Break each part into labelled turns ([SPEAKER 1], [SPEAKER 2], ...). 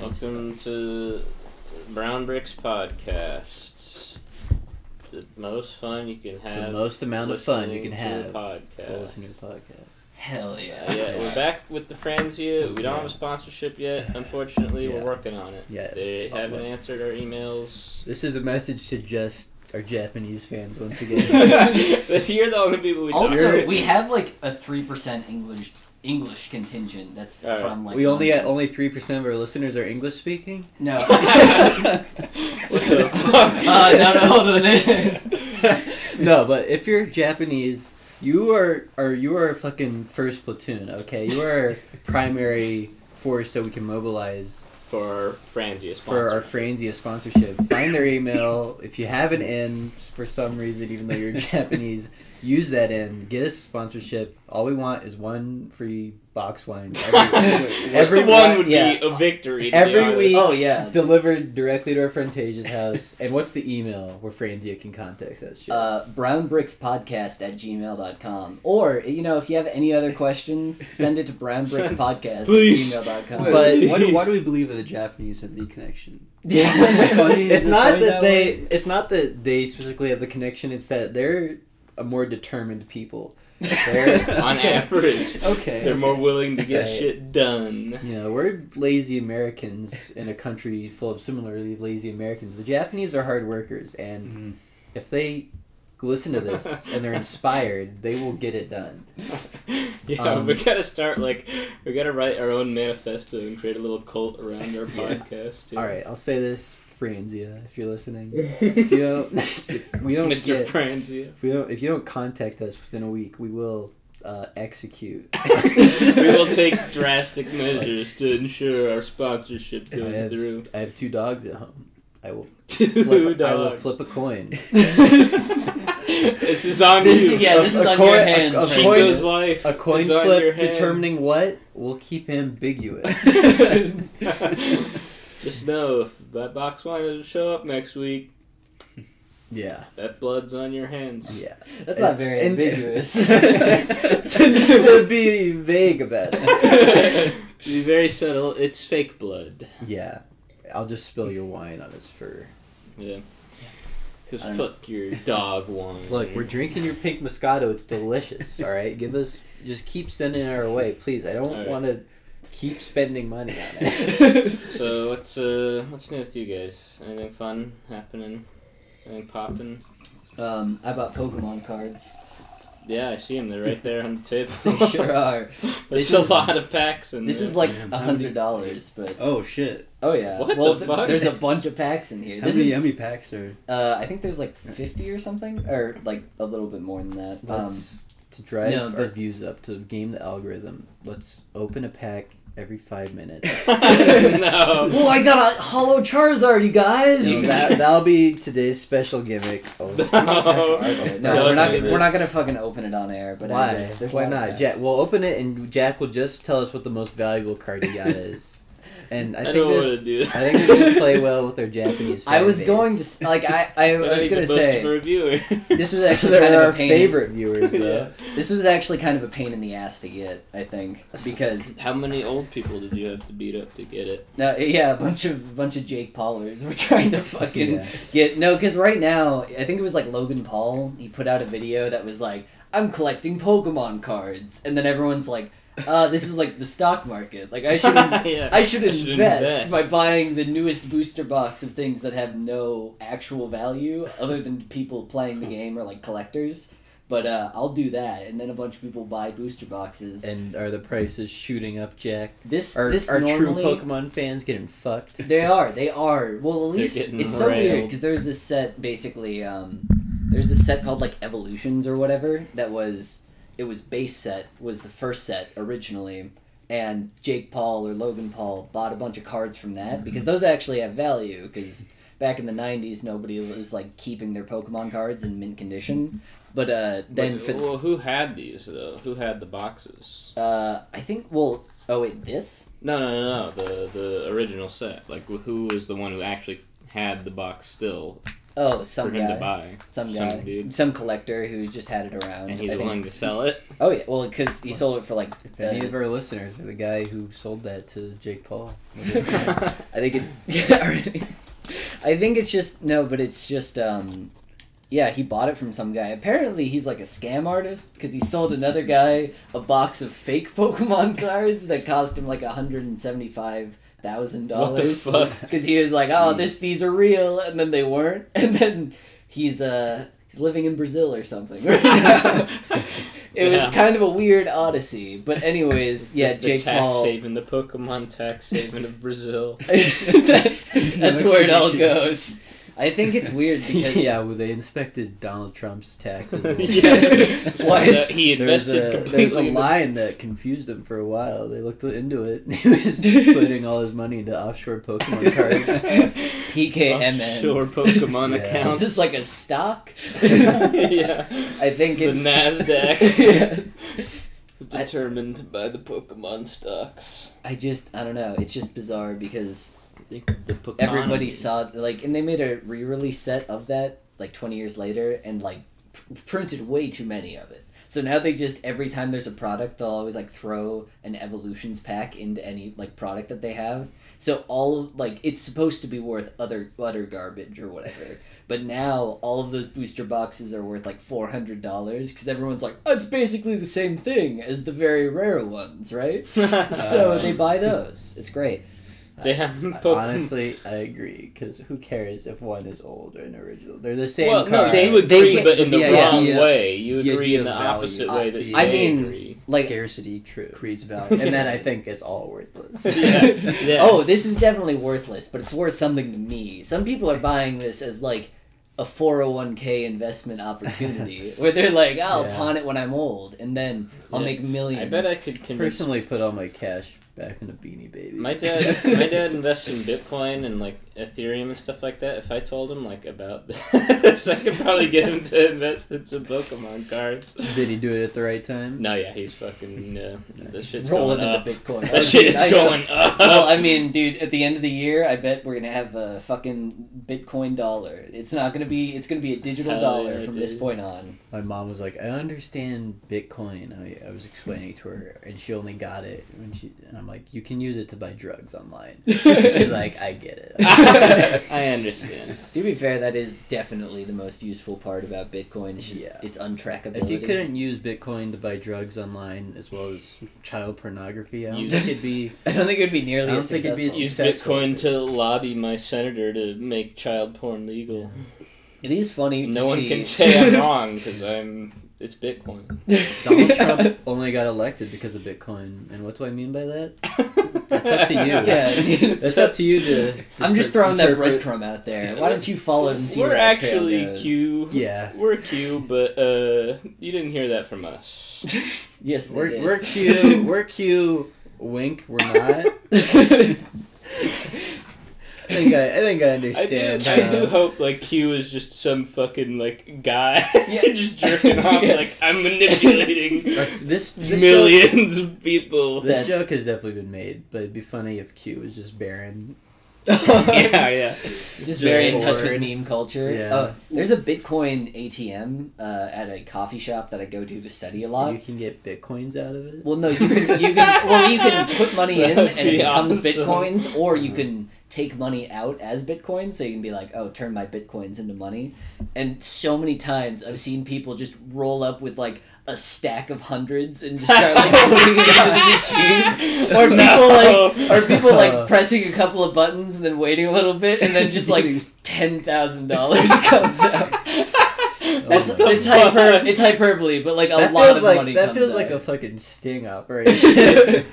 [SPEAKER 1] Welcome to Brown Bricks Podcasts. The most fun you can
[SPEAKER 2] the
[SPEAKER 1] have.
[SPEAKER 2] most amount of fun you can
[SPEAKER 1] listening to
[SPEAKER 2] have
[SPEAKER 1] a
[SPEAKER 2] while
[SPEAKER 1] podcast.
[SPEAKER 2] listening to a podcast.
[SPEAKER 3] Hell
[SPEAKER 1] Yeah, we're back with the Franzia. We don't have a sponsorship yet, unfortunately.
[SPEAKER 2] Yeah.
[SPEAKER 1] We're working on it.
[SPEAKER 2] Yeah.
[SPEAKER 1] They
[SPEAKER 2] Oh,
[SPEAKER 1] haven't
[SPEAKER 2] well.
[SPEAKER 1] answered our emails.
[SPEAKER 2] This is a message to just our Japanese fans once again.
[SPEAKER 1] this year, the only people we talked
[SPEAKER 3] Also,
[SPEAKER 1] to.
[SPEAKER 3] we have like a three percent English English contingent. That's
[SPEAKER 1] All right.
[SPEAKER 3] from like
[SPEAKER 2] we only
[SPEAKER 1] um,
[SPEAKER 3] London.
[SPEAKER 2] only three percent of our listeners are English speaking.
[SPEAKER 3] no.
[SPEAKER 1] What the fuck?
[SPEAKER 3] Uh, no, no, hold on.
[SPEAKER 2] no, but if you're Japanese, you are are you are fucking first platoon. Okay, you are our primary force that we can mobilize
[SPEAKER 1] For Franzia
[SPEAKER 2] for our
[SPEAKER 1] sponsor.
[SPEAKER 2] Franzia sponsorship. Find their email if you have an N for some reason, even though you're Japanese. Use that N. Get us sponsorship. All we want is one free box wine. Every,
[SPEAKER 1] Just the
[SPEAKER 2] every
[SPEAKER 1] one
[SPEAKER 2] one-
[SPEAKER 1] would
[SPEAKER 2] yeah.
[SPEAKER 1] be a victory. to be
[SPEAKER 2] every
[SPEAKER 1] honest.
[SPEAKER 2] week.
[SPEAKER 3] Oh, yeah.
[SPEAKER 2] Delivered directly to our Frontasia's house. And what's the email where Franzia can contact us? Shit?
[SPEAKER 3] Uh, brownbrickspodcast at gmail.com. Or, you know, if you have any other questions, send it to brownbrickspodcast
[SPEAKER 1] Please.
[SPEAKER 3] at gmail.com.
[SPEAKER 1] But-
[SPEAKER 4] But why do,
[SPEAKER 1] Please.
[SPEAKER 4] why do we believe that the Japanese have the connection?
[SPEAKER 3] yeah.
[SPEAKER 4] funny-
[SPEAKER 2] it's
[SPEAKER 4] is it
[SPEAKER 2] not
[SPEAKER 4] funny
[SPEAKER 2] that
[SPEAKER 4] that
[SPEAKER 2] they it's not that they specifically have the connection it's that they're a more determined people They're-
[SPEAKER 1] On average,
[SPEAKER 4] Okay.
[SPEAKER 1] they're more willing to get
[SPEAKER 2] Right.
[SPEAKER 1] shit done.
[SPEAKER 2] you know we're lazy americans in a country full of similarly lazy americans the japanese are hard workers and
[SPEAKER 1] Mm-hmm.
[SPEAKER 4] Mhm.
[SPEAKER 2] if they listen to this and they're inspired they will get it done
[SPEAKER 1] Yeah,
[SPEAKER 2] Um,
[SPEAKER 1] we gotta start like we gotta write our own manifesto and create a little cult around our podcast.
[SPEAKER 2] all right i'll say this franzia if you're listening if you don't if we don't
[SPEAKER 1] Mr.
[SPEAKER 2] get-
[SPEAKER 1] Franzia.
[SPEAKER 2] if we don't if you don't contact us within a week we will uh, execute
[SPEAKER 1] we will take drastic measures to ensure our sponsorship
[SPEAKER 2] I
[SPEAKER 1] goes
[SPEAKER 2] have-
[SPEAKER 1] through.
[SPEAKER 2] I have two dogs at home. I will
[SPEAKER 1] Two
[SPEAKER 2] flip, I will
[SPEAKER 1] dogs.
[SPEAKER 2] flip a coin.
[SPEAKER 1] This is on
[SPEAKER 3] This-
[SPEAKER 1] you.
[SPEAKER 3] yeah, this
[SPEAKER 2] A-
[SPEAKER 3] is
[SPEAKER 2] a
[SPEAKER 3] on
[SPEAKER 2] coin-
[SPEAKER 3] your
[SPEAKER 2] a-
[SPEAKER 3] hands.
[SPEAKER 2] a
[SPEAKER 3] Shane.
[SPEAKER 2] coin-
[SPEAKER 1] Shingo's life.
[SPEAKER 2] A coin
[SPEAKER 1] is on your
[SPEAKER 2] flip
[SPEAKER 1] hands.
[SPEAKER 2] determining what will keep ambiguous.
[SPEAKER 1] Just know if that box wine doesn't show up next week,
[SPEAKER 2] yeah,
[SPEAKER 1] that blood's on your hands.
[SPEAKER 2] yeah.
[SPEAKER 3] That's not
[SPEAKER 2] It's
[SPEAKER 3] very
[SPEAKER 2] in-
[SPEAKER 3] ambiguous.
[SPEAKER 2] to, to be vague about it.
[SPEAKER 1] Be very subtle. It's fake blood.
[SPEAKER 2] yeah, I'll just spill your wine on his fur.
[SPEAKER 1] Yeah.
[SPEAKER 3] I
[SPEAKER 1] Because
[SPEAKER 3] don't-
[SPEAKER 1] fuck your dog wine.
[SPEAKER 2] Look, we're drinking your pink Moscato. It's delicious. All right, give us. Just keep sending it our way, please. I don't
[SPEAKER 1] All right.
[SPEAKER 2] want to keep spending money on it.
[SPEAKER 1] so what's uh what's new with you guys? Anything fun happening? Anything popping?
[SPEAKER 3] um, I bought Pokemon cards.
[SPEAKER 1] Yeah, I see them. They're right there on the
[SPEAKER 3] They
[SPEAKER 1] table.
[SPEAKER 3] sure are.
[SPEAKER 1] There's
[SPEAKER 3] This
[SPEAKER 1] a
[SPEAKER 3] is-
[SPEAKER 1] lot of packs in
[SPEAKER 3] This
[SPEAKER 1] there.
[SPEAKER 3] is like
[SPEAKER 4] Damn,
[SPEAKER 3] a
[SPEAKER 4] how many-
[SPEAKER 3] hundred dollars, but
[SPEAKER 4] Oh shit!
[SPEAKER 3] oh yeah.
[SPEAKER 1] What
[SPEAKER 3] well,
[SPEAKER 1] the
[SPEAKER 3] th-
[SPEAKER 1] fuck?
[SPEAKER 3] there's a bunch of packs in here.
[SPEAKER 4] How
[SPEAKER 3] This
[SPEAKER 4] many,
[SPEAKER 3] is,
[SPEAKER 4] how many packs are?
[SPEAKER 3] uh, I think there's like fifty or something, or like a little bit more than that. Um,
[SPEAKER 2] Let's, to drive
[SPEAKER 3] no,
[SPEAKER 2] our
[SPEAKER 3] but-
[SPEAKER 2] views up, to game the algorithm, let's open a pack every five minutes.
[SPEAKER 1] no.
[SPEAKER 3] Well, I got a hollow Charizard, you guys.
[SPEAKER 1] You got-
[SPEAKER 2] that, that'll be today's special gimmick. Oh,
[SPEAKER 1] No.
[SPEAKER 3] Okay,
[SPEAKER 1] Don't
[SPEAKER 3] no, we're not.
[SPEAKER 1] do
[SPEAKER 3] We're not
[SPEAKER 1] this.
[SPEAKER 3] gonna fucking open it on air. But I
[SPEAKER 2] Why?
[SPEAKER 3] just- there's a
[SPEAKER 2] Why
[SPEAKER 3] lot of
[SPEAKER 2] not?
[SPEAKER 3] packs.
[SPEAKER 2] Jack, we'll open it and Jack will just tell us what the most valuable card he got is. And I,
[SPEAKER 1] I
[SPEAKER 2] think
[SPEAKER 1] don't wanna
[SPEAKER 2] this,
[SPEAKER 1] do
[SPEAKER 2] I
[SPEAKER 1] this.
[SPEAKER 2] think it's gonna play well with our Japanese.
[SPEAKER 3] I
[SPEAKER 2] fan
[SPEAKER 3] was
[SPEAKER 2] base.
[SPEAKER 3] going to s- like I. I
[SPEAKER 1] Not
[SPEAKER 3] was
[SPEAKER 1] even
[SPEAKER 3] gonna
[SPEAKER 1] most of
[SPEAKER 3] say
[SPEAKER 1] our viewers.
[SPEAKER 3] this was actually
[SPEAKER 2] They're
[SPEAKER 3] kind
[SPEAKER 2] our
[SPEAKER 3] of a pain.
[SPEAKER 2] favorite viewers
[SPEAKER 1] Yeah.
[SPEAKER 2] though.
[SPEAKER 3] This was actually kind of a pain in the ass to get. I think because
[SPEAKER 1] How many old people did you have to beat up to get it?
[SPEAKER 3] no, yeah, a bunch of bunch of Jake Paulers were trying to fucking
[SPEAKER 2] Yeah.
[SPEAKER 3] get no. Because right now, I think it was like Logan Paul. He put out a video that was like, "I'm collecting Pokemon cards," and then everyone's like. Uh, this is like the stock market. Like I should
[SPEAKER 1] yeah.
[SPEAKER 3] I should
[SPEAKER 1] I
[SPEAKER 3] invest,
[SPEAKER 1] should invest.
[SPEAKER 3] by buying the newest booster box of things that have no actual value other than people playing the game or like collectors. But uh, I'll do that, and then a bunch of people buy booster boxes.
[SPEAKER 2] And are the prices shooting up, Jack?
[SPEAKER 3] This
[SPEAKER 2] Are,
[SPEAKER 3] this
[SPEAKER 2] are
[SPEAKER 3] normally
[SPEAKER 2] true Pokemon fans getting fucked?
[SPEAKER 3] they are they are well at
[SPEAKER 1] They're
[SPEAKER 3] least
[SPEAKER 1] getting
[SPEAKER 3] it's so weird
[SPEAKER 1] railed.
[SPEAKER 3] because there's this set basically um, there's this set called like Evolutions or whatever that was it was base set was the first set originally and Jake Paul or Logan Paul bought a bunch of cards from
[SPEAKER 1] Mm-hmm.
[SPEAKER 3] that because those actually have value because back in the 90s nobody was like keeping their Pokemon cards in mint condition but uh then
[SPEAKER 1] But-
[SPEAKER 3] for
[SPEAKER 1] well, who had these though? Who had the boxes?
[SPEAKER 3] uh I think well oh wait this
[SPEAKER 1] No, no, no, no. The the original set. Like, wh- who was the one who actually had the box still
[SPEAKER 3] Oh, some
[SPEAKER 1] for him
[SPEAKER 3] guy,
[SPEAKER 1] to buy,
[SPEAKER 3] some
[SPEAKER 1] some
[SPEAKER 3] guy,
[SPEAKER 1] dude.
[SPEAKER 3] some collector who just had it around.
[SPEAKER 1] and he's
[SPEAKER 3] I think-
[SPEAKER 1] willing to sell it.
[SPEAKER 3] Oh yeah, well, because he sold it for like.
[SPEAKER 2] If
[SPEAKER 3] uh,
[SPEAKER 2] any of our listeners are the guy who sold that to Jake Paul,
[SPEAKER 3] I think it. Yeah, already. I think it's just no, but it's just um, yeah, he bought it from some guy. Apparently, he's like a scam artist because he sold another guy a box of fake Pokemon cards that cost him like a hundred and seventy five thousand
[SPEAKER 1] What the
[SPEAKER 3] dollars.
[SPEAKER 1] fuck?
[SPEAKER 3] Because he was like, oh,
[SPEAKER 4] Jeez.
[SPEAKER 3] this these are real, and then they weren't, and then he's uh he's living in Brazil or something right now. It
[SPEAKER 1] Damn.
[SPEAKER 3] was kind of a weird odyssey, but anyways, yeah,
[SPEAKER 1] the
[SPEAKER 3] Jake
[SPEAKER 1] tax
[SPEAKER 3] Paul.
[SPEAKER 1] haven, the Pokemon tax haven of Brazil.
[SPEAKER 3] that's that's
[SPEAKER 4] No,
[SPEAKER 3] where it all
[SPEAKER 4] she-
[SPEAKER 3] goes. I think it's weird because
[SPEAKER 2] yeah, well, they inspected Donald Trump's taxes.
[SPEAKER 1] yeah.
[SPEAKER 3] Why is-
[SPEAKER 1] he
[SPEAKER 2] There's
[SPEAKER 1] invested
[SPEAKER 2] a, there's a
[SPEAKER 1] completely? in the-
[SPEAKER 2] line that confused them for a while. They looked into it. He was putting all his money into offshore Pokemon cards.
[SPEAKER 3] PKMN.
[SPEAKER 1] Offshore Oh, Pokemon
[SPEAKER 2] Yeah.
[SPEAKER 1] account.
[SPEAKER 3] Is this like a stock?
[SPEAKER 1] yeah.
[SPEAKER 3] I think
[SPEAKER 1] The
[SPEAKER 3] it's
[SPEAKER 1] Nasdaq
[SPEAKER 3] yeah.
[SPEAKER 1] is determined by the Pokemon stocks.
[SPEAKER 3] I just I don't know. It's just bizarre because
[SPEAKER 1] I think the Pokemon.
[SPEAKER 3] everybody saw like, and they made a re-release set of that like twenty years later, and like pr- printed way too many of it. So now they just every time there's a product, they'll always like throw an evolutions pack into any like product that they have. So all of, like it's supposed to be worth other utter garbage or whatever, but now all of those booster boxes are worth like four hundred dollars because everyone's like, oh, it's basically the same thing as the very rare ones, right? so they buy those. It's great.
[SPEAKER 1] Damn Pokemon.
[SPEAKER 2] Honestly, I agree. Because who cares if one is old or an original? They're the same
[SPEAKER 1] well,
[SPEAKER 2] card.
[SPEAKER 1] no, you
[SPEAKER 3] They
[SPEAKER 1] agree,
[SPEAKER 3] can't-
[SPEAKER 1] but in the,
[SPEAKER 2] the
[SPEAKER 1] wrong
[SPEAKER 4] idea-
[SPEAKER 1] way. You
[SPEAKER 2] the
[SPEAKER 1] agree
[SPEAKER 2] idea
[SPEAKER 1] in the
[SPEAKER 2] of value.
[SPEAKER 1] opposite
[SPEAKER 3] I-
[SPEAKER 1] way that you
[SPEAKER 3] I mean,
[SPEAKER 1] agree.
[SPEAKER 3] Like
[SPEAKER 4] Scarcity
[SPEAKER 2] True.
[SPEAKER 4] creates value.
[SPEAKER 2] and then I think it's all worthless.
[SPEAKER 1] Yeah. Yes.
[SPEAKER 3] Oh, this is definitely worthless, but it's worth something to me. Some people are buying this as like a 401k investment opportunity where they're like, I'll
[SPEAKER 2] Yeah.
[SPEAKER 3] pawn it when I'm old and then I'll
[SPEAKER 1] Yeah.
[SPEAKER 3] make millions.
[SPEAKER 1] I bet I could convince
[SPEAKER 2] Personally, put all my cash back into Beanie Babies.
[SPEAKER 1] My dad, my dad invests in Bitcoin and like Ethereum and stuff like that. If I told him like about this, I could probably get him to invest in some Pokemon cards.
[SPEAKER 2] Did he do it at the right time?
[SPEAKER 1] No, yeah, he's fucking. Uh, this shit's
[SPEAKER 3] rolling
[SPEAKER 1] going
[SPEAKER 3] into
[SPEAKER 1] up.
[SPEAKER 3] Bitcoin. Oh,
[SPEAKER 1] That shit
[SPEAKER 3] dude,
[SPEAKER 1] is
[SPEAKER 3] I know.
[SPEAKER 1] going up.
[SPEAKER 3] Well, I mean, dude, at the end of the year, I bet we're gonna have a fucking Bitcoin dollar. It's not gonna be. It's gonna be a digital
[SPEAKER 1] Hell
[SPEAKER 3] dollar
[SPEAKER 1] yeah,
[SPEAKER 3] from this
[SPEAKER 1] dude.
[SPEAKER 3] point on.
[SPEAKER 2] My mom was like, I understand Bitcoin. I, I was explaining to her, and she only got it when she. And I'm like, you can use it to buy drugs online. She's like, I get it.
[SPEAKER 1] I understand.
[SPEAKER 3] To be fair, that is definitely the most useful part about Bitcoin. It's just
[SPEAKER 2] Yeah.
[SPEAKER 3] its untrackability.
[SPEAKER 2] If you couldn't use Bitcoin to buy drugs online as well as child pornography, I don't
[SPEAKER 1] Use-
[SPEAKER 2] think it'd be.
[SPEAKER 3] I don't think it would be nearly
[SPEAKER 2] I don't
[SPEAKER 3] as
[SPEAKER 2] think it'd
[SPEAKER 3] successful.
[SPEAKER 2] be as
[SPEAKER 1] Use
[SPEAKER 2] Successful
[SPEAKER 1] Bitcoin to
[SPEAKER 2] is-
[SPEAKER 1] lobby my senator to make child porn legal.
[SPEAKER 3] It is funny. to
[SPEAKER 1] No one
[SPEAKER 3] see-
[SPEAKER 1] can say I'm wrong because I'm. It's Bitcoin.
[SPEAKER 2] Donald
[SPEAKER 3] Yeah.
[SPEAKER 2] Trump only got elected because of Bitcoin, and what do I mean by that? That's up to you.
[SPEAKER 3] Yeah.
[SPEAKER 2] That's up to you to.
[SPEAKER 3] I'm just
[SPEAKER 2] to
[SPEAKER 3] throwing that
[SPEAKER 2] interpret-
[SPEAKER 3] breadcrumb out there. Why don't you follow it and see?
[SPEAKER 1] We're
[SPEAKER 3] where that trail
[SPEAKER 1] actually
[SPEAKER 3] goes?
[SPEAKER 1] Q.
[SPEAKER 2] Yeah.
[SPEAKER 1] We're Q, but uh, you didn't hear that from us.
[SPEAKER 3] yes, they
[SPEAKER 2] We're,
[SPEAKER 3] did.
[SPEAKER 2] we're Q. We're Q. Wink. We're not. I think I, I think I
[SPEAKER 1] I do,
[SPEAKER 2] understand. uh,
[SPEAKER 1] I
[SPEAKER 3] uh,
[SPEAKER 1] do
[SPEAKER 2] how-
[SPEAKER 1] hope like Q is just some fucking like guy
[SPEAKER 3] Yeah.
[SPEAKER 1] just jerking off
[SPEAKER 3] Yeah.
[SPEAKER 1] like I'm manipulating
[SPEAKER 2] Uh, This this joke,
[SPEAKER 1] millions of people.
[SPEAKER 2] this
[SPEAKER 3] That's-
[SPEAKER 2] joke has definitely been made, but it'd be funny if Q was just barren.
[SPEAKER 1] yeah, yeah.
[SPEAKER 3] just, very in touch with
[SPEAKER 2] bored.
[SPEAKER 3] meme culture.
[SPEAKER 2] Yeah.
[SPEAKER 3] Oh, there's a Bitcoin ATM uh, at a coffee shop that I go to to study a lot.
[SPEAKER 2] You can get bitcoins out of it.
[SPEAKER 3] Well, no, you can, you can well you can put money in
[SPEAKER 1] That'd
[SPEAKER 3] and it
[SPEAKER 1] be
[SPEAKER 3] becomes
[SPEAKER 1] awesome.
[SPEAKER 3] bitcoins, or you can take money out as bitcoin. So you can be like, oh, turn my bitcoins into money. And so many times I've seen people just roll up with like a stack of hundreds and just start like putting it into the machine, or people
[SPEAKER 1] No.
[SPEAKER 3] like, or people
[SPEAKER 2] Oh,
[SPEAKER 3] like pressing a couple of buttons and then waiting a little bit, and then just like ten thousand dollars comes out. That's,
[SPEAKER 2] my
[SPEAKER 3] it's
[SPEAKER 1] God.
[SPEAKER 3] hyper, it's hyperbole, but like a
[SPEAKER 2] that
[SPEAKER 3] lot
[SPEAKER 2] feels
[SPEAKER 3] of
[SPEAKER 2] like
[SPEAKER 3] money.
[SPEAKER 2] that
[SPEAKER 3] comes
[SPEAKER 2] feels
[SPEAKER 3] out.
[SPEAKER 2] like a fucking sting operation.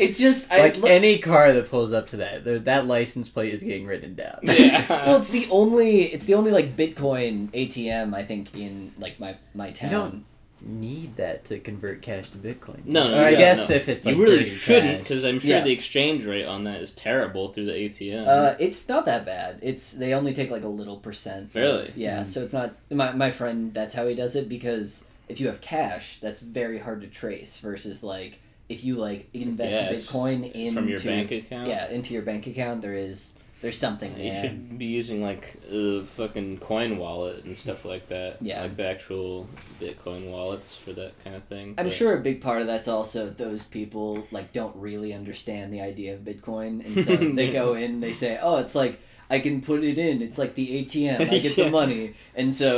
[SPEAKER 3] It's just I
[SPEAKER 2] like
[SPEAKER 3] look-
[SPEAKER 2] any car that pulls up to that, there- that license plate is getting written down.
[SPEAKER 3] well,
[SPEAKER 1] yeah.
[SPEAKER 3] it's the only it's the only like Bitcoin ATM I think in like my my town.
[SPEAKER 2] don't- Need that to convert cash to Bitcoin.
[SPEAKER 1] No, no,
[SPEAKER 2] Or I
[SPEAKER 1] yeah,
[SPEAKER 2] guess
[SPEAKER 1] no.
[SPEAKER 2] if it's
[SPEAKER 1] You
[SPEAKER 2] like
[SPEAKER 1] really
[SPEAKER 2] dirty
[SPEAKER 1] shouldn't
[SPEAKER 2] cash.
[SPEAKER 1] because I'm sure
[SPEAKER 3] Yeah.
[SPEAKER 1] the exchange rate on that is terrible through the ATM.
[SPEAKER 3] Uh, it's not that bad. It's they only take like a little percent. of-
[SPEAKER 1] Really?
[SPEAKER 3] yeah. So it's not my my friend. That's how he does it because if you have cash, that's very hard to trace. Versus like if you like invest
[SPEAKER 1] Yes.
[SPEAKER 3] Bitcoin into
[SPEAKER 1] from your bank account.
[SPEAKER 3] yeah into your bank account, there is There's something
[SPEAKER 1] You
[SPEAKER 3] there.
[SPEAKER 1] should be using like a fucking coin wallet and stuff like that.
[SPEAKER 3] Yeah.
[SPEAKER 1] Like the actual Bitcoin wallets for that kind of thing.
[SPEAKER 3] I'm
[SPEAKER 1] but-
[SPEAKER 3] sure a big part of that's also those people like don't really understand the idea of Bitcoin, and so they go in, they say, "Oh, it's like I can put it in. It's like the ATM. I get
[SPEAKER 1] Yeah.
[SPEAKER 3] the money." And so,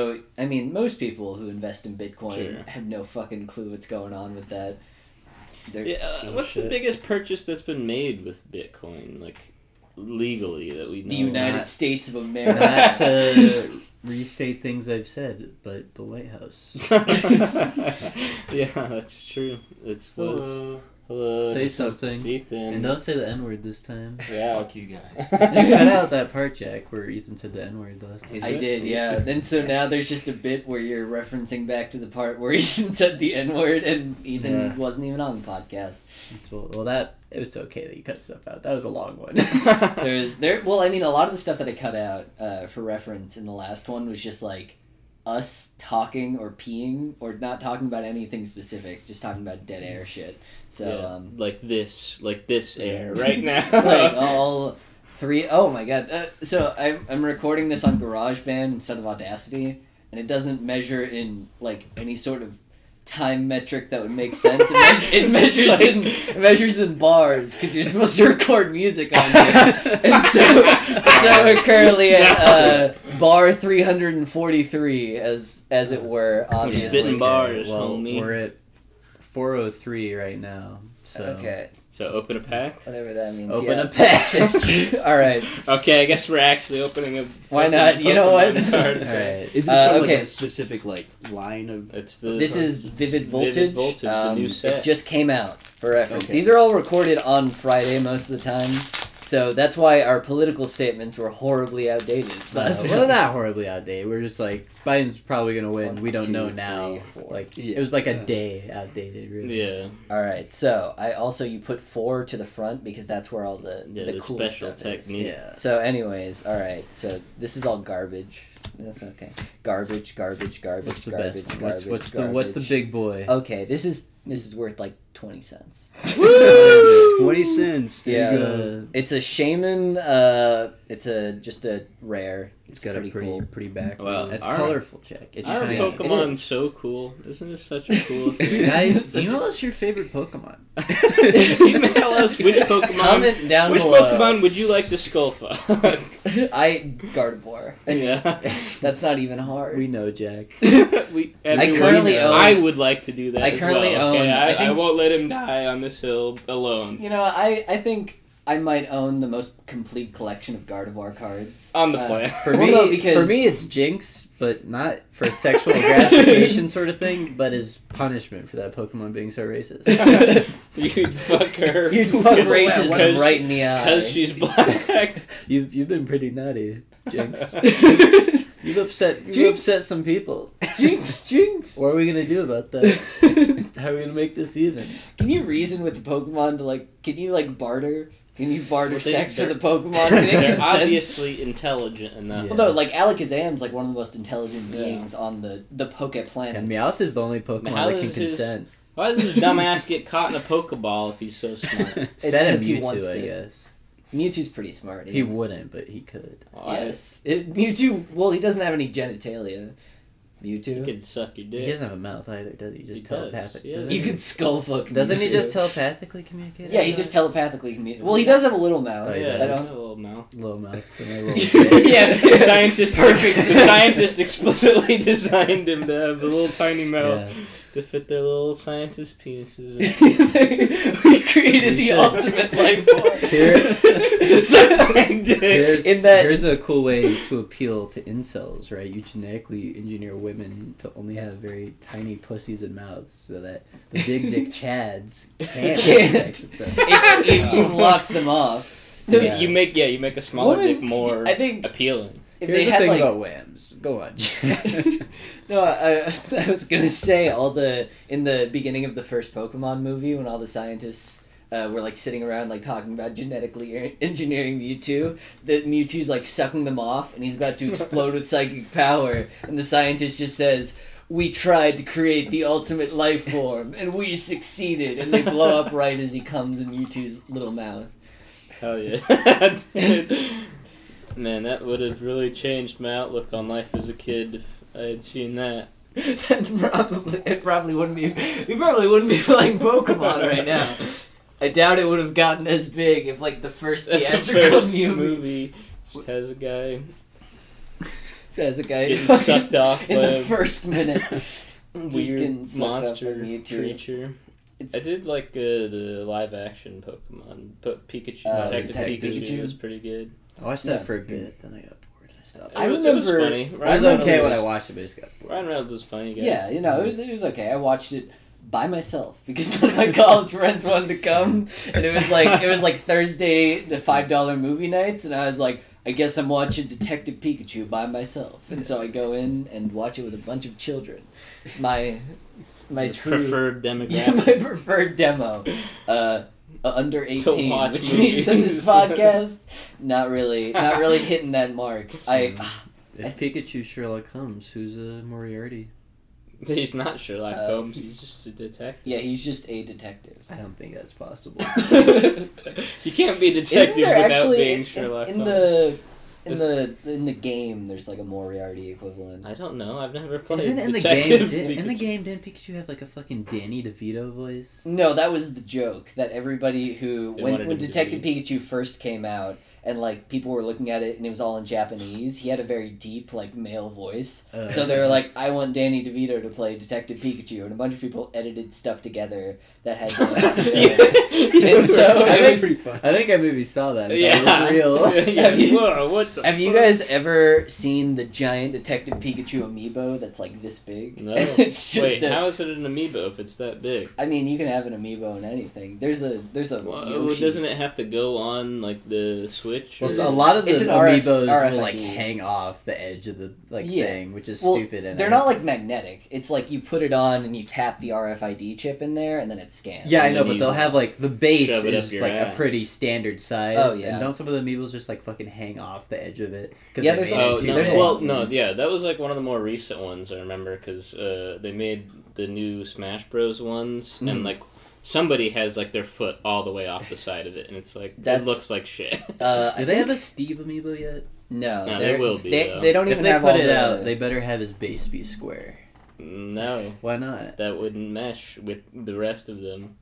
[SPEAKER 3] I mean, most people who invest in Bitcoin
[SPEAKER 1] Sure.
[SPEAKER 3] have no fucking clue what's going on with that. They're,
[SPEAKER 1] Yeah, uh,
[SPEAKER 2] Oh,
[SPEAKER 1] what's the
[SPEAKER 2] shit.
[SPEAKER 1] biggest purchase that's been made with Bitcoin, like legally that we know?
[SPEAKER 3] the United
[SPEAKER 2] not-
[SPEAKER 3] States of
[SPEAKER 2] Not
[SPEAKER 3] America.
[SPEAKER 2] to restate things I've said, but the White House.
[SPEAKER 1] yeah, that's true. It's those. Hello.
[SPEAKER 2] Say
[SPEAKER 1] this is
[SPEAKER 2] something.
[SPEAKER 1] Ethan.
[SPEAKER 2] And don't say the N word this time.
[SPEAKER 1] yeah.
[SPEAKER 4] Fuck you guys.
[SPEAKER 2] You cut out that part, Jack, where Ethan said the N word last time.
[SPEAKER 1] Is
[SPEAKER 3] I
[SPEAKER 1] it?
[SPEAKER 3] did, yeah. Then so now there's just a bit where you're referencing back to the part where Ethan said the N word and Ethan
[SPEAKER 2] Yeah.
[SPEAKER 3] wasn't even on the podcast.
[SPEAKER 2] Well, well, that it's okay that you cut stuff out. That was a long one.
[SPEAKER 3] There's there well, I mean a lot of the stuff that I cut out uh, for reference in the last one was just like us talking or peeing or not talking about anything specific, just talking about dead air shit. So
[SPEAKER 1] Yeah,
[SPEAKER 3] um
[SPEAKER 1] like this, like this air
[SPEAKER 2] Yeah.
[SPEAKER 1] right now.
[SPEAKER 3] like oh. all three oh my god uh, so I'm, I'm recording this on garageband instead of audacity and it doesn't measure in like any sort of time metric that would make sense it, meas- it measures in it measures in bars because you're supposed to record music on here and so, so we're currently at uh, bar 343 as as it were obviously uh,
[SPEAKER 1] spitting bars,
[SPEAKER 2] well,
[SPEAKER 1] homie.
[SPEAKER 2] we're at 403 right now. So
[SPEAKER 3] okay
[SPEAKER 1] so open a pack.
[SPEAKER 3] whatever that means
[SPEAKER 2] Open
[SPEAKER 3] yeah.
[SPEAKER 2] a pack.
[SPEAKER 3] all right
[SPEAKER 1] Okay, I guess we're actually opening a.
[SPEAKER 3] Why
[SPEAKER 1] fucking
[SPEAKER 3] not? You know
[SPEAKER 1] Pokemon
[SPEAKER 3] what?
[SPEAKER 1] card.
[SPEAKER 2] All right.
[SPEAKER 4] Is this
[SPEAKER 3] Uh,
[SPEAKER 4] from
[SPEAKER 3] okay.
[SPEAKER 4] like a specific like line of?
[SPEAKER 1] It's the.
[SPEAKER 3] This is Vivid Voltage.
[SPEAKER 1] Vivid Voltage, the
[SPEAKER 3] um,
[SPEAKER 1] new set.
[SPEAKER 3] It just came out for reference.
[SPEAKER 4] Okay.
[SPEAKER 3] These are all recorded on Friday most of the time, so that's why our political statements were horribly outdated.
[SPEAKER 2] Uh,
[SPEAKER 3] last
[SPEAKER 2] well,
[SPEAKER 3] time.
[SPEAKER 2] not horribly outdated. We're just like Biden's probably gonna win.
[SPEAKER 3] One,
[SPEAKER 2] we don't
[SPEAKER 3] two,
[SPEAKER 2] know
[SPEAKER 3] three,
[SPEAKER 2] now.
[SPEAKER 3] four.
[SPEAKER 2] Like
[SPEAKER 4] Yeah.
[SPEAKER 2] it was like a
[SPEAKER 4] Yeah.
[SPEAKER 2] day outdated. Really.
[SPEAKER 1] Yeah,
[SPEAKER 3] all right, so I also you put four to the front because that's where all the
[SPEAKER 1] yeah,
[SPEAKER 3] the,
[SPEAKER 1] the,
[SPEAKER 3] cool
[SPEAKER 1] special
[SPEAKER 3] stuff is.
[SPEAKER 1] technique.
[SPEAKER 2] Yeah.
[SPEAKER 3] So, anyways, all right. So this is all garbage. That's okay. Garbage, garbage, garbage,
[SPEAKER 2] What's the
[SPEAKER 3] garbage,
[SPEAKER 2] best? one?
[SPEAKER 3] garbage.
[SPEAKER 2] What's what's the what's the
[SPEAKER 3] garbage.
[SPEAKER 2] big boy?
[SPEAKER 3] Okay, this is this is worth like twenty cents.
[SPEAKER 1] Oh,
[SPEAKER 4] Twenty cents.
[SPEAKER 3] Yeah.
[SPEAKER 4] There's
[SPEAKER 2] Uh,
[SPEAKER 4] a-
[SPEAKER 3] It's a shaman. Uh, it's a just a rare.
[SPEAKER 4] it's got a
[SPEAKER 3] pretty
[SPEAKER 4] pretty
[SPEAKER 3] cool.
[SPEAKER 4] pretty back.
[SPEAKER 1] Wow.
[SPEAKER 4] row.
[SPEAKER 2] it's
[SPEAKER 1] our-
[SPEAKER 2] colorful, Jack. It's
[SPEAKER 1] Our
[SPEAKER 2] shiny.
[SPEAKER 3] Poke- It
[SPEAKER 1] Pokemon's
[SPEAKER 3] is.
[SPEAKER 1] so cool. Isn't this such a cool thing?
[SPEAKER 2] Guys,
[SPEAKER 3] Such
[SPEAKER 2] email us your favorite Pokemon.
[SPEAKER 1] Email us which Pokemon.
[SPEAKER 3] Comment down
[SPEAKER 1] which
[SPEAKER 3] below.
[SPEAKER 1] Pokemon would you like to skull fuck?
[SPEAKER 3] I Gardevoir.
[SPEAKER 1] yeah.
[SPEAKER 3] That's not even hard.
[SPEAKER 2] We know, Jack.
[SPEAKER 1] we, everyone-
[SPEAKER 3] currently own-
[SPEAKER 1] I would like to do that.
[SPEAKER 3] I
[SPEAKER 1] as
[SPEAKER 3] currently
[SPEAKER 1] well, okay?
[SPEAKER 3] own-
[SPEAKER 1] I,
[SPEAKER 3] I think-
[SPEAKER 1] I won't let him die on this hill alone.
[SPEAKER 3] you know, I I think I might own the most complete collection of Gardevoir cards
[SPEAKER 1] On the
[SPEAKER 3] Uh,
[SPEAKER 1] planet.
[SPEAKER 2] For
[SPEAKER 3] Well,
[SPEAKER 2] me,
[SPEAKER 3] no, because-
[SPEAKER 2] for me, it's Jinx, but not for sexual gratification sort of thing, but as punishment for that Pokemon being so racist.
[SPEAKER 1] You'd fuck her.
[SPEAKER 3] You'd fuck
[SPEAKER 1] races
[SPEAKER 3] racism right in the eye.
[SPEAKER 1] Because she's black.
[SPEAKER 2] You've you've been pretty naughty, Jinx. You've upset you've
[SPEAKER 3] Jinx.
[SPEAKER 2] upset some people.
[SPEAKER 3] jinx, jinx.
[SPEAKER 2] What are we gonna do about that?
[SPEAKER 3] can
[SPEAKER 2] How are we gonna make this even?
[SPEAKER 3] you reason with the Pokemon to like? Can you like barter? Can you barter
[SPEAKER 1] Well, they-
[SPEAKER 3] sex for the
[SPEAKER 1] they're-
[SPEAKER 3] Pokemon? Can it
[SPEAKER 1] They're
[SPEAKER 3] consent?
[SPEAKER 1] obviously intelligent enough.
[SPEAKER 2] Yeah.
[SPEAKER 3] Although, like Alakazam's like one of the most intelligent
[SPEAKER 1] Yeah.
[SPEAKER 3] beings on the the Poke planet.
[SPEAKER 2] And Meowth is the only Pokemon
[SPEAKER 1] How
[SPEAKER 2] that can
[SPEAKER 1] is this-
[SPEAKER 2] consent.
[SPEAKER 1] Why does this dumbass get caught in a Pokeball if he's so smart?
[SPEAKER 2] That and
[SPEAKER 3] 'cause he
[SPEAKER 2] Mewtwo,
[SPEAKER 3] wants
[SPEAKER 2] I
[SPEAKER 3] to.
[SPEAKER 2] guess.
[SPEAKER 3] Mewtwo's pretty smart.
[SPEAKER 2] He
[SPEAKER 3] yeah.
[SPEAKER 2] wouldn't, but he could.
[SPEAKER 1] Why?
[SPEAKER 3] Yes. It, Mewtwo, well, he doesn't have any genitalia.
[SPEAKER 1] You
[SPEAKER 3] Mewtwo.
[SPEAKER 1] can suck your dick.
[SPEAKER 2] He doesn't have a mouth either, does he?
[SPEAKER 1] He
[SPEAKER 2] Just
[SPEAKER 1] does,
[SPEAKER 2] telepathic.
[SPEAKER 1] yeah.
[SPEAKER 2] doesn't
[SPEAKER 3] you
[SPEAKER 2] he?
[SPEAKER 3] could skull fuck
[SPEAKER 2] Doesn't he
[SPEAKER 3] Mewtwo.
[SPEAKER 2] just telepathically communicate?
[SPEAKER 3] Yeah, he just telepathically communicates. Well, he does have a little mouth.
[SPEAKER 2] Oh,
[SPEAKER 1] yeah,
[SPEAKER 2] yeah,
[SPEAKER 3] I
[SPEAKER 1] that's
[SPEAKER 3] don't.
[SPEAKER 1] a little mouth.
[SPEAKER 2] Low mouth. for my little dick.
[SPEAKER 3] Yeah.
[SPEAKER 1] the scientist,
[SPEAKER 3] Perfect.
[SPEAKER 1] the scientist explicitly designed him to have a little tiny mouth
[SPEAKER 2] Yeah.
[SPEAKER 1] to fit their little scientist penises. In.
[SPEAKER 3] we created the
[SPEAKER 2] You should.
[SPEAKER 3] ultimate life form.
[SPEAKER 2] Here-
[SPEAKER 1] Just suck my dick.
[SPEAKER 2] Here's,
[SPEAKER 3] In that-
[SPEAKER 2] here's a cool way to appeal to incels, right? You genetically engineer women to only have very tiny pussies and mouths so that the big dick chads can't have sex with them.
[SPEAKER 3] It's, you- you've locked them off. Those-
[SPEAKER 2] Yeah.
[SPEAKER 1] You make yeah, you make a smaller
[SPEAKER 3] Women-
[SPEAKER 1] dick more
[SPEAKER 3] I think-
[SPEAKER 1] appealing.
[SPEAKER 3] If
[SPEAKER 2] Here's
[SPEAKER 3] they
[SPEAKER 2] the
[SPEAKER 3] had
[SPEAKER 2] thing
[SPEAKER 3] like
[SPEAKER 2] about whams. Go on.
[SPEAKER 3] No, I, I was gonna say all the in the beginning of the first Pokemon movie when all the scientists uh, were like sitting around like talking about genetically er- engineering Mewtwo. That Mewtwo's like sucking them off, and he's about to explode with psychic power, and the scientist just says. We tried to create the ultimate life form, and we succeeded. And they blow up right as he comes in Mewtwo's little mouth.
[SPEAKER 1] Hell yeah. Man, that would have really changed my outlook on life as a kid if I had seen that.
[SPEAKER 3] That probably it probably wouldn't be we probably wouldn't be playing Pokemon right now. I doubt it would have gotten as big if like the first
[SPEAKER 1] That's the
[SPEAKER 3] theatrical
[SPEAKER 1] first
[SPEAKER 3] movie
[SPEAKER 1] movie. Just has a guy
[SPEAKER 3] says a guy
[SPEAKER 1] getting
[SPEAKER 3] fucking-
[SPEAKER 1] sucked off by
[SPEAKER 3] in the
[SPEAKER 1] a
[SPEAKER 3] first minute. getting
[SPEAKER 1] weird
[SPEAKER 3] sucked up
[SPEAKER 1] monster
[SPEAKER 3] by Mewtwo.
[SPEAKER 1] creature. I
[SPEAKER 3] It's,
[SPEAKER 1] did like uh, the live action Pokemon, but Pikachu,
[SPEAKER 3] Uh,
[SPEAKER 1] Detective
[SPEAKER 3] Detective
[SPEAKER 1] Pikachu,
[SPEAKER 3] Pikachu?
[SPEAKER 1] was pretty good.
[SPEAKER 2] I watched
[SPEAKER 3] Yeah.
[SPEAKER 2] that for a bit, then I got bored and I stopped.
[SPEAKER 3] I
[SPEAKER 1] It was- it was
[SPEAKER 3] remember-
[SPEAKER 1] funny.
[SPEAKER 2] I was
[SPEAKER 1] Ryan
[SPEAKER 2] okay
[SPEAKER 1] Reynolds-
[SPEAKER 2] when I watched it, but I just got bored.
[SPEAKER 1] Ryan Reynolds was a funny guy.
[SPEAKER 3] yeah, you know, it was it was okay. I watched it by myself because none of my college friends wanted to come, and it was like it was like Thursday the five dollar movie nights, and I was like. I guess I'm watching Detective Pikachu by myself, and so I go in and watch it with a bunch of children. My, my
[SPEAKER 1] Your
[SPEAKER 3] true
[SPEAKER 1] preferred
[SPEAKER 3] Yeah, my
[SPEAKER 1] demographic.
[SPEAKER 3] preferred demo. Uh, uh, under eighteen,
[SPEAKER 1] watch
[SPEAKER 3] which means that this
[SPEAKER 1] movies.
[SPEAKER 3] podcast not really, not really hitting that mark. I
[SPEAKER 2] If Pikachu Sherlock Holmes, who's a Moriarty?
[SPEAKER 1] he's not Sherlock
[SPEAKER 3] Um,
[SPEAKER 1] Holmes. He's just a detective.
[SPEAKER 3] yeah, he's just a detective.
[SPEAKER 2] I don't think that's possible.
[SPEAKER 1] you can't be a detective
[SPEAKER 3] Isn't there
[SPEAKER 1] without
[SPEAKER 3] actually
[SPEAKER 1] being
[SPEAKER 3] in-
[SPEAKER 1] Sherlock
[SPEAKER 3] in,
[SPEAKER 1] Holmes.
[SPEAKER 3] the in
[SPEAKER 1] Is-
[SPEAKER 3] the in the game? There's like a Moriarty equivalent.
[SPEAKER 1] I don't know. I've never played
[SPEAKER 2] Isn't in the game?
[SPEAKER 1] detective.
[SPEAKER 2] Did, in the
[SPEAKER 1] Pikachu.
[SPEAKER 2] game, didn't Pikachu have like a fucking Danny DeVito voice?
[SPEAKER 3] No, that was the joke that everybody who
[SPEAKER 1] They
[SPEAKER 3] when
[SPEAKER 1] wanted
[SPEAKER 3] when
[SPEAKER 1] him to
[SPEAKER 3] Detective Pikachu first came out and like people were looking at it and it was all in Japanese. He had a very deep like male voice.
[SPEAKER 1] Oh.
[SPEAKER 2] Uh,
[SPEAKER 3] So they were like, I want Danny DeVito to play Detective Pikachu, and a bunch of people edited stuff together that had. Danny DeVito. And so,
[SPEAKER 2] I
[SPEAKER 3] I
[SPEAKER 2] think,
[SPEAKER 3] was-
[SPEAKER 2] I think I maybe saw that. and
[SPEAKER 1] yeah,
[SPEAKER 2] thought it was real.
[SPEAKER 1] yeah.
[SPEAKER 3] Have you-
[SPEAKER 1] Whoa, what the
[SPEAKER 3] Have you
[SPEAKER 1] fuck?
[SPEAKER 3] guys ever seen the giant Detective Pikachu amiibo that's like this big?
[SPEAKER 1] No.
[SPEAKER 3] it's just
[SPEAKER 1] Wait,
[SPEAKER 3] a-
[SPEAKER 1] how is it an amiibo if it's that big?
[SPEAKER 3] I mean, you can have an amiibo in anything. There's a there's a
[SPEAKER 1] Well,
[SPEAKER 3] Yoshi.
[SPEAKER 1] doesn't it have to go on like the Switch?
[SPEAKER 2] Well,
[SPEAKER 1] or-
[SPEAKER 2] so a lot of the
[SPEAKER 3] It's an RF
[SPEAKER 2] amiibos will like
[SPEAKER 3] RFID.
[SPEAKER 2] hang off the edge of the like
[SPEAKER 3] Yeah.
[SPEAKER 2] thing, which is
[SPEAKER 3] Well,
[SPEAKER 2] stupid. And
[SPEAKER 3] They're not like magnetic. It's like you put it on and you tap the RFID chip in there, and then it scans.
[SPEAKER 2] yeah, I
[SPEAKER 1] and
[SPEAKER 2] know,
[SPEAKER 1] then
[SPEAKER 2] but
[SPEAKER 1] you
[SPEAKER 2] they'll have like the base
[SPEAKER 1] shove it up
[SPEAKER 2] is
[SPEAKER 1] your
[SPEAKER 2] like a
[SPEAKER 1] ass.
[SPEAKER 2] pretty standard size.
[SPEAKER 3] Oh, yeah.
[SPEAKER 2] and don't some of the amiibos just like fucking hang off the edge of it? 'Cause
[SPEAKER 3] Yeah,
[SPEAKER 2] they
[SPEAKER 3] there's
[SPEAKER 2] made
[SPEAKER 3] a-
[SPEAKER 2] it
[SPEAKER 1] Oh
[SPEAKER 2] too
[SPEAKER 1] no!
[SPEAKER 3] there's a
[SPEAKER 2] big.
[SPEAKER 1] Well, no, yeah, that was like one of the more recent ones I remember because uh, they made the new Smash Bros. ones, and
[SPEAKER 3] Mm.
[SPEAKER 1] like somebody has like their foot all the way off the side of it, and it's like
[SPEAKER 3] That's-
[SPEAKER 1] it looks like shit.
[SPEAKER 3] Uh, I
[SPEAKER 2] Do they have
[SPEAKER 3] think-
[SPEAKER 2] a Steve amiibo yet?
[SPEAKER 3] No,
[SPEAKER 1] No,
[SPEAKER 3] they're-
[SPEAKER 1] they will be,
[SPEAKER 3] They,
[SPEAKER 1] though.
[SPEAKER 3] they don't
[SPEAKER 2] If
[SPEAKER 3] even
[SPEAKER 2] they
[SPEAKER 3] have
[SPEAKER 2] put
[SPEAKER 3] all
[SPEAKER 2] it
[SPEAKER 3] the-
[SPEAKER 2] out, they better have his base be square.
[SPEAKER 1] no,
[SPEAKER 2] Why not?
[SPEAKER 1] that wouldn't mesh with the rest of them.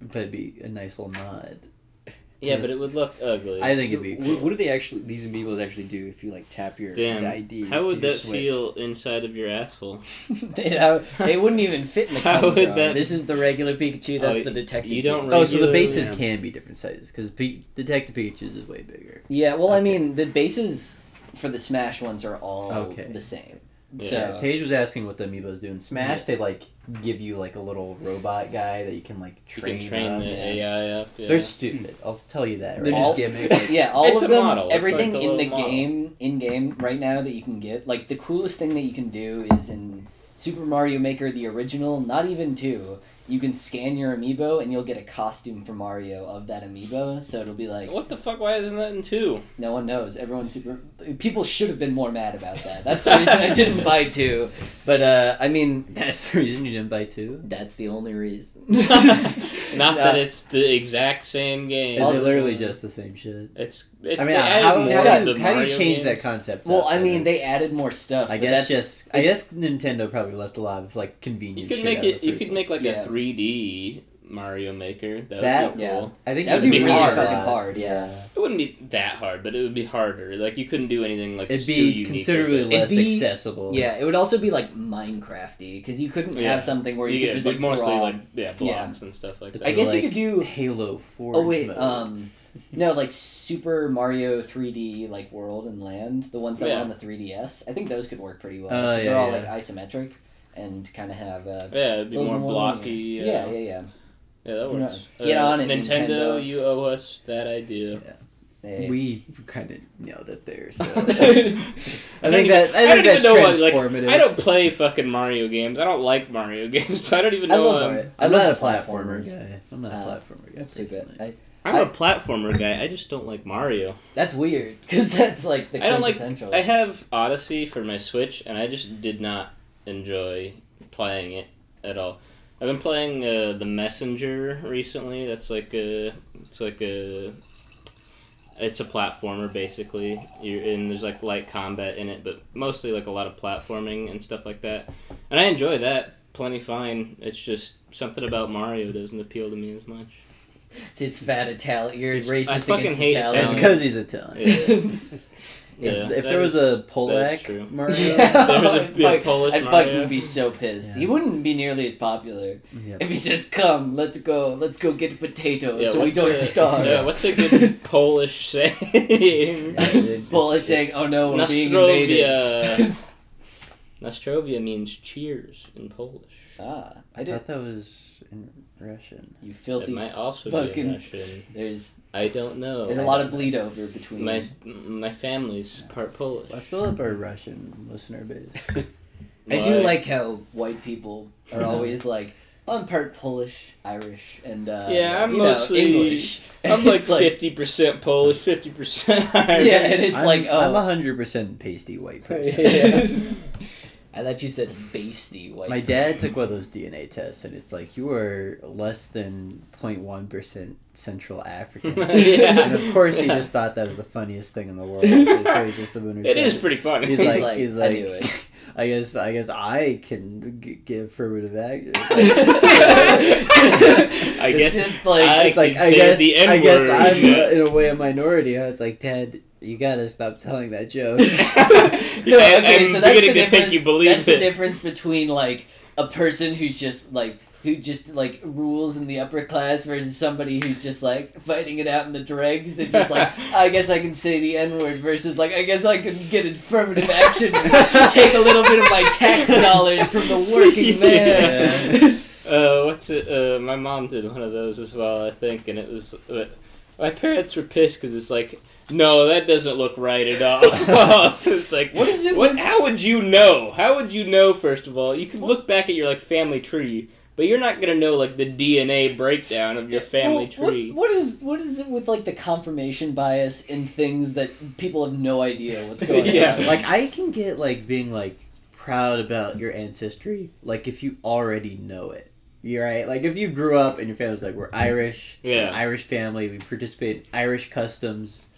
[SPEAKER 2] But it'd be a nice little nod.
[SPEAKER 1] Yeah,
[SPEAKER 2] Yeah.
[SPEAKER 1] but it would look ugly.
[SPEAKER 2] I think it'd be.
[SPEAKER 4] what, what do they actually? These amiibos actually do if you like tap your
[SPEAKER 1] Damn.
[SPEAKER 4] the ID.
[SPEAKER 1] How
[SPEAKER 4] to
[SPEAKER 1] would
[SPEAKER 4] your
[SPEAKER 1] that
[SPEAKER 4] Switch?
[SPEAKER 1] feel inside of your asshole?
[SPEAKER 3] they, don't- they wouldn't even fit in the
[SPEAKER 1] How
[SPEAKER 3] cover.
[SPEAKER 1] would
[SPEAKER 3] art.
[SPEAKER 1] that-
[SPEAKER 3] This is the regular Pikachu. That's
[SPEAKER 1] Oh,
[SPEAKER 3] the detective.
[SPEAKER 1] you don't
[SPEAKER 3] Pikachu.
[SPEAKER 2] Oh, so the
[SPEAKER 1] Regular-
[SPEAKER 2] bases
[SPEAKER 4] Yeah.
[SPEAKER 2] can be different sizes because P- Detective Pikachu's is way bigger.
[SPEAKER 3] yeah. Well, I
[SPEAKER 2] Okay.
[SPEAKER 3] mean, the bases for the Smash ones are all
[SPEAKER 2] Okay.
[SPEAKER 3] the same.
[SPEAKER 1] Yeah.
[SPEAKER 2] Yeah,
[SPEAKER 3] So
[SPEAKER 2] Uh, Tage was asking what the amiibos do in Smash. They like give you like a little robot guy that you can like
[SPEAKER 1] You
[SPEAKER 2] train.
[SPEAKER 1] can train
[SPEAKER 2] up.
[SPEAKER 1] the
[SPEAKER 3] yeah.
[SPEAKER 1] AI up. Yeah.
[SPEAKER 2] They're stupid. I'll tell you that.
[SPEAKER 3] They're
[SPEAKER 2] right
[SPEAKER 3] just
[SPEAKER 2] now.
[SPEAKER 4] gimmicks, like-
[SPEAKER 3] yeah, all
[SPEAKER 1] It's
[SPEAKER 3] of
[SPEAKER 1] a
[SPEAKER 3] them,
[SPEAKER 1] model. It's
[SPEAKER 3] everything
[SPEAKER 1] like a
[SPEAKER 3] in the
[SPEAKER 1] little model.
[SPEAKER 3] game, in game right now that you can get. Like the coolest thing that you can do is in Super Mario Maker, the original, not even two. You can scan your amiibo and you'll get a costume for Mario of that amiibo. So it'll be like
[SPEAKER 1] What the fuck? Why isn't that in two?
[SPEAKER 3] No one knows. Everyone's super. People should have been more mad about that. That's the reason I didn't buy two. But uh, I mean,
[SPEAKER 2] That's the reason you didn't buy two.
[SPEAKER 3] that's the only reason.
[SPEAKER 1] Not that
[SPEAKER 3] Uh,
[SPEAKER 1] it's the exact same game.
[SPEAKER 2] Is it literally just the same shit?
[SPEAKER 1] It's, it's
[SPEAKER 2] I mean,
[SPEAKER 1] uh, they added
[SPEAKER 2] how,
[SPEAKER 1] more
[SPEAKER 2] how,
[SPEAKER 1] of
[SPEAKER 2] do
[SPEAKER 1] the
[SPEAKER 2] you, how do you
[SPEAKER 1] Mario
[SPEAKER 2] change that
[SPEAKER 1] games.
[SPEAKER 2] concept?
[SPEAKER 3] Well,
[SPEAKER 2] up?
[SPEAKER 3] I mean, they added more stuff.
[SPEAKER 2] I
[SPEAKER 3] but that's-
[SPEAKER 2] guess just. I
[SPEAKER 3] it's-
[SPEAKER 2] guess Nintendo probably left a lot of like
[SPEAKER 1] You
[SPEAKER 2] convenience.
[SPEAKER 1] could
[SPEAKER 2] shit
[SPEAKER 1] make
[SPEAKER 2] out of
[SPEAKER 1] it.
[SPEAKER 2] the
[SPEAKER 1] You
[SPEAKER 2] first
[SPEAKER 1] could
[SPEAKER 2] one.
[SPEAKER 1] make like
[SPEAKER 3] Yeah.
[SPEAKER 1] a three D Mario Maker. That,
[SPEAKER 2] That-
[SPEAKER 1] would be
[SPEAKER 3] yeah.
[SPEAKER 1] cool.
[SPEAKER 2] I think
[SPEAKER 3] that
[SPEAKER 2] it
[SPEAKER 3] would be
[SPEAKER 1] really
[SPEAKER 3] really
[SPEAKER 1] hard.
[SPEAKER 3] fucking
[SPEAKER 2] fast.
[SPEAKER 3] hard. Yeah.
[SPEAKER 1] It wouldn't be that hard, but it would be harder. Like you couldn't do anything like
[SPEAKER 2] It'd
[SPEAKER 1] it's too
[SPEAKER 2] be
[SPEAKER 1] unique
[SPEAKER 2] considerably
[SPEAKER 1] with it.
[SPEAKER 3] It'd
[SPEAKER 2] less
[SPEAKER 3] be-
[SPEAKER 2] accessible.
[SPEAKER 3] Yeah, it would also be like Minecrafty because you couldn't
[SPEAKER 1] Yeah.
[SPEAKER 3] have something where you,
[SPEAKER 1] You
[SPEAKER 3] could
[SPEAKER 1] get
[SPEAKER 3] just
[SPEAKER 1] like,
[SPEAKER 3] like
[SPEAKER 1] mostly
[SPEAKER 3] draw.
[SPEAKER 1] like yeah
[SPEAKER 3] Yeah.
[SPEAKER 1] blocks and stuff like that.
[SPEAKER 3] I guess you
[SPEAKER 2] like,
[SPEAKER 3] could do.
[SPEAKER 2] Halo Four.
[SPEAKER 3] Oh wait,
[SPEAKER 2] mode.
[SPEAKER 3] um, no, like Super Mario 3D like world and land, the ones that
[SPEAKER 1] Yeah.
[SPEAKER 3] were on the 3DS. I think those could work pretty well.
[SPEAKER 2] Oh,
[SPEAKER 3] 'cause they're
[SPEAKER 2] yeah,
[SPEAKER 3] all
[SPEAKER 2] yeah.
[SPEAKER 3] like isometric and kind of have uh,
[SPEAKER 1] yeah, it'd be
[SPEAKER 3] little
[SPEAKER 1] more blocky. uh,
[SPEAKER 3] Yeah, yeah, yeah.
[SPEAKER 1] yeah, that
[SPEAKER 3] Who
[SPEAKER 1] works. Uh,
[SPEAKER 3] knows? Get on it,
[SPEAKER 1] Nintendo,
[SPEAKER 3] Nintendo.
[SPEAKER 1] You owe us that idea.
[SPEAKER 3] Hey.
[SPEAKER 2] we kind of nailed it there. So.
[SPEAKER 1] I think
[SPEAKER 2] I think that I think that's transformative.
[SPEAKER 1] I don't play fucking Mario games. I don't like Mario games, so I don't even
[SPEAKER 3] I
[SPEAKER 1] know.
[SPEAKER 3] love
[SPEAKER 1] um,
[SPEAKER 3] Mario.
[SPEAKER 2] I'm
[SPEAKER 3] I
[SPEAKER 2] not a
[SPEAKER 3] love
[SPEAKER 2] platformer
[SPEAKER 3] platformers.
[SPEAKER 2] guy. I'm not a
[SPEAKER 3] Uh,
[SPEAKER 2] platformer guy.
[SPEAKER 3] That's stupid.
[SPEAKER 2] personally.
[SPEAKER 3] I,
[SPEAKER 1] I'm
[SPEAKER 3] I-
[SPEAKER 1] a platformer guy. I just don't like Mario.
[SPEAKER 3] that's weird because that's like the
[SPEAKER 1] I don't like-
[SPEAKER 3] quintessential.
[SPEAKER 1] I have Odyssey for my Switch, and I just did not enjoy playing it at all. I've been playing uh, the Messenger recently. That's like a, it's like a, it's a platformer basically. You and there's like light combat in it, but mostly like a lot of platforming and stuff like that. And I enjoy that plenty fine. It's just something about Mario doesn't appeal to me as much.
[SPEAKER 3] His fat Italian. You're
[SPEAKER 1] It's- I
[SPEAKER 3] racist
[SPEAKER 1] fucking
[SPEAKER 3] against
[SPEAKER 1] hate
[SPEAKER 2] It's
[SPEAKER 3] Italians.
[SPEAKER 1] Italians.
[SPEAKER 2] because he's Italian.
[SPEAKER 1] Yeah.
[SPEAKER 2] It's,
[SPEAKER 1] Yeah, that
[SPEAKER 2] if there was
[SPEAKER 1] is-
[SPEAKER 2] a
[SPEAKER 1] that is true.
[SPEAKER 2] Polak Mario,
[SPEAKER 1] Yeah. There was a-
[SPEAKER 3] I'd
[SPEAKER 1] yeah,
[SPEAKER 3] fuck-
[SPEAKER 1] Polish
[SPEAKER 3] I'd
[SPEAKER 1] Mario.
[SPEAKER 3] fucking be so pissed. He
[SPEAKER 2] Yeah.
[SPEAKER 3] wouldn't be nearly as popular
[SPEAKER 2] Yeah.
[SPEAKER 3] if he said, "Come, let's go, let's go get potatoes, so we
[SPEAKER 1] what's
[SPEAKER 3] don't
[SPEAKER 1] a-
[SPEAKER 3] starve."
[SPEAKER 1] Yeah, what's a good Polish saying?
[SPEAKER 2] Yeah, dude,
[SPEAKER 3] Polish
[SPEAKER 2] just-
[SPEAKER 3] saying, "Oh no, we're being invaded."
[SPEAKER 1] Nostrovia. Nostrovia means cheers in Polish.
[SPEAKER 3] ah, I
[SPEAKER 2] I
[SPEAKER 3] did.
[SPEAKER 2] thought that was in Russian.
[SPEAKER 3] You
[SPEAKER 1] It
[SPEAKER 3] filthy.
[SPEAKER 1] might also be
[SPEAKER 3] fucking-
[SPEAKER 1] in Russian.
[SPEAKER 3] There's
[SPEAKER 1] I don't know.
[SPEAKER 3] there's a
[SPEAKER 1] I
[SPEAKER 3] lot
[SPEAKER 1] don't-
[SPEAKER 3] of bleed over between.
[SPEAKER 1] Oh, my my family's part Polish.
[SPEAKER 2] Let's build up our Russian listener base.
[SPEAKER 3] I do
[SPEAKER 1] My-
[SPEAKER 3] like how white people are always like, I'm part Polish, Irish, and uh,
[SPEAKER 1] Yeah, I'm
[SPEAKER 3] you know,
[SPEAKER 1] mostly-
[SPEAKER 3] English.
[SPEAKER 1] I'm
[SPEAKER 3] And
[SPEAKER 1] like
[SPEAKER 3] it's like
[SPEAKER 1] fifty percent Polish, fifty percent Irish.
[SPEAKER 3] yeah, and it's
[SPEAKER 2] I'm,
[SPEAKER 3] like
[SPEAKER 2] I'm
[SPEAKER 3] oh,
[SPEAKER 2] hundred percent pasty white person.
[SPEAKER 1] Yeah.
[SPEAKER 3] I thought you said basty white.
[SPEAKER 2] My dad took one of those DNA tests, and it's like you are less than 0.1 percent Central African.
[SPEAKER 1] Yeah.
[SPEAKER 2] And of course, he
[SPEAKER 1] Yeah.
[SPEAKER 2] just thought that was the funniest thing in the world. And so he just abandoned
[SPEAKER 1] It is
[SPEAKER 2] it.
[SPEAKER 1] pretty funny.
[SPEAKER 2] He's
[SPEAKER 3] He's
[SPEAKER 2] like,
[SPEAKER 3] like,
[SPEAKER 2] he's
[SPEAKER 3] "I
[SPEAKER 2] like, I,
[SPEAKER 3] knew it."
[SPEAKER 2] guess, I guess I can g- give affirmative action.
[SPEAKER 1] I guess
[SPEAKER 3] It's just like-
[SPEAKER 1] I
[SPEAKER 2] it's like,
[SPEAKER 1] can
[SPEAKER 2] I
[SPEAKER 1] say
[SPEAKER 2] guess,
[SPEAKER 1] the N
[SPEAKER 2] I guess
[SPEAKER 1] word.
[SPEAKER 2] I'm uh, in a way a minority. Huh? It's like, Dad, you gotta stop telling that joke.
[SPEAKER 3] no,
[SPEAKER 1] Yeah,
[SPEAKER 3] okay,
[SPEAKER 1] I'm
[SPEAKER 3] so that's the
[SPEAKER 1] beginning to
[SPEAKER 3] difference.
[SPEAKER 1] think you believe
[SPEAKER 3] that's the
[SPEAKER 1] it.
[SPEAKER 3] difference between like a person who's just like who just like rules in the upper class versus somebody who's just like fighting it out in the dregs. They're just like, I guess I can say the N word versus like, I guess I can get affirmative action, and take a little bit of my tax dollars from the working man.
[SPEAKER 1] Uh, what's it? Uh, my mom did one of those as well, I think, and it was. Uh, my parents were pissed because it's like, no, that doesn't look right at all. it's like,
[SPEAKER 3] What is it
[SPEAKER 1] What?
[SPEAKER 3] with-
[SPEAKER 1] How would you know? How would you know? First of all, you could look back at your like family tree, but you're not gonna know like the DNA breakdown of your family
[SPEAKER 3] Well, what-
[SPEAKER 1] tree.
[SPEAKER 3] what is what is it with like the confirmation bias in things that people have no idea what's going
[SPEAKER 1] Yeah.
[SPEAKER 3] on?
[SPEAKER 2] like I can get like being like proud about your ancestry, like if you already know it. You're right. Like if you grew up and your family's like we're Irish, we're an
[SPEAKER 1] Yeah.
[SPEAKER 2] Irish family, we participate in Irish customs.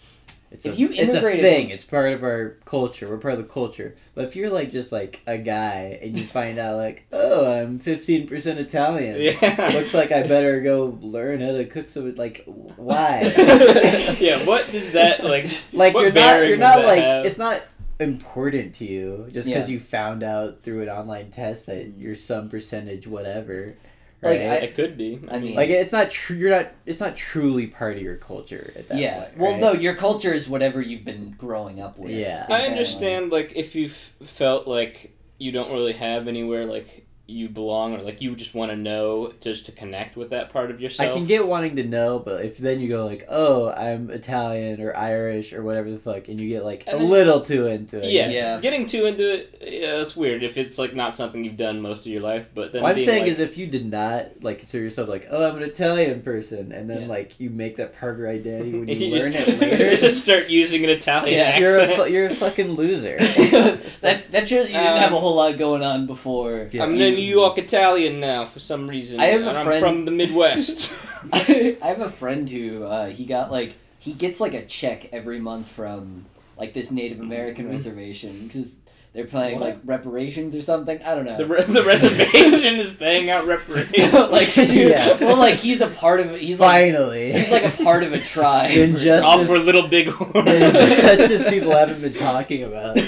[SPEAKER 2] It's
[SPEAKER 3] If
[SPEAKER 2] a,
[SPEAKER 3] you
[SPEAKER 2] it's a
[SPEAKER 3] immigrated-
[SPEAKER 2] thing. It's part of our culture. We're part of the culture. But if you're like just like a guy and you find out like, oh, I'm 15% Italian.
[SPEAKER 1] Yeah.
[SPEAKER 2] Looks like I better go learn how to cook some. Like, why?
[SPEAKER 1] yeah. What does that like?
[SPEAKER 2] like
[SPEAKER 1] What
[SPEAKER 2] you're not
[SPEAKER 1] bearing
[SPEAKER 2] you're
[SPEAKER 1] does
[SPEAKER 2] not
[SPEAKER 1] that
[SPEAKER 2] like
[SPEAKER 1] have?
[SPEAKER 2] it's not important to you just because you found out through an online test that you're some percentage whatever
[SPEAKER 3] Like,
[SPEAKER 2] right
[SPEAKER 3] I-
[SPEAKER 2] like,
[SPEAKER 1] it could be.
[SPEAKER 3] I mean-
[SPEAKER 2] it's not true you're not it's not truly part of your culture at that
[SPEAKER 3] yeah.
[SPEAKER 2] point,
[SPEAKER 3] well,
[SPEAKER 2] right?
[SPEAKER 3] no, your culture is whatever you've been growing up with.
[SPEAKER 2] Yeah.
[SPEAKER 1] I
[SPEAKER 3] Apparently.
[SPEAKER 1] understand, like, if you f- felt like you don't really have anywhere, like, you belong, or, like, you just want to know just to connect with that part of
[SPEAKER 2] I
[SPEAKER 1] yourself.
[SPEAKER 2] can get wanting to know, but if then you go like, "Oh, I'm Italian or Irish or whatever the fuck," and you get like
[SPEAKER 1] And
[SPEAKER 2] a
[SPEAKER 1] then-
[SPEAKER 2] little too into it,
[SPEAKER 1] Yeah,
[SPEAKER 3] Yeah.
[SPEAKER 1] getting too into it, yeah, that's weird if it's, like, not something you've done most of your life, but then
[SPEAKER 2] What I'm
[SPEAKER 1] being
[SPEAKER 2] saying
[SPEAKER 1] like-
[SPEAKER 2] is, if you did not like consider yourself like, "Oh, I'm an Italian person," and then
[SPEAKER 3] Yeah.
[SPEAKER 2] like you make that part of your identity when
[SPEAKER 1] if
[SPEAKER 2] you,
[SPEAKER 1] you
[SPEAKER 2] learn
[SPEAKER 1] just,
[SPEAKER 2] it later,
[SPEAKER 1] you just start using an Italian
[SPEAKER 3] Yeah,
[SPEAKER 2] you're a
[SPEAKER 1] accent.
[SPEAKER 2] fu- you're a fucking loser.
[SPEAKER 3] that that shows you didn't
[SPEAKER 1] Um,
[SPEAKER 3] have a whole lot going on before.
[SPEAKER 2] Yeah.
[SPEAKER 1] I'm a New York Italian now for some reason.
[SPEAKER 3] I have a
[SPEAKER 1] and I'm
[SPEAKER 3] friend-
[SPEAKER 1] from the Midwest.
[SPEAKER 3] I have a friend who uh, he got like he gets like a check every month from like this Native
[SPEAKER 2] Mm-hmm.
[SPEAKER 3] American reservation because they're playing
[SPEAKER 1] What?
[SPEAKER 3] like reparations or something. I don't know.
[SPEAKER 1] the, re- the reservation is paying out reparations.
[SPEAKER 3] like dude,
[SPEAKER 2] Yeah.
[SPEAKER 3] well, like he's a part of he's like
[SPEAKER 2] Finally,
[SPEAKER 3] he's like a part of a tribe. or
[SPEAKER 2] Injustice.
[SPEAKER 1] All for Little Big Horn.
[SPEAKER 2] the injustice people haven't been talking about.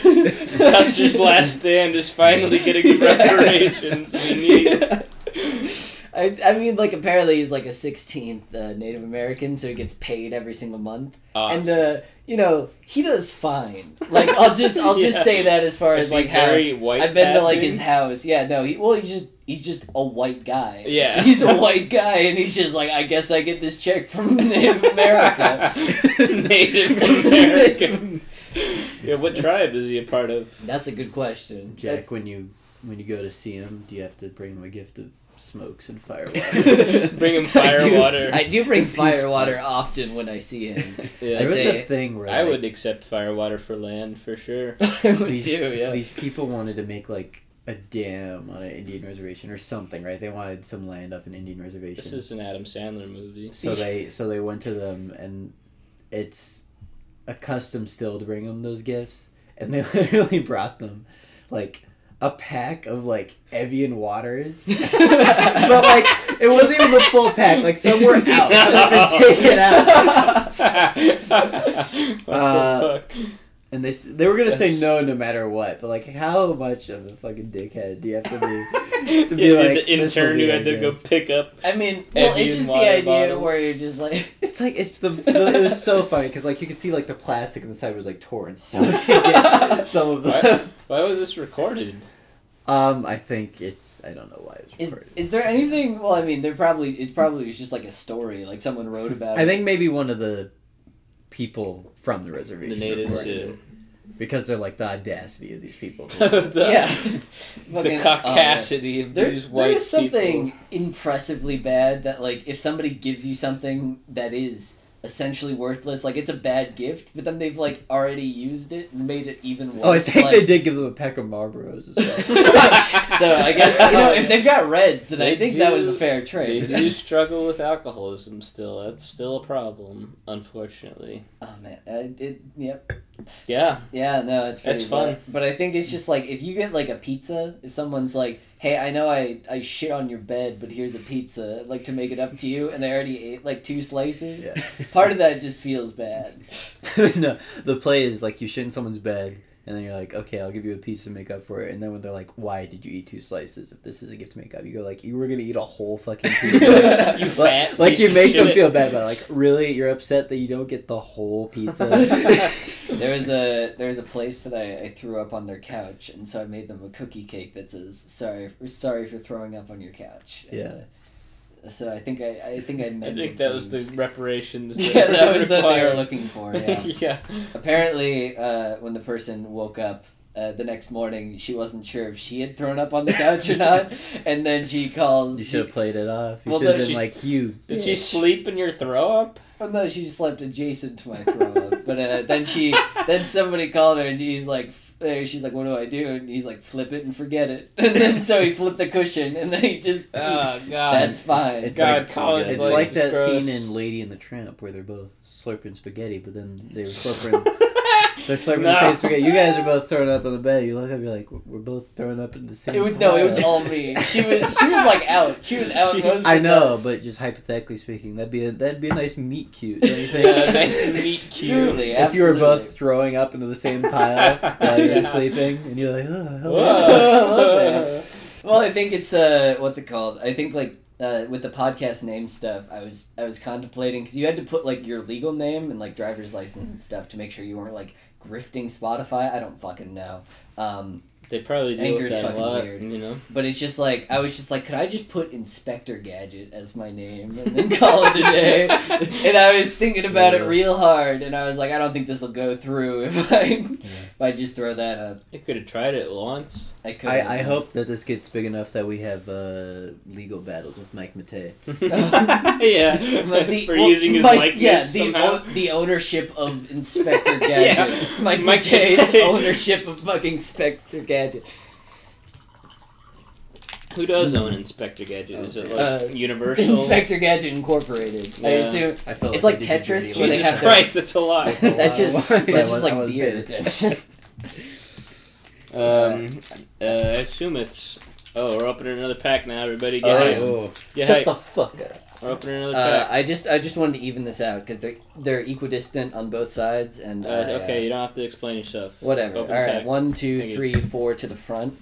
[SPEAKER 1] Custer's last stand is finally getting the reparations we need.
[SPEAKER 3] I, I mean, like apparently he's like a 16th uh, Native American, so he gets paid every single month, and uh, you know he does fine. Like I'll just I'll just
[SPEAKER 1] Yeah.
[SPEAKER 3] say that as far as like how
[SPEAKER 1] Harry White.
[SPEAKER 3] I've been to like
[SPEAKER 1] passing?
[SPEAKER 3] his house. Yeah, no, he well he's just he's just a white guy.
[SPEAKER 1] Yeah.
[SPEAKER 3] he's a white guy, and he's just like I guess I get this check from Native America.
[SPEAKER 1] Native American. yeah, what tribe is he a part of?
[SPEAKER 3] That's a good question,
[SPEAKER 2] Jack,
[SPEAKER 3] That's-
[SPEAKER 2] when you when you go to see him, do you have to bring him a gift of smokes and
[SPEAKER 1] Bring
[SPEAKER 2] fireworks?
[SPEAKER 1] him
[SPEAKER 3] I
[SPEAKER 1] fire
[SPEAKER 3] do,
[SPEAKER 1] water.
[SPEAKER 3] I do bring
[SPEAKER 2] Peace.
[SPEAKER 3] fire water often when I see him.
[SPEAKER 1] Yeah.
[SPEAKER 2] There was
[SPEAKER 3] say-
[SPEAKER 2] a thing where
[SPEAKER 1] I
[SPEAKER 2] like,
[SPEAKER 1] would accept fire water for land for sure.
[SPEAKER 3] I would
[SPEAKER 2] these,
[SPEAKER 3] do, yeah.
[SPEAKER 2] these people wanted to make like a dam on an Indian reservation or something, right? They wanted some land off an Indian reservation.
[SPEAKER 1] This is an Adam Sandler movie.
[SPEAKER 2] so they so they went to them and it's accustomed still to bring them those gifts, and they literally brought them like a pack of like Evian waters, but like it wasn't even the full pack. Like some were out, some were taken out,
[SPEAKER 1] what
[SPEAKER 2] Uh,
[SPEAKER 1] the fuck?
[SPEAKER 2] and they s- they were gonna
[SPEAKER 1] That's-
[SPEAKER 2] say no no matter what. But like, how much of a fucking dickhead do you have to be? to be
[SPEAKER 1] Yeah,
[SPEAKER 2] like,
[SPEAKER 1] the
[SPEAKER 2] "This will
[SPEAKER 1] intern
[SPEAKER 2] be
[SPEAKER 1] who had to
[SPEAKER 2] good."
[SPEAKER 1] go pick up.
[SPEAKER 3] I mean, well,
[SPEAKER 1] Evian
[SPEAKER 3] it's just the
[SPEAKER 1] water
[SPEAKER 3] idea
[SPEAKER 1] bottles.
[SPEAKER 3] where you're just like,
[SPEAKER 2] It's like it's the, the it was so funny because like you could see like the plastic on the side was like torn. So some of them.
[SPEAKER 1] Why was this recorded?
[SPEAKER 2] Um, I think it's I don't know why it was
[SPEAKER 3] is
[SPEAKER 2] recorded.
[SPEAKER 3] is there anything? Well, I mean, there probably it's probably was just like a story, like someone wrote about.
[SPEAKER 2] I
[SPEAKER 3] it.
[SPEAKER 2] think maybe one of the people from the
[SPEAKER 1] The
[SPEAKER 2] reservation
[SPEAKER 1] natives,
[SPEAKER 2] recorded
[SPEAKER 1] yeah.
[SPEAKER 2] it, because they're like the audacity of these people.
[SPEAKER 1] the,
[SPEAKER 3] yeah,
[SPEAKER 1] the
[SPEAKER 3] Fucking-
[SPEAKER 1] caucasity of
[SPEAKER 3] Uh, there,
[SPEAKER 1] these white
[SPEAKER 3] there is something
[SPEAKER 1] people.
[SPEAKER 3] impressively bad that like if somebody gives you something that is essentially worthless, like it's a bad gift, but then they've like already used it and made it even worse.
[SPEAKER 2] oh, I think
[SPEAKER 3] like,
[SPEAKER 2] they did give them a pack of Marlboros as well.
[SPEAKER 3] so I guess you know if they've got reds, then I
[SPEAKER 1] They
[SPEAKER 3] think that was
[SPEAKER 1] do-
[SPEAKER 3] a fair
[SPEAKER 1] They
[SPEAKER 3] trade.
[SPEAKER 1] do struggle with alcoholism still. That's still a problem, unfortunately.
[SPEAKER 3] oh man, uh, it, yep,
[SPEAKER 1] Yeah.
[SPEAKER 3] yeah, no, it's pretty
[SPEAKER 1] That's fun.
[SPEAKER 3] bad. But I think it's just like if you get like a pizza, if someone's like, "Hey, I know I I shit on your bed, but here's a pizza, I'd like to make it up to you," and they already ate like two slices. Part of that just feels bad.
[SPEAKER 2] no, the play is like you shit in someone's bed, and then you're like, okay, I'll give you a piece to make up for it. And then when they're like, why did you eat two slices? If this is a gift to make up, you go like, you were gonna eat a whole fucking piece.
[SPEAKER 1] You
[SPEAKER 2] Like-
[SPEAKER 1] fat
[SPEAKER 2] Like
[SPEAKER 1] piece
[SPEAKER 2] you
[SPEAKER 1] of
[SPEAKER 2] make them
[SPEAKER 1] shit.
[SPEAKER 2] feel bad, but like really, you're upset that you don't get the whole pizza.
[SPEAKER 3] There was a there was a place that I, I threw up on their couch, and so I made them a cookie cake that says sorry for, sorry for throwing up on your couch. And,
[SPEAKER 2] Yeah.
[SPEAKER 3] uh, so I think I I think I
[SPEAKER 1] I
[SPEAKER 3] mended
[SPEAKER 1] think that was the
[SPEAKER 3] things.
[SPEAKER 1] reparations.
[SPEAKER 3] yeah that was what they were
[SPEAKER 1] required.
[SPEAKER 3] looking for. Yeah.
[SPEAKER 1] yeah.
[SPEAKER 3] Apparently, uh, when the person woke up. Uh, the next morning, she wasn't sure if she had thrown up on the couch or not, and then she calls.
[SPEAKER 2] you should have played it off. You
[SPEAKER 3] Well,
[SPEAKER 2] should have
[SPEAKER 1] then
[SPEAKER 2] been
[SPEAKER 1] she's-
[SPEAKER 2] like you.
[SPEAKER 1] Did
[SPEAKER 2] bitch.
[SPEAKER 1] she sleep in your throw up?
[SPEAKER 3] Oh no, she just slept adjacent to my throw up. But uh, then she, then somebody called her, and he's like, f- uh, she's like, "What do I do?" And he's like, "Flip it and forget it." And then so he flipped the cushion, and then he just,
[SPEAKER 1] Oh, God.
[SPEAKER 3] that's fine.
[SPEAKER 2] It's
[SPEAKER 1] God,
[SPEAKER 2] like,
[SPEAKER 1] Colin's
[SPEAKER 2] it's
[SPEAKER 1] like,
[SPEAKER 2] like, that
[SPEAKER 1] gross.
[SPEAKER 2] scene in Lady and the Tramp where they're both slurping spaghetti, but then they were slurping. They're slurping the
[SPEAKER 1] No.
[SPEAKER 2] same spaghetti. You guys are both throwing up on the bed. You look up, you're like, we're both throwing up in the same.
[SPEAKER 3] it was, no, it was
[SPEAKER 2] pile."
[SPEAKER 3] all me. She was, she was like out. She was out.
[SPEAKER 1] She-
[SPEAKER 3] most of the
[SPEAKER 2] I
[SPEAKER 3] time.
[SPEAKER 2] know, but just hypothetically speaking, that'd be a, that'd be a nice meet cute. Don't you think?
[SPEAKER 1] Yeah, nice meet cute.
[SPEAKER 3] Truly,
[SPEAKER 2] if you were both
[SPEAKER 3] absolutely.
[SPEAKER 2] throwing up into the same pile while you're
[SPEAKER 1] Yeah.
[SPEAKER 2] sleeping, and you're like, oh, hello."
[SPEAKER 1] Whoa.
[SPEAKER 3] Well, I think it's uh, what's it called? I think like uh, with the podcast name stuff, I was I was contemplating because you had to put like your legal name and like driver's license and stuff to make sure you weren't like grifting Spotify. I don't fucking know. Um,
[SPEAKER 1] They probably deal
[SPEAKER 3] Anchor's
[SPEAKER 1] with that a
[SPEAKER 3] fucking
[SPEAKER 1] lot,
[SPEAKER 3] weird.
[SPEAKER 1] you know.
[SPEAKER 3] but it's just like I was just like, could I just put Inspector Gadget as my name and then call it a day? and I was thinking about it
[SPEAKER 2] Yeah.
[SPEAKER 3] real hard, and I was like, I don't think this will go through if I if I just throw that up.
[SPEAKER 1] You could have tried it once.
[SPEAKER 3] I could.
[SPEAKER 2] I, I hope that this gets big enough that we have uh, legal battles with Mike Matei.
[SPEAKER 1] yeah,
[SPEAKER 3] Like the-
[SPEAKER 1] for
[SPEAKER 3] well,
[SPEAKER 1] using his
[SPEAKER 3] Mike-
[SPEAKER 1] likeness
[SPEAKER 3] yeah, the,
[SPEAKER 1] somehow.
[SPEAKER 3] o- the ownership of Inspector Gadget.
[SPEAKER 1] Yeah.
[SPEAKER 3] Mike,
[SPEAKER 1] Mike
[SPEAKER 3] Matei's
[SPEAKER 1] Matei.
[SPEAKER 3] ownership of fucking Inspector Gadget.
[SPEAKER 1] Who does own Inspector Gadget? Is it like
[SPEAKER 3] Uh,
[SPEAKER 1] Universal?
[SPEAKER 3] Inspector Gadget Incorporated. I
[SPEAKER 1] Yeah.
[SPEAKER 3] assume
[SPEAKER 2] I felt
[SPEAKER 3] It's like like I did Tetris, where they
[SPEAKER 1] Jesus
[SPEAKER 3] have to-
[SPEAKER 1] Christ, that's a lot.
[SPEAKER 2] That's a lot.
[SPEAKER 3] that's just
[SPEAKER 2] Yeah,
[SPEAKER 3] that's
[SPEAKER 2] I
[SPEAKER 3] just
[SPEAKER 2] was- I
[SPEAKER 3] like
[SPEAKER 2] was
[SPEAKER 3] beer
[SPEAKER 2] big.
[SPEAKER 3] attention.
[SPEAKER 1] Um, uh, I assume it's. Oh, we're opening another pack now, everybody. Get
[SPEAKER 3] Oh,
[SPEAKER 1] hype. Get
[SPEAKER 2] Shut
[SPEAKER 1] hype.
[SPEAKER 2] the fuck up.
[SPEAKER 1] We're opening another
[SPEAKER 3] Uh,
[SPEAKER 1] pack.
[SPEAKER 3] I just I just wanted to even this out because they're they're equidistant on both sides and
[SPEAKER 1] Uh,
[SPEAKER 3] uh,
[SPEAKER 1] okay, you don't have to explain yourself.
[SPEAKER 3] whatever. All
[SPEAKER 1] Open
[SPEAKER 3] right,
[SPEAKER 1] pack.
[SPEAKER 3] one, two,
[SPEAKER 1] Thank you.
[SPEAKER 3] three, four to the front.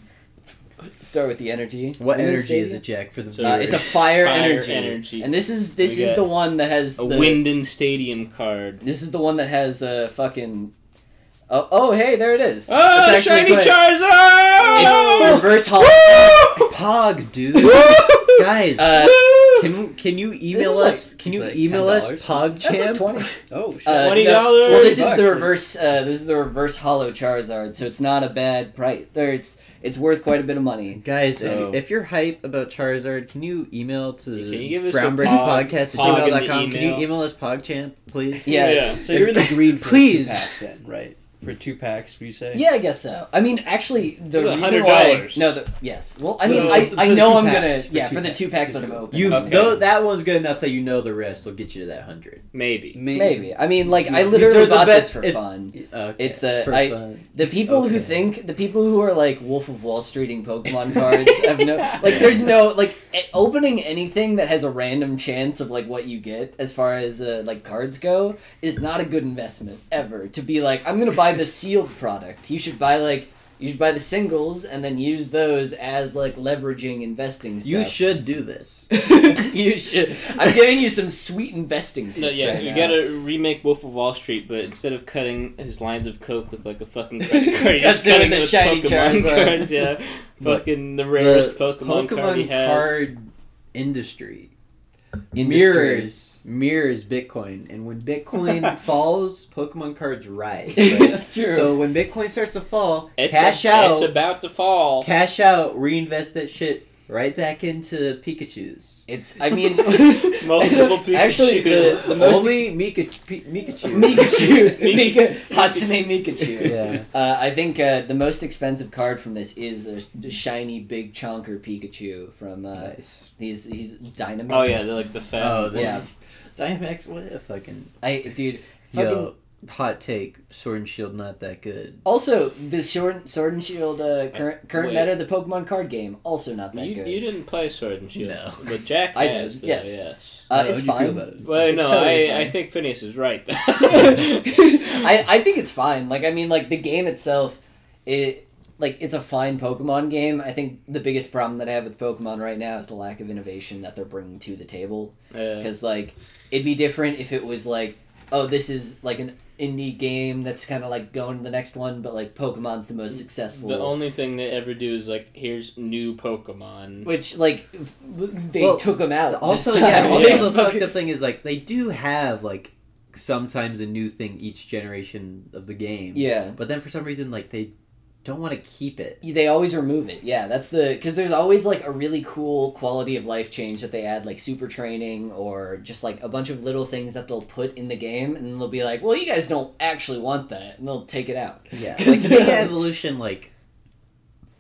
[SPEAKER 3] Start with the energy.
[SPEAKER 2] What
[SPEAKER 3] Women's
[SPEAKER 2] energy is
[SPEAKER 3] stadium?
[SPEAKER 2] it, Jack? For the
[SPEAKER 1] So-
[SPEAKER 3] Uh, it's
[SPEAKER 2] viewers?
[SPEAKER 3] a fire,
[SPEAKER 1] Fire
[SPEAKER 3] energy.
[SPEAKER 1] energy.
[SPEAKER 3] and this is this
[SPEAKER 1] We
[SPEAKER 3] is
[SPEAKER 1] got
[SPEAKER 3] the one that has
[SPEAKER 1] A
[SPEAKER 3] the,
[SPEAKER 1] Wyndon Stadium card.
[SPEAKER 3] This is the one that has a uh, fucking. Oh, oh, hey, there it is.
[SPEAKER 1] Oh,
[SPEAKER 3] It's actually
[SPEAKER 1] shiny
[SPEAKER 3] put- It's
[SPEAKER 1] Charizard!
[SPEAKER 3] reverse holotype.
[SPEAKER 2] pog, dude. Guys,
[SPEAKER 3] Uh,
[SPEAKER 2] can can you email
[SPEAKER 3] like-
[SPEAKER 2] us? can
[SPEAKER 4] it's
[SPEAKER 2] you
[SPEAKER 4] like
[SPEAKER 2] email us
[SPEAKER 4] $10
[SPEAKER 2] pog
[SPEAKER 3] that's like
[SPEAKER 2] champ?
[SPEAKER 3] twenty.
[SPEAKER 4] Oh shit!
[SPEAKER 3] Uh,
[SPEAKER 1] $20?
[SPEAKER 3] no, Uh, well, this is
[SPEAKER 4] Bucks.
[SPEAKER 3] the reverse. Uh, this is the reverse hollow Charizard, so it's not a bad price. There, it's it's worth quite a bit of money.
[SPEAKER 2] Guys, if,
[SPEAKER 4] So-
[SPEAKER 2] if you're hype about Charizard, can you email to
[SPEAKER 1] Can you give us a pog-
[SPEAKER 2] brownbrickspodcast
[SPEAKER 1] pog in the
[SPEAKER 2] at gmail.com? Can you
[SPEAKER 1] email?
[SPEAKER 2] email us PogChamp, please?
[SPEAKER 3] Yeah.
[SPEAKER 1] yeah.
[SPEAKER 4] so you're in the green for
[SPEAKER 2] Please.
[SPEAKER 4] two packs then, right? for two packs, we say.
[SPEAKER 3] Yeah, I guess so. I mean, actually, the
[SPEAKER 1] Like
[SPEAKER 3] reason why
[SPEAKER 1] $100.
[SPEAKER 3] no, the, yes. Well, I
[SPEAKER 4] So,
[SPEAKER 3] mean,
[SPEAKER 4] for
[SPEAKER 3] I, I
[SPEAKER 4] the
[SPEAKER 3] know
[SPEAKER 4] two
[SPEAKER 3] I'm gonna
[SPEAKER 4] packs, for
[SPEAKER 3] yeah
[SPEAKER 4] two
[SPEAKER 3] for the two packs that have opened.
[SPEAKER 2] You
[SPEAKER 4] Okay.
[SPEAKER 2] know that one's good enough that you know the rest will get you to that hundred.
[SPEAKER 1] Maybe.
[SPEAKER 3] maybe. I mean, like I
[SPEAKER 4] There's
[SPEAKER 3] literally
[SPEAKER 2] a
[SPEAKER 3] bought
[SPEAKER 2] bet-
[SPEAKER 3] this for
[SPEAKER 2] it's-
[SPEAKER 3] fun.
[SPEAKER 2] Okay.
[SPEAKER 3] It's a-
[SPEAKER 2] For
[SPEAKER 3] I-
[SPEAKER 2] fun.
[SPEAKER 3] The people
[SPEAKER 2] Okay.
[SPEAKER 3] who think the people who are like Wolf of Wall Streeting Pokemon cards have no like. There's no like e- opening anything that has a random chance of like what you get as far as uh, like cards go is not a good investment ever. To be like, I'm gonna buy the sealed product. You should buy like. You should buy the singles and then use those as like leveraging investing stuff.
[SPEAKER 2] You should do this.
[SPEAKER 3] you should. I'm giving you some sweet investing tips.
[SPEAKER 1] No, yeah,
[SPEAKER 3] right
[SPEAKER 1] you
[SPEAKER 3] now.
[SPEAKER 1] gotta remake Wolf of Wall Street, but instead of cutting his lines of coke with like a fucking credit card, you're just
[SPEAKER 3] Cut to
[SPEAKER 1] cutting
[SPEAKER 3] the
[SPEAKER 1] it with
[SPEAKER 3] shiny
[SPEAKER 1] Pokemon
[SPEAKER 3] Charizard.
[SPEAKER 1] cards. Yeah,
[SPEAKER 2] Look,
[SPEAKER 1] fucking the rarest
[SPEAKER 2] The
[SPEAKER 1] Pokemon, card he has.
[SPEAKER 2] card industry
[SPEAKER 3] Industry.
[SPEAKER 2] mirrors mirrors Bitcoin, and when Bitcoin falls, Pokemon cards rise.
[SPEAKER 3] it's true.
[SPEAKER 2] So when Bitcoin starts to fall,
[SPEAKER 1] It's
[SPEAKER 2] cash
[SPEAKER 1] a-
[SPEAKER 2] out,
[SPEAKER 1] It's about to fall.
[SPEAKER 2] cash out, reinvest that shit right back into Pikachu's.
[SPEAKER 3] it's. I mean,
[SPEAKER 1] Multiple
[SPEAKER 3] Actually, the,
[SPEAKER 1] Pikachus.
[SPEAKER 3] the most
[SPEAKER 2] Only Mika, P- Mikachu.
[SPEAKER 3] Mikachu.
[SPEAKER 1] Mik-
[SPEAKER 3] Mika, Hatsune Mikachu.
[SPEAKER 2] Yeah.
[SPEAKER 3] Uh, I think uh, the most expensive card from this is a sh- shiny big chonker Pikachu from uh,
[SPEAKER 2] Nice.
[SPEAKER 3] he's he's Dynamax.
[SPEAKER 1] Oh yeah, they're like the fat.
[SPEAKER 2] Oh, this
[SPEAKER 3] Yeah.
[SPEAKER 2] is Dynamax. What a fucking
[SPEAKER 3] I dude. Fucking,
[SPEAKER 2] yo hot take. Sword and Shield not that good.
[SPEAKER 3] Also, the sword, sword and shield uh, current current
[SPEAKER 1] Wait.
[SPEAKER 3] meta, the Pokemon card game, also not that
[SPEAKER 1] you,
[SPEAKER 3] good.
[SPEAKER 1] you didn't play Sword and Shield,
[SPEAKER 2] No.
[SPEAKER 1] but Jack
[SPEAKER 3] I
[SPEAKER 1] has.
[SPEAKER 3] did,
[SPEAKER 1] though,
[SPEAKER 3] yes.
[SPEAKER 1] yes.
[SPEAKER 3] uh,
[SPEAKER 4] How'd
[SPEAKER 3] it's
[SPEAKER 4] you feel
[SPEAKER 3] fine.
[SPEAKER 4] about it?
[SPEAKER 1] Well,
[SPEAKER 3] It's
[SPEAKER 1] no,
[SPEAKER 3] totally
[SPEAKER 1] I, I
[SPEAKER 3] fine.
[SPEAKER 1] think Phineas is right. though.
[SPEAKER 3] I, I think it's fine. Like I mean, like the game itself, it like it's a fine Pokemon game. I think the biggest problem that I have with Pokemon right now is the lack of innovation that they're bringing to the table.
[SPEAKER 1] Yeah.
[SPEAKER 3] Because like it'd be different if it was like, oh, this is like an indie game that's kind of like going to the next one, but like Pokemon's the most successful.
[SPEAKER 1] Mm, the only thing they ever do is like, here's new Pokemon.
[SPEAKER 3] which like f- they
[SPEAKER 2] Well,
[SPEAKER 3] took 'em took them out.
[SPEAKER 2] Also,
[SPEAKER 3] this
[SPEAKER 2] yeah.
[SPEAKER 3] time.
[SPEAKER 2] Also,
[SPEAKER 1] Yeah.
[SPEAKER 2] the fucked up thing is like they do have like sometimes a new thing each generation of the game.
[SPEAKER 3] yeah.
[SPEAKER 2] But then for some reason, like they don't want to keep it.
[SPEAKER 3] they always remove it yeah that's the because there's always like a really cool quality of life change that they add like super training or just like a bunch of little things that they'll put in the game and they'll be like well you guys don't actually want that and they'll take it out
[SPEAKER 2] Yeah. Like
[SPEAKER 3] Because-
[SPEAKER 2] Mega Evolution, like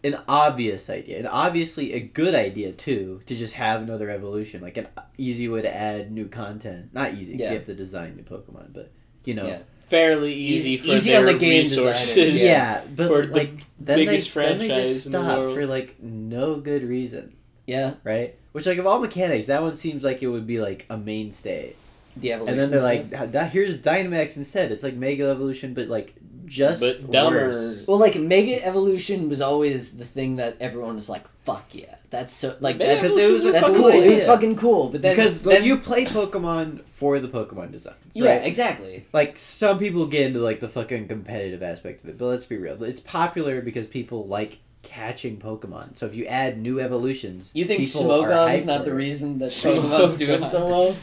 [SPEAKER 2] an obvious idea, and obviously a good idea too, to just have another evolution, like an easy way to add new content. Not easy. 'cause
[SPEAKER 3] Yeah.
[SPEAKER 2] You have to design new Pokemon, but you know.
[SPEAKER 3] Yeah.
[SPEAKER 1] Fairly easy,
[SPEAKER 3] Easy-
[SPEAKER 1] for
[SPEAKER 3] E- easy
[SPEAKER 1] their
[SPEAKER 3] on the game
[SPEAKER 1] resources.
[SPEAKER 3] designers,
[SPEAKER 2] Yeah, but
[SPEAKER 1] For the
[SPEAKER 2] like then
[SPEAKER 1] biggest
[SPEAKER 2] they, then they
[SPEAKER 1] franchise
[SPEAKER 2] just
[SPEAKER 1] in the
[SPEAKER 2] stop
[SPEAKER 1] world.
[SPEAKER 2] for like no good reason,
[SPEAKER 3] yeah
[SPEAKER 2] right? Which like of all mechanics, that one seems like it would be like a mainstay.
[SPEAKER 3] the
[SPEAKER 2] And
[SPEAKER 3] evolution
[SPEAKER 2] then they're like, "Th- here's Dynamax instead. It's like Mega Evolution, but like just
[SPEAKER 1] But dumber.
[SPEAKER 2] worse.
[SPEAKER 3] well like mega evolution was always the thing that everyone was like fuck yeah that's so like
[SPEAKER 1] Mega
[SPEAKER 3] that's,
[SPEAKER 2] Because it was a
[SPEAKER 3] that's
[SPEAKER 2] fucking
[SPEAKER 3] cool it was
[SPEAKER 2] idea.
[SPEAKER 3] fucking cool but then
[SPEAKER 2] because
[SPEAKER 3] then,
[SPEAKER 2] you play Pokemon for the Pokemon designs,
[SPEAKER 3] yeah
[SPEAKER 2] right?
[SPEAKER 3] exactly
[SPEAKER 2] Like some people get into like the fucking competitive aspect of it, but let's be real. It's popular because people like catching Pokemon. So if you add new evolutions,
[SPEAKER 3] you think
[SPEAKER 2] people are
[SPEAKER 3] Smogon's
[SPEAKER 2] hyped
[SPEAKER 3] not
[SPEAKER 2] for
[SPEAKER 3] the
[SPEAKER 2] it.
[SPEAKER 3] reason that Pokemon's doing so well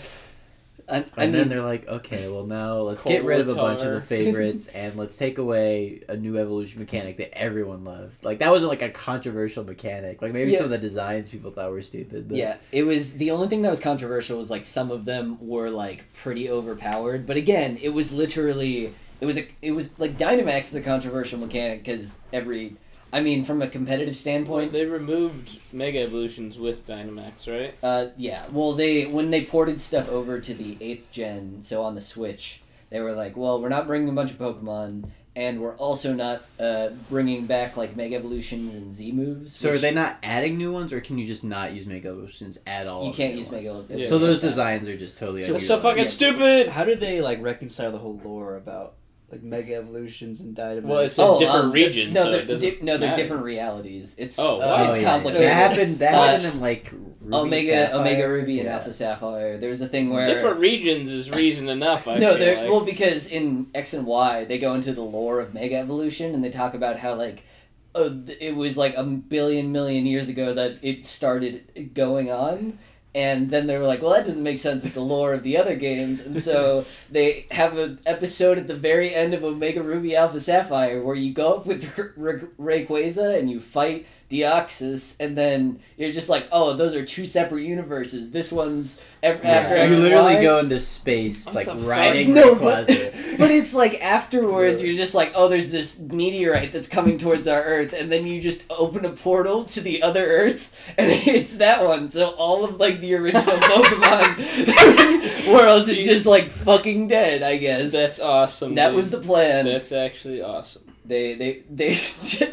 [SPEAKER 3] I, I
[SPEAKER 2] And
[SPEAKER 3] mean,
[SPEAKER 2] then they're like, okay, well now let's get rid of a bunch of the
[SPEAKER 1] Coal tar.
[SPEAKER 2] favorites and let's take away a new evolution mechanic that everyone loved. Like that was like a controversial mechanic. Like maybe
[SPEAKER 3] Yeah.
[SPEAKER 2] some of the designs people thought were stupid. But
[SPEAKER 3] Yeah, it was the only thing that was controversial was like some of them were like pretty overpowered, but again, it was literally it was a it was like Dynamax is a controversial mechanic because every I mean from a competitive standpoint,
[SPEAKER 1] They removed Mega Evolutions with Dynamax, right?
[SPEAKER 3] uh, yeah. Well, they when they ported stuff over to the eighth gen, so on the Switch, they were like, well, we're not bringing a bunch of Pokemon. And we're also not uh, bringing back like Mega Evolutions and Z moves.
[SPEAKER 2] So are
[SPEAKER 3] which
[SPEAKER 2] they not adding new ones, or can you just not use Mega Evolutions at all?
[SPEAKER 3] You
[SPEAKER 2] of
[SPEAKER 3] can't
[SPEAKER 2] new
[SPEAKER 3] use
[SPEAKER 2] ones?
[SPEAKER 3] Mega Evolutions.
[SPEAKER 1] Oh, Yeah.
[SPEAKER 2] So those
[SPEAKER 3] designs.
[SPEAKER 2] designs are just totally.
[SPEAKER 1] That's so
[SPEAKER 2] unusable.
[SPEAKER 1] fucking
[SPEAKER 3] Yeah.
[SPEAKER 1] stupid.
[SPEAKER 4] How did they like reconcile the whole lore about like mega evolutions and Dynamax?
[SPEAKER 1] Well, it's a different
[SPEAKER 3] um,
[SPEAKER 1] region,
[SPEAKER 3] No,
[SPEAKER 1] so
[SPEAKER 3] they're,
[SPEAKER 1] it doesn't
[SPEAKER 3] di- no, they're
[SPEAKER 1] matter.
[SPEAKER 3] different realities. It's
[SPEAKER 1] Oh, wow.
[SPEAKER 2] Oh,
[SPEAKER 3] it's
[SPEAKER 2] yeah.
[SPEAKER 3] complicated.
[SPEAKER 2] That happened. That
[SPEAKER 3] Uh,
[SPEAKER 2] happened in like Ruby
[SPEAKER 3] Omega,
[SPEAKER 2] Sapphire.
[SPEAKER 3] Omega Ruby, and
[SPEAKER 2] Yeah.
[SPEAKER 3] Alpha Sapphire. There's the thing where
[SPEAKER 1] Different regions is reason enough. I
[SPEAKER 3] no,
[SPEAKER 1] feel
[SPEAKER 3] they're
[SPEAKER 1] like.
[SPEAKER 3] well because in X and Y they go into the lore of Mega Evolution and they talk about how like. Uh, th- it was like a billion million years ago that it started going on, and then they were like, "Well, that doesn't make sense with the lore of the other games," and so they have an episode at the very end of Omega Ruby Alpha Sapphire where you go up with Ra- Ra- Rayquaza and you fight Deoxys, and then you're just like, oh, those are two separate universes. This one's ev-
[SPEAKER 2] Yeah.
[SPEAKER 3] after X
[SPEAKER 2] you
[SPEAKER 3] and
[SPEAKER 2] literally
[SPEAKER 3] Y.
[SPEAKER 2] go into space,
[SPEAKER 1] What
[SPEAKER 2] like
[SPEAKER 1] the fuck?
[SPEAKER 2] riding
[SPEAKER 3] No,
[SPEAKER 2] the
[SPEAKER 3] but-
[SPEAKER 2] closet.
[SPEAKER 3] But it's like afterwards, you're just like, oh, there's this meteorite that's coming towards our Earth, and then you just open a portal to the other Earth, and it's that one. So all of like the original Pokemon worlds is just like fucking dead, I guess.
[SPEAKER 1] That's awesome.
[SPEAKER 3] that
[SPEAKER 1] dude.
[SPEAKER 3] was the plan.
[SPEAKER 1] That's actually awesome.
[SPEAKER 3] They, they, they,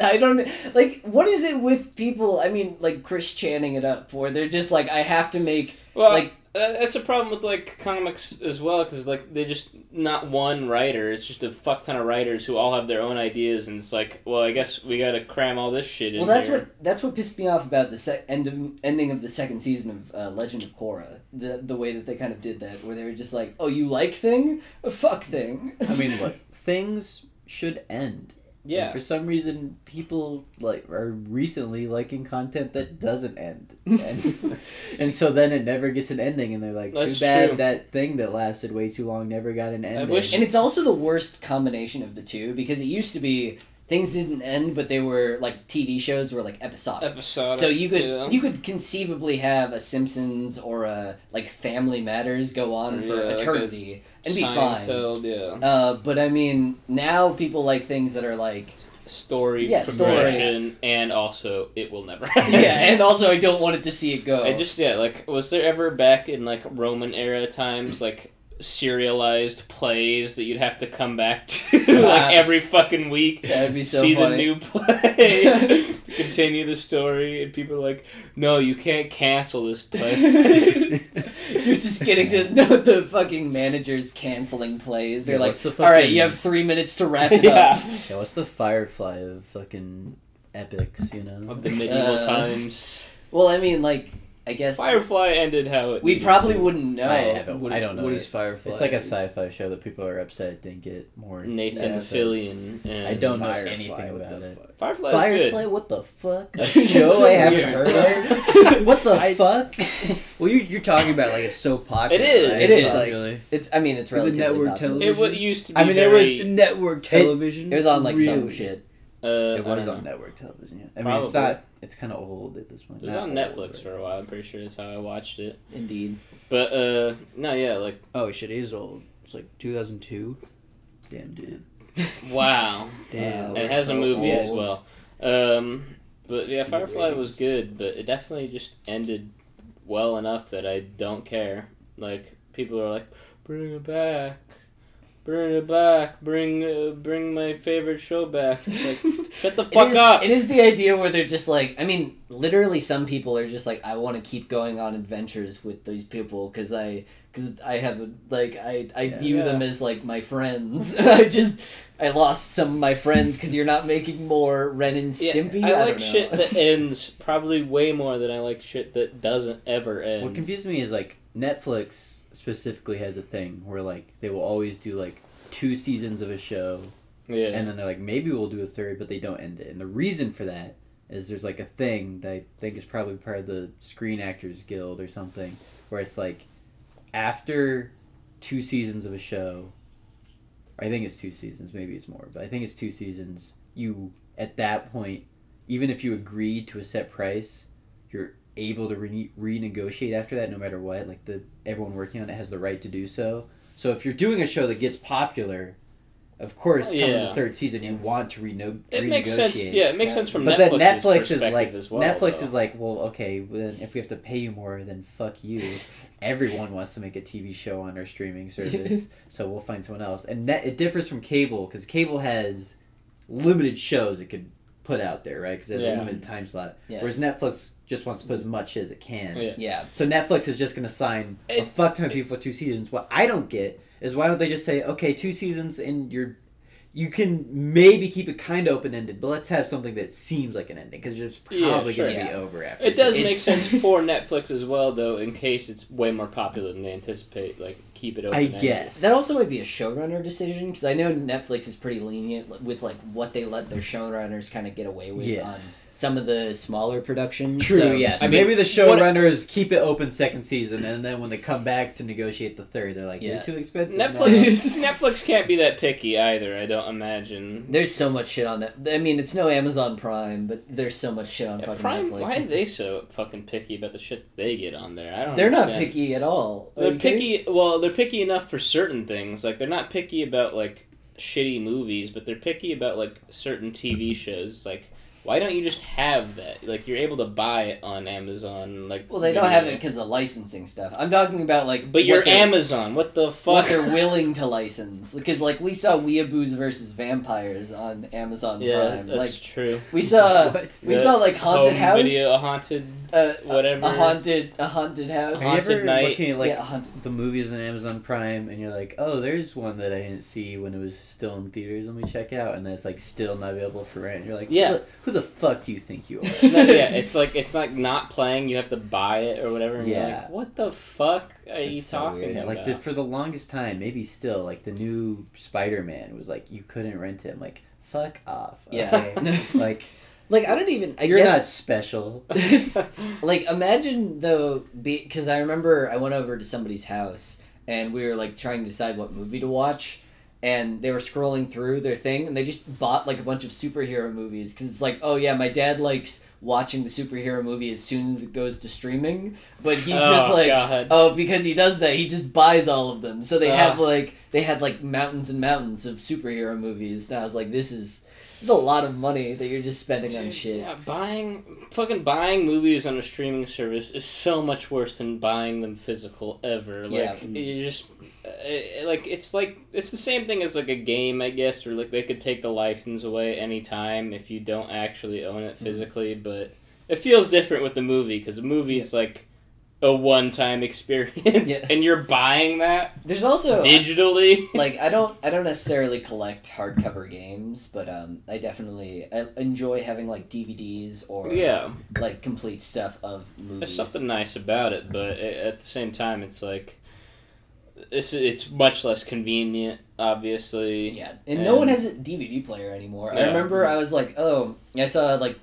[SPEAKER 3] I don't, like, what is it with people, I mean, like, Chris Channing it up for? They're just like, I have to make,
[SPEAKER 1] Well,
[SPEAKER 3] like,
[SPEAKER 1] Uh, that's a problem with like comics as well because like they just not one writer it's just a fuck ton of writers who all have their own ideas and it's like well i guess we gotta cram all this shit in
[SPEAKER 3] well, that's
[SPEAKER 1] here.
[SPEAKER 3] what, that's what pissed me off about the sec- end of, ending of the second season of uh, Legend of Korra. The, the way that they kind of did that, where they were just like, oh, you like Thing? Uh, Fuck Thing.
[SPEAKER 2] I mean, look, things should end. And
[SPEAKER 1] yeah
[SPEAKER 2] for some reason, people like are recently liking content that doesn't end, and, and so then it never gets an ending, and they're like,
[SPEAKER 1] That's
[SPEAKER 2] too bad
[SPEAKER 1] true.
[SPEAKER 2] that thing that lasted way too long never got an ending.
[SPEAKER 1] wish-
[SPEAKER 3] And it's also the worst combination of the two, because it used to be, things didn't end, but they were, like, TV shows were, like, episodic.
[SPEAKER 1] episode
[SPEAKER 3] so you could
[SPEAKER 1] yeah.
[SPEAKER 3] you could conceivably have a Simpsons or a like Family Matters go on for
[SPEAKER 1] Yeah, like a
[SPEAKER 3] eternity and be fine.
[SPEAKER 1] Seinfeld, yeah
[SPEAKER 3] Uh, but I mean, now people like things that are like
[SPEAKER 1] story
[SPEAKER 3] Yeah, story.
[SPEAKER 1] progression and also it will never end.
[SPEAKER 3] yeah, and also I don't want it to see it go.
[SPEAKER 1] I just yeah, like was there ever back in like Roman era times like serialized plays that you'd have to come back to
[SPEAKER 3] Ah.
[SPEAKER 1] like every fucking week?
[SPEAKER 3] That would be so
[SPEAKER 1] see
[SPEAKER 3] funny.
[SPEAKER 1] the new play, continue the story, and people are like, "No, you can't cancel this play."
[SPEAKER 3] You're just getting to know the fucking managers canceling plays. They're
[SPEAKER 2] Yeah,
[SPEAKER 3] like,
[SPEAKER 2] what's the
[SPEAKER 3] all right,
[SPEAKER 2] fucking-
[SPEAKER 3] you have three minutes to wrap it
[SPEAKER 1] yeah,
[SPEAKER 3] up.
[SPEAKER 2] Yeah, what's the Firefly of fucking epics? You know,
[SPEAKER 1] of the medieval
[SPEAKER 3] Uh,
[SPEAKER 1] times,
[SPEAKER 3] Well, I mean, like, I guess
[SPEAKER 1] Firefly ended how it.
[SPEAKER 3] we
[SPEAKER 1] ended.
[SPEAKER 3] probably wouldn't know.
[SPEAKER 2] I haven't.
[SPEAKER 4] What-
[SPEAKER 2] I don't know.
[SPEAKER 4] What
[SPEAKER 2] it.
[SPEAKER 4] is Firefly?
[SPEAKER 2] It's like a sci-fi show that people are upset it didn't get more.
[SPEAKER 1] Nathan
[SPEAKER 3] Yeah.
[SPEAKER 1] Fillion. And
[SPEAKER 2] I don't know
[SPEAKER 4] Firefly,
[SPEAKER 2] anything
[SPEAKER 4] what
[SPEAKER 2] about
[SPEAKER 4] the
[SPEAKER 2] it.
[SPEAKER 4] fuck?
[SPEAKER 1] Firefly's good.
[SPEAKER 2] Firefly, what the fuck? A
[SPEAKER 1] That's
[SPEAKER 2] show
[SPEAKER 3] so
[SPEAKER 2] I haven't
[SPEAKER 1] weird.
[SPEAKER 2] heard of. What the
[SPEAKER 4] I-
[SPEAKER 2] fuck?
[SPEAKER 4] Well, you're, you're talking about like it's so popular.
[SPEAKER 1] It is.
[SPEAKER 4] right?
[SPEAKER 3] It is.
[SPEAKER 4] It's like-
[SPEAKER 3] It's. I mean, it's
[SPEAKER 4] It was a
[SPEAKER 3] relatively
[SPEAKER 4] network
[SPEAKER 3] popular.
[SPEAKER 4] television.
[SPEAKER 1] It wa- used to be.
[SPEAKER 2] I mean, it
[SPEAKER 1] very,
[SPEAKER 4] It's network television.
[SPEAKER 3] It was on like some
[SPEAKER 4] Really?
[SPEAKER 3] shit.
[SPEAKER 1] Uh,
[SPEAKER 2] It
[SPEAKER 1] I
[SPEAKER 2] was
[SPEAKER 1] don't
[SPEAKER 2] on
[SPEAKER 1] know.
[SPEAKER 2] network television. Yeah. I mean, it's
[SPEAKER 1] Probably.
[SPEAKER 2] not. It's kind of old at this point.
[SPEAKER 1] It was
[SPEAKER 2] Not
[SPEAKER 1] on
[SPEAKER 2] old,
[SPEAKER 1] Netflix
[SPEAKER 2] but-
[SPEAKER 1] for a while. I'm pretty sure that's how I watched it.
[SPEAKER 3] Indeed.
[SPEAKER 1] But uh, no, yeah, like
[SPEAKER 4] Oh shit, it is old. It's like 2002.
[SPEAKER 2] Damn dude.
[SPEAKER 1] wow,
[SPEAKER 4] Damn.
[SPEAKER 3] Wow.
[SPEAKER 1] it
[SPEAKER 3] we're
[SPEAKER 1] has a
[SPEAKER 3] so
[SPEAKER 1] movie as
[SPEAKER 3] old.
[SPEAKER 1] well. Um, but yeah,
[SPEAKER 4] Good
[SPEAKER 1] Firefly
[SPEAKER 4] ratings.
[SPEAKER 1] was good, but it definitely just ended well enough that I don't care. Like people are like, bring it back. Bring it back. Bring uh, bring my favorite show back. It's like, shut the fuck
[SPEAKER 3] it is,
[SPEAKER 1] up.
[SPEAKER 3] It is the idea where they're just like, I mean, literally, some people are just like, I want to keep going on adventures with these people because I, because I have a- like, I, I
[SPEAKER 2] Yeah.
[SPEAKER 3] view
[SPEAKER 1] Yeah.
[SPEAKER 3] them as like my friends. I just, I lost some of my friends because you're not making more Ren and
[SPEAKER 1] Yeah,
[SPEAKER 3] Stimpy.
[SPEAKER 1] I,
[SPEAKER 3] don't
[SPEAKER 1] like
[SPEAKER 3] know.
[SPEAKER 1] shit that ends probably way more than I like shit that doesn't ever end.
[SPEAKER 2] What confuses me is like Netflix specifically has a thing where like they will always do like two seasons of a show
[SPEAKER 1] yeah.
[SPEAKER 2] and then they're like maybe we'll do a third but they don't end it and the reason for that is there's like a thing that i think is probably part of the screen actors guild or something where it's like after two seasons of a show i think it's two seasons maybe it's more but i think it's two seasons you at that point even if you agree to a set price you're able to re- renegotiate after that no matter what like the everyone working on it has the right to do so so if you're doing a show that gets popular of course coming to
[SPEAKER 1] Oh, Yeah.
[SPEAKER 2] the third season you want to reno-
[SPEAKER 1] It
[SPEAKER 2] renegotiate
[SPEAKER 1] makes sense. Yeah, it makes
[SPEAKER 3] Yeah.
[SPEAKER 1] sense from
[SPEAKER 2] but
[SPEAKER 1] Netflix's
[SPEAKER 2] then Netflix is
[SPEAKER 1] perspective
[SPEAKER 2] like
[SPEAKER 1] as well.
[SPEAKER 2] Netflix
[SPEAKER 1] though.
[SPEAKER 2] is like, well, okay, well, then if we have to pay you more, then fuck you. Everyone wants to make a TV show on our streaming service, so we'll find someone else. And net, it differs from cable because cable has limited shows it could put out there, right? Because there's
[SPEAKER 1] Yeah.
[SPEAKER 2] a limited time slot.
[SPEAKER 3] Yeah.
[SPEAKER 2] Whereas Netflix just wants to put as much as it can.
[SPEAKER 1] Yeah.
[SPEAKER 3] Yeah.
[SPEAKER 2] So Netflix is just going to sign a
[SPEAKER 1] It-
[SPEAKER 2] fuck ton of people for two seasons. What I don't get is why don't they just say, okay, two seasons and you're. You can maybe keep it kind of open ended, but let's have something that seems like an ending because it's probably
[SPEAKER 1] Yeah, sure.
[SPEAKER 2] going to be
[SPEAKER 3] Yeah.
[SPEAKER 2] over after.
[SPEAKER 1] It does
[SPEAKER 2] this.
[SPEAKER 1] make
[SPEAKER 3] It's-
[SPEAKER 1] sense for Netflix as well, though, in case it's way more popular than they anticipate. Like keep it open.
[SPEAKER 2] I guess.
[SPEAKER 3] That also might be a showrunner decision because I know Netflix is pretty lenient li- with like what they let their showrunners kind of get away with
[SPEAKER 2] Yeah.
[SPEAKER 3] on some of the smaller productions.
[SPEAKER 2] True,
[SPEAKER 3] so-
[SPEAKER 2] yeah. So
[SPEAKER 4] I mean,
[SPEAKER 2] maybe the
[SPEAKER 4] what-
[SPEAKER 2] showrunners keep it open second season, and then when they come back to negotiate the third, they're like,
[SPEAKER 3] Yeah.
[SPEAKER 2] "You're too expensive." now."
[SPEAKER 1] Netflix Netflix can't be that picky either. I don't imagine.
[SPEAKER 3] There's so much shit on that. I mean, it's no Amazon Prime, but there's so much shit on
[SPEAKER 1] Yeah,
[SPEAKER 3] fucking
[SPEAKER 1] Prime,
[SPEAKER 3] Netflix.
[SPEAKER 1] why are they so fucking picky about the shit they get on there? I don't.
[SPEAKER 3] They're not
[SPEAKER 1] understand.
[SPEAKER 3] picky at all. Are
[SPEAKER 1] They're
[SPEAKER 3] you kidding?
[SPEAKER 1] picky. Well, they're picky enough for certain things. Like they're not picky about like shitty movies, but they're picky about like certain TV shows. Like, why don't you just have that? Like, you're able to buy it on Amazon. Like,
[SPEAKER 3] Well, they don't have it
[SPEAKER 1] video.
[SPEAKER 3] because of licensing stuff. I'm talking about like,
[SPEAKER 1] But
[SPEAKER 3] what
[SPEAKER 1] you're
[SPEAKER 3] they're-
[SPEAKER 1] Amazon. What the fuck?
[SPEAKER 3] What they're willing to license, because like we saw Weeaboos versus Vampires on Amazon
[SPEAKER 1] Yeah,
[SPEAKER 3] Prime.
[SPEAKER 1] that's
[SPEAKER 3] Like
[SPEAKER 1] true.
[SPEAKER 3] we
[SPEAKER 1] uh,
[SPEAKER 3] saw,
[SPEAKER 2] What?
[SPEAKER 3] we
[SPEAKER 1] The
[SPEAKER 3] saw like haunted
[SPEAKER 1] Home
[SPEAKER 3] house,
[SPEAKER 1] video, a haunted
[SPEAKER 3] uh, a-
[SPEAKER 1] whatever.
[SPEAKER 3] a haunted, a haunted house.
[SPEAKER 2] Are you ever
[SPEAKER 1] Haunted Night.
[SPEAKER 2] looking at like
[SPEAKER 3] yeah, a haunted.
[SPEAKER 2] the movies on Amazon Prime, and you're like, "Oh, there's one that I didn't see when it was still in theaters. Let me check out," and then it's like still not available for rent. You're like,
[SPEAKER 1] Yeah.
[SPEAKER 2] "Who the- who the fuck do you think you are?"
[SPEAKER 1] No, yeah, it's like it's like not playing. You have to buy it or whatever. And You're
[SPEAKER 2] Yeah.
[SPEAKER 1] like, what the fuck are you
[SPEAKER 3] It's so
[SPEAKER 1] talking
[SPEAKER 3] weird.
[SPEAKER 2] Yeah,
[SPEAKER 1] about?
[SPEAKER 2] like the, for the longest time, maybe still, like the new Spider Man was like you couldn't rent it. I'm like, fuck off.
[SPEAKER 3] Yeah.
[SPEAKER 2] okay? like
[SPEAKER 3] Like I don't even. I
[SPEAKER 2] you're
[SPEAKER 3] guess,
[SPEAKER 2] not special.
[SPEAKER 3] like imagine though because i remember i went over to somebody's house and we were like trying to decide what movie to watch and they were scrolling through their thing and they just bought like a bunch of superhero movies because it's like oh yeah my dad likes watching the superhero movie as soon as it goes to streaming but he's
[SPEAKER 1] Oh,
[SPEAKER 3] just like
[SPEAKER 1] God.
[SPEAKER 3] oh because he does that he just buys all of them so they
[SPEAKER 1] Ah.
[SPEAKER 3] have like they had like mountains and mountains of superhero movies and i was like this is this is a lot of money that you're just spending on
[SPEAKER 1] Dude,
[SPEAKER 3] shit
[SPEAKER 1] Yeah, buying fucking buying movies on a streaming service is so much worse than buying them physical ever.
[SPEAKER 3] Yeah. mm.
[SPEAKER 1] Like you just uh, like it's like it's the same thing as like a game, I guess, or like they could take the license away anytime if you don't actually own
[SPEAKER 3] Mm-hmm.
[SPEAKER 1] it physically, but it feels different with the movie cuz a movie is like a one-time experience
[SPEAKER 3] Yeah.
[SPEAKER 1] and you're buying that
[SPEAKER 3] there's also
[SPEAKER 1] digitally.
[SPEAKER 3] like I don't I don't necessarily collect hardcover games, but um, I definitely I enjoy having like DVDs or
[SPEAKER 1] yeah.
[SPEAKER 3] like complete stuff of movies.
[SPEAKER 1] There's something nice about it, but a- at the same time, it's like it's it's much less convenient, obviously.
[SPEAKER 3] Yeah, and, no
[SPEAKER 1] And-
[SPEAKER 3] one has a DVD player anymore. I
[SPEAKER 1] Yeah.
[SPEAKER 3] remember I was like, oh, I saw like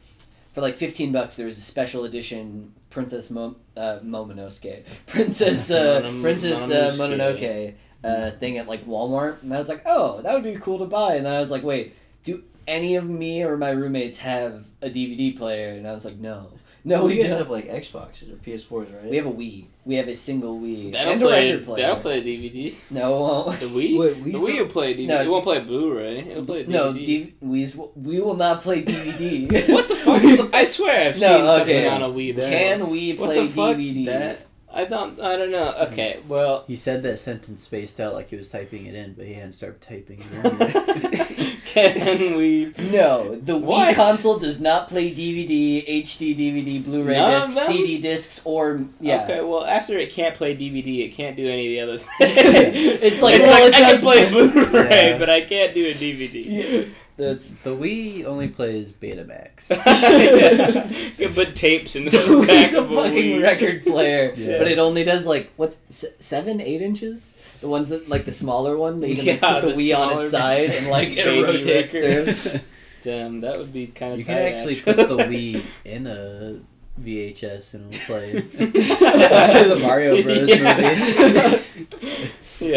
[SPEAKER 3] for like fifteen bucks there was a special edition Princess Mo- uh, Momonosuke, Princess uh,
[SPEAKER 1] Monom-
[SPEAKER 3] Princess uh, Mononoke
[SPEAKER 1] Mononosuke.
[SPEAKER 3] uh, thing at like Walmart, and I was like, oh, that would be cool to buy, and then I was like, wait, do any of me or my roommates have a DVD player? And I was like, no, no,
[SPEAKER 4] Well,
[SPEAKER 3] we
[SPEAKER 4] you guys
[SPEAKER 3] don't.
[SPEAKER 4] have like Xboxes or PS4s, right?
[SPEAKER 3] we have a Wii. We have a single Wii
[SPEAKER 1] That'll
[SPEAKER 3] and a
[SPEAKER 1] play.
[SPEAKER 3] record
[SPEAKER 1] That'll
[SPEAKER 3] player.
[SPEAKER 1] play a DVD.
[SPEAKER 3] No, it won't.
[SPEAKER 1] The Wii.
[SPEAKER 4] Wait,
[SPEAKER 1] the
[SPEAKER 4] Wii's
[SPEAKER 1] Wii will play a DVD.
[SPEAKER 3] No.
[SPEAKER 1] It won't play a Blu-ray. It'll play a DVD.
[SPEAKER 3] No, D- we we will not play DVD.
[SPEAKER 1] what the fuck? I swear I've
[SPEAKER 3] No,
[SPEAKER 1] seen
[SPEAKER 3] okay.
[SPEAKER 1] something on a Wii. There.
[SPEAKER 3] Can we
[SPEAKER 1] What
[SPEAKER 3] play
[SPEAKER 1] the fuck?
[SPEAKER 3] DVD?
[SPEAKER 1] That- I don't. I don't know. Okay. Well.
[SPEAKER 2] He said that sentence spaced out like he was typing it in, but he hadn't started typing it in.
[SPEAKER 1] Can we?
[SPEAKER 3] No, the Wii
[SPEAKER 1] What?
[SPEAKER 3] console does not play DVD, HD DVD, Blu-ray
[SPEAKER 1] None of
[SPEAKER 3] discs,
[SPEAKER 1] them?
[SPEAKER 3] CD discs, or yeah.
[SPEAKER 1] Okay. Well, after it can't play DVD, it can't do any of the other things.
[SPEAKER 3] It's like,
[SPEAKER 1] it's
[SPEAKER 3] well, it
[SPEAKER 1] like I can
[SPEAKER 3] does
[SPEAKER 1] play
[SPEAKER 3] play-
[SPEAKER 1] Blu-ray,
[SPEAKER 2] Yeah.
[SPEAKER 1] but I can't do a DVD.
[SPEAKER 3] That's
[SPEAKER 2] the Wii only plays Betamax.
[SPEAKER 1] Yeah. You can put tapes in the
[SPEAKER 3] the Wii's
[SPEAKER 1] back
[SPEAKER 3] a
[SPEAKER 1] of a
[SPEAKER 3] fucking
[SPEAKER 1] Wii.
[SPEAKER 3] record player,
[SPEAKER 2] Yeah.
[SPEAKER 3] but it only does like what's s- seven, eight inches? The ones that like the smaller one that you can like,
[SPEAKER 1] Yeah,
[SPEAKER 3] put the,
[SPEAKER 1] the
[SPEAKER 3] Wii on its
[SPEAKER 1] smaller
[SPEAKER 3] side and like it
[SPEAKER 1] baby
[SPEAKER 3] rotates
[SPEAKER 1] record.
[SPEAKER 3] through.
[SPEAKER 1] Damn, that would be kind of.
[SPEAKER 2] you can actually put the Wii in a VHS and it'll play.
[SPEAKER 1] the
[SPEAKER 2] Mario Bros.
[SPEAKER 1] yeah. movie.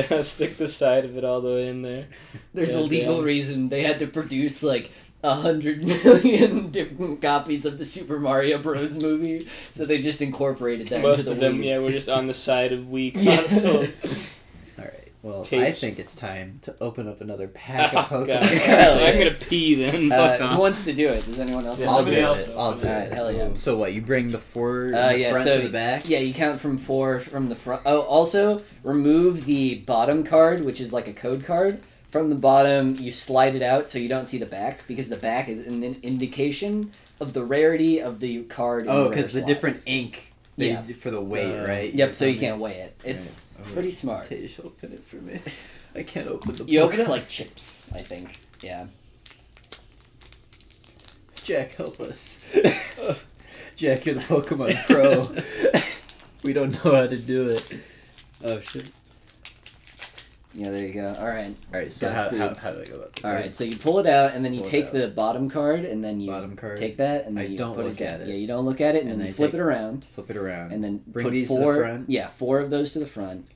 [SPEAKER 1] yeah, stick the side of it all the way in there.
[SPEAKER 3] There's a
[SPEAKER 1] Yeah,
[SPEAKER 3] legal
[SPEAKER 1] damn.
[SPEAKER 3] reason they had to produce like a hundred million different copies of the Super Mario Bros. movie, so they just incorporated that
[SPEAKER 1] Most
[SPEAKER 3] into the
[SPEAKER 1] of them,
[SPEAKER 3] Wii.
[SPEAKER 1] yeah, were just on the side of Wii
[SPEAKER 3] Yeah.
[SPEAKER 1] consoles.
[SPEAKER 2] All right. Well, I
[SPEAKER 1] Tapes.
[SPEAKER 2] think it's time to open up another pack of
[SPEAKER 1] oh, God.
[SPEAKER 2] Pokemon
[SPEAKER 3] Hell
[SPEAKER 1] I'm
[SPEAKER 3] yeah.
[SPEAKER 1] gonna pee then. Fuck
[SPEAKER 3] Uh,
[SPEAKER 1] off.
[SPEAKER 3] who wants to do it? Does anyone else?
[SPEAKER 1] Yeah,
[SPEAKER 3] want to
[SPEAKER 1] somebody
[SPEAKER 3] do it?
[SPEAKER 1] else.
[SPEAKER 2] I'll do it.
[SPEAKER 3] Alright, hell yeah.
[SPEAKER 2] So what? You bring the four in
[SPEAKER 3] Uh,
[SPEAKER 2] the
[SPEAKER 3] yeah,
[SPEAKER 2] front
[SPEAKER 3] so
[SPEAKER 2] to the back.
[SPEAKER 3] Yeah, you count from four from the front. Oh, also remove the bottom card, which is like a code card. From the bottom, you slide it out so you don't see the back because the back is an, an indication of the rarity of the card. in
[SPEAKER 2] Oh,
[SPEAKER 3] the
[SPEAKER 2] because the
[SPEAKER 3] rare slot.
[SPEAKER 2] different ink. They,
[SPEAKER 3] Yeah.
[SPEAKER 2] For the weight,
[SPEAKER 4] Uh,
[SPEAKER 2] right?
[SPEAKER 3] Yep, so you can't weigh it. It's
[SPEAKER 2] Alright.
[SPEAKER 3] pretty smart.
[SPEAKER 2] Taste, open it for me. I can't open the.
[SPEAKER 3] You
[SPEAKER 2] book.
[SPEAKER 3] open it like chips, I think. Yeah.
[SPEAKER 2] Jack, help us. Jack, you're the Pokemon pro. we don't know how to do it. Oh shit.
[SPEAKER 3] Yeah, there you go. All right.
[SPEAKER 2] All right, so how,
[SPEAKER 3] Godspeed.
[SPEAKER 2] how, how do I go about this?
[SPEAKER 3] All right, so you pull it out, and then you
[SPEAKER 2] Pull it
[SPEAKER 3] take
[SPEAKER 2] out.
[SPEAKER 3] the bottom card, and then you
[SPEAKER 2] Bottom card.
[SPEAKER 3] take that, and then
[SPEAKER 2] I
[SPEAKER 3] you
[SPEAKER 2] don't
[SPEAKER 3] put
[SPEAKER 2] look
[SPEAKER 3] it
[SPEAKER 2] at
[SPEAKER 3] down.
[SPEAKER 2] it.
[SPEAKER 3] Yeah, you don't look at it, and,
[SPEAKER 2] And
[SPEAKER 3] then
[SPEAKER 2] I
[SPEAKER 3] you flip
[SPEAKER 2] take-
[SPEAKER 3] it around,
[SPEAKER 2] Flip it around.
[SPEAKER 3] and then
[SPEAKER 2] Bring
[SPEAKER 3] put
[SPEAKER 2] these to the
[SPEAKER 3] four.
[SPEAKER 2] front.
[SPEAKER 3] Yeah, four of those to the front.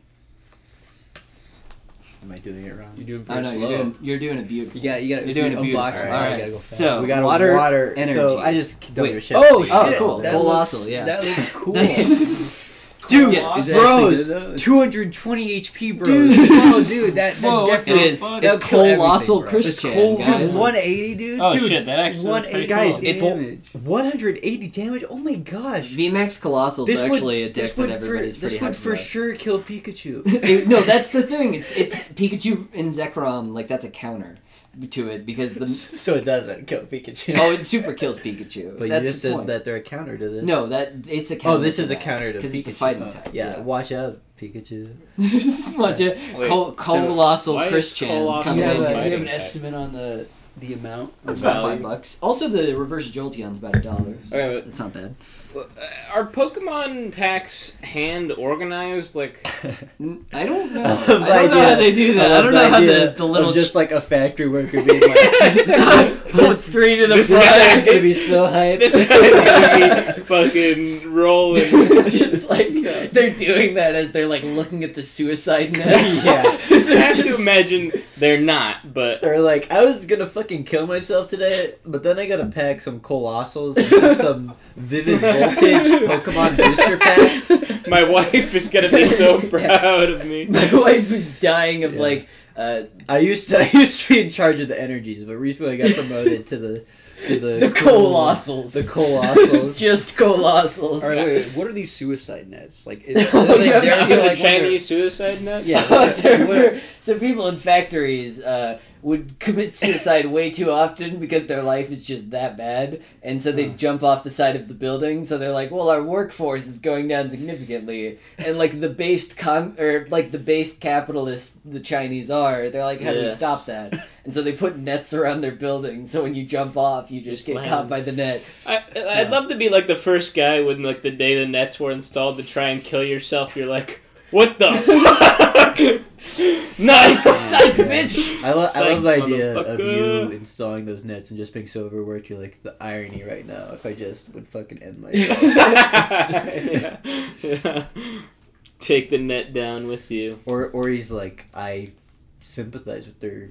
[SPEAKER 2] Am I doing it wrong?
[SPEAKER 4] You're doing
[SPEAKER 3] I
[SPEAKER 4] pretty
[SPEAKER 3] know
[SPEAKER 4] slow.
[SPEAKER 3] you're doing you're doing a beautiful.
[SPEAKER 4] You got you got
[SPEAKER 3] You're doing a beautiful.
[SPEAKER 2] unbox it,
[SPEAKER 3] All
[SPEAKER 2] you
[SPEAKER 3] right.
[SPEAKER 2] gotta go fast.
[SPEAKER 3] so
[SPEAKER 2] we got
[SPEAKER 3] water,
[SPEAKER 2] water, water
[SPEAKER 3] energy.
[SPEAKER 2] So I just don't
[SPEAKER 3] Wait.
[SPEAKER 2] give a shit.
[SPEAKER 4] Oh shit!
[SPEAKER 3] Oh, cool.
[SPEAKER 4] That
[SPEAKER 3] Cool
[SPEAKER 4] looks-
[SPEAKER 3] Colossal, yeah.
[SPEAKER 4] That looks cool.
[SPEAKER 2] dude,
[SPEAKER 3] Yes. Is
[SPEAKER 2] it's
[SPEAKER 3] it
[SPEAKER 2] bros,
[SPEAKER 4] actually good, though?
[SPEAKER 2] 220 HP, bros.
[SPEAKER 4] Dude, no, dude, that, that
[SPEAKER 5] Whoa,
[SPEAKER 4] definitely
[SPEAKER 3] It is. It's
[SPEAKER 5] Fuck,
[SPEAKER 4] that'll kill everything,
[SPEAKER 3] colossal
[SPEAKER 4] bro.
[SPEAKER 3] Christian,
[SPEAKER 2] cold,
[SPEAKER 3] guys.
[SPEAKER 2] dude. 180, dude.
[SPEAKER 5] Oh
[SPEAKER 2] dude,
[SPEAKER 5] shit, that actually
[SPEAKER 2] one
[SPEAKER 5] looks pretty
[SPEAKER 2] guys,
[SPEAKER 5] cool.
[SPEAKER 2] it's al- 180 damage. Oh my gosh.
[SPEAKER 3] VMAX Colossal is
[SPEAKER 2] This would-
[SPEAKER 3] actually a
[SPEAKER 2] this
[SPEAKER 3] deck
[SPEAKER 2] would
[SPEAKER 3] that everybody's
[SPEAKER 2] for,
[SPEAKER 3] pretty
[SPEAKER 2] This would
[SPEAKER 3] happy
[SPEAKER 2] for
[SPEAKER 3] about.
[SPEAKER 2] sure kill Pikachu.
[SPEAKER 3] It- no, that's the thing. It's it's Pikachu and Zekrom. Like that's a counter to it because the
[SPEAKER 2] so it doesn't kill Pikachu.
[SPEAKER 3] oh, it super kills Pikachu.
[SPEAKER 2] but you
[SPEAKER 3] that's
[SPEAKER 2] just
[SPEAKER 3] the
[SPEAKER 2] said
[SPEAKER 3] point.
[SPEAKER 2] that they're a counter to this.
[SPEAKER 3] No, that it's a counter.
[SPEAKER 2] Oh, this
[SPEAKER 3] to
[SPEAKER 2] is a
[SPEAKER 3] that,
[SPEAKER 2] counter to Pikachu.
[SPEAKER 3] it's a fighting
[SPEAKER 2] Oh,
[SPEAKER 3] type.
[SPEAKER 2] Yeah, watch out, Pikachu.
[SPEAKER 3] this is much a
[SPEAKER 1] Wait,
[SPEAKER 3] col-
[SPEAKER 1] so
[SPEAKER 3] colossal
[SPEAKER 1] why is
[SPEAKER 3] Christian
[SPEAKER 1] colossal
[SPEAKER 4] Do
[SPEAKER 3] coming
[SPEAKER 4] you have,
[SPEAKER 3] in.
[SPEAKER 4] a, do
[SPEAKER 1] Fighting
[SPEAKER 4] you have an
[SPEAKER 1] type.
[SPEAKER 4] estimate on the the amount?
[SPEAKER 3] It's about
[SPEAKER 1] value?
[SPEAKER 3] five bucks. Also, the reverse Jolteon's about a dollar. so
[SPEAKER 1] Okay, but-
[SPEAKER 3] It's not bad.
[SPEAKER 1] Are Pokemon packs hand organized? Like,
[SPEAKER 3] N- I don't know.
[SPEAKER 2] I
[SPEAKER 3] I,
[SPEAKER 2] love the
[SPEAKER 3] don't know how
[SPEAKER 2] idea.
[SPEAKER 3] they do that. I,
[SPEAKER 2] love
[SPEAKER 3] don't know how
[SPEAKER 2] idea
[SPEAKER 3] the, the little
[SPEAKER 2] of just like a factory worker being like,
[SPEAKER 3] three to the
[SPEAKER 1] This
[SPEAKER 3] front.
[SPEAKER 1] guy-
[SPEAKER 2] "It's gonna be so hype."
[SPEAKER 1] this is gonna be fucking rolling.
[SPEAKER 3] It's just like they're doing that as they're like looking at the suicide nets.
[SPEAKER 2] Yeah.
[SPEAKER 1] I have to imagine they're not, but
[SPEAKER 2] They're like, I was gonna fucking kill myself today, but then I gotta pack some colossals and just some vivid voltage Pokemon booster packs.
[SPEAKER 1] my wife is gonna be so proud of me.
[SPEAKER 3] My wife was dying of
[SPEAKER 2] Yeah.
[SPEAKER 3] like uh,
[SPEAKER 2] I used to I used to be in charge of the energies, but recently I got promoted to the to
[SPEAKER 3] the
[SPEAKER 2] the,
[SPEAKER 3] colossals.
[SPEAKER 2] The colossals.
[SPEAKER 3] just colossals.
[SPEAKER 4] All right, wait, wait, what are these suicide nets? Like, is,
[SPEAKER 3] Oh,
[SPEAKER 4] are they,
[SPEAKER 3] yeah,
[SPEAKER 4] they're
[SPEAKER 3] I'm
[SPEAKER 4] for,
[SPEAKER 1] the
[SPEAKER 4] like,
[SPEAKER 1] Chinese suicide net?
[SPEAKER 4] Yeah.
[SPEAKER 3] There
[SPEAKER 4] What-
[SPEAKER 3] were- so people in factories uh, would commit suicide way too often because their life is just that bad, and so they jump off the side of the building. So they're like, "Well, our workforce is going down significantly," and like the based com or like the based capitalists the Chinese are, they're like, "How do we
[SPEAKER 1] Yes.
[SPEAKER 3] stop that?" And so they put nets around their building. So when you jump off, you just,
[SPEAKER 1] Just
[SPEAKER 3] get
[SPEAKER 1] land.
[SPEAKER 3] caught by the net.
[SPEAKER 1] I, I'd love to be like the first guy when like the day the nets were installed to try and kill yourself. You're like, what the fuck?
[SPEAKER 3] Psych,
[SPEAKER 1] nice.
[SPEAKER 3] psych, bitch.
[SPEAKER 2] I, lo- I love the
[SPEAKER 1] Psych,
[SPEAKER 2] idea of
[SPEAKER 1] motherfucker.
[SPEAKER 2] you installing those nets and just being so overworked. You're like the irony right now. If I just would fucking end myself,
[SPEAKER 1] Yeah. Yeah. Take the net down with you.
[SPEAKER 2] or or he's like, I sympathize with their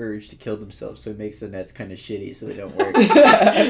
[SPEAKER 2] urge to kill themselves, so it makes the nets kind of shitty, so they don't work.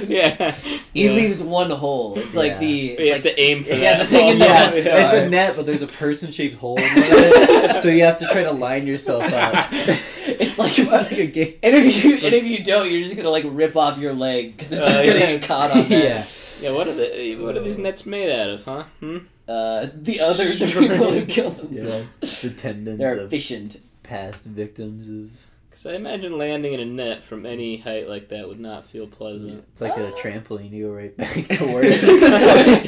[SPEAKER 1] yeah.
[SPEAKER 3] He
[SPEAKER 1] yeah.
[SPEAKER 3] leaves one hole. It's like
[SPEAKER 2] Yeah.
[SPEAKER 3] the
[SPEAKER 1] You
[SPEAKER 3] it's
[SPEAKER 1] have
[SPEAKER 3] like
[SPEAKER 1] to aim for
[SPEAKER 3] yeah,
[SPEAKER 1] that.
[SPEAKER 3] the thing in the
[SPEAKER 2] Yeah,
[SPEAKER 3] net
[SPEAKER 2] it's,
[SPEAKER 3] star.
[SPEAKER 2] it's a net, but there's a person-shaped hole in it, so you have to try to line yourself up.
[SPEAKER 3] It's like,
[SPEAKER 2] It's like a game.
[SPEAKER 3] and if you and if you don't, you're just gonna like rip off your leg because it's
[SPEAKER 1] Uh,
[SPEAKER 3] just gonna
[SPEAKER 1] yeah.
[SPEAKER 3] get caught on
[SPEAKER 2] yeah.
[SPEAKER 3] that.
[SPEAKER 1] yeah, what are the what are these nets made out of, huh? Hmm?
[SPEAKER 3] Uh, the other the people who killed
[SPEAKER 2] yeah,
[SPEAKER 3] themselves,
[SPEAKER 2] the tendons
[SPEAKER 3] they're
[SPEAKER 2] of
[SPEAKER 3] efficient.
[SPEAKER 2] past victims of.
[SPEAKER 1] Because I imagine landing in a net from any height like that would not feel pleasant.
[SPEAKER 2] uh, It's like a trampoline. You go right back to work.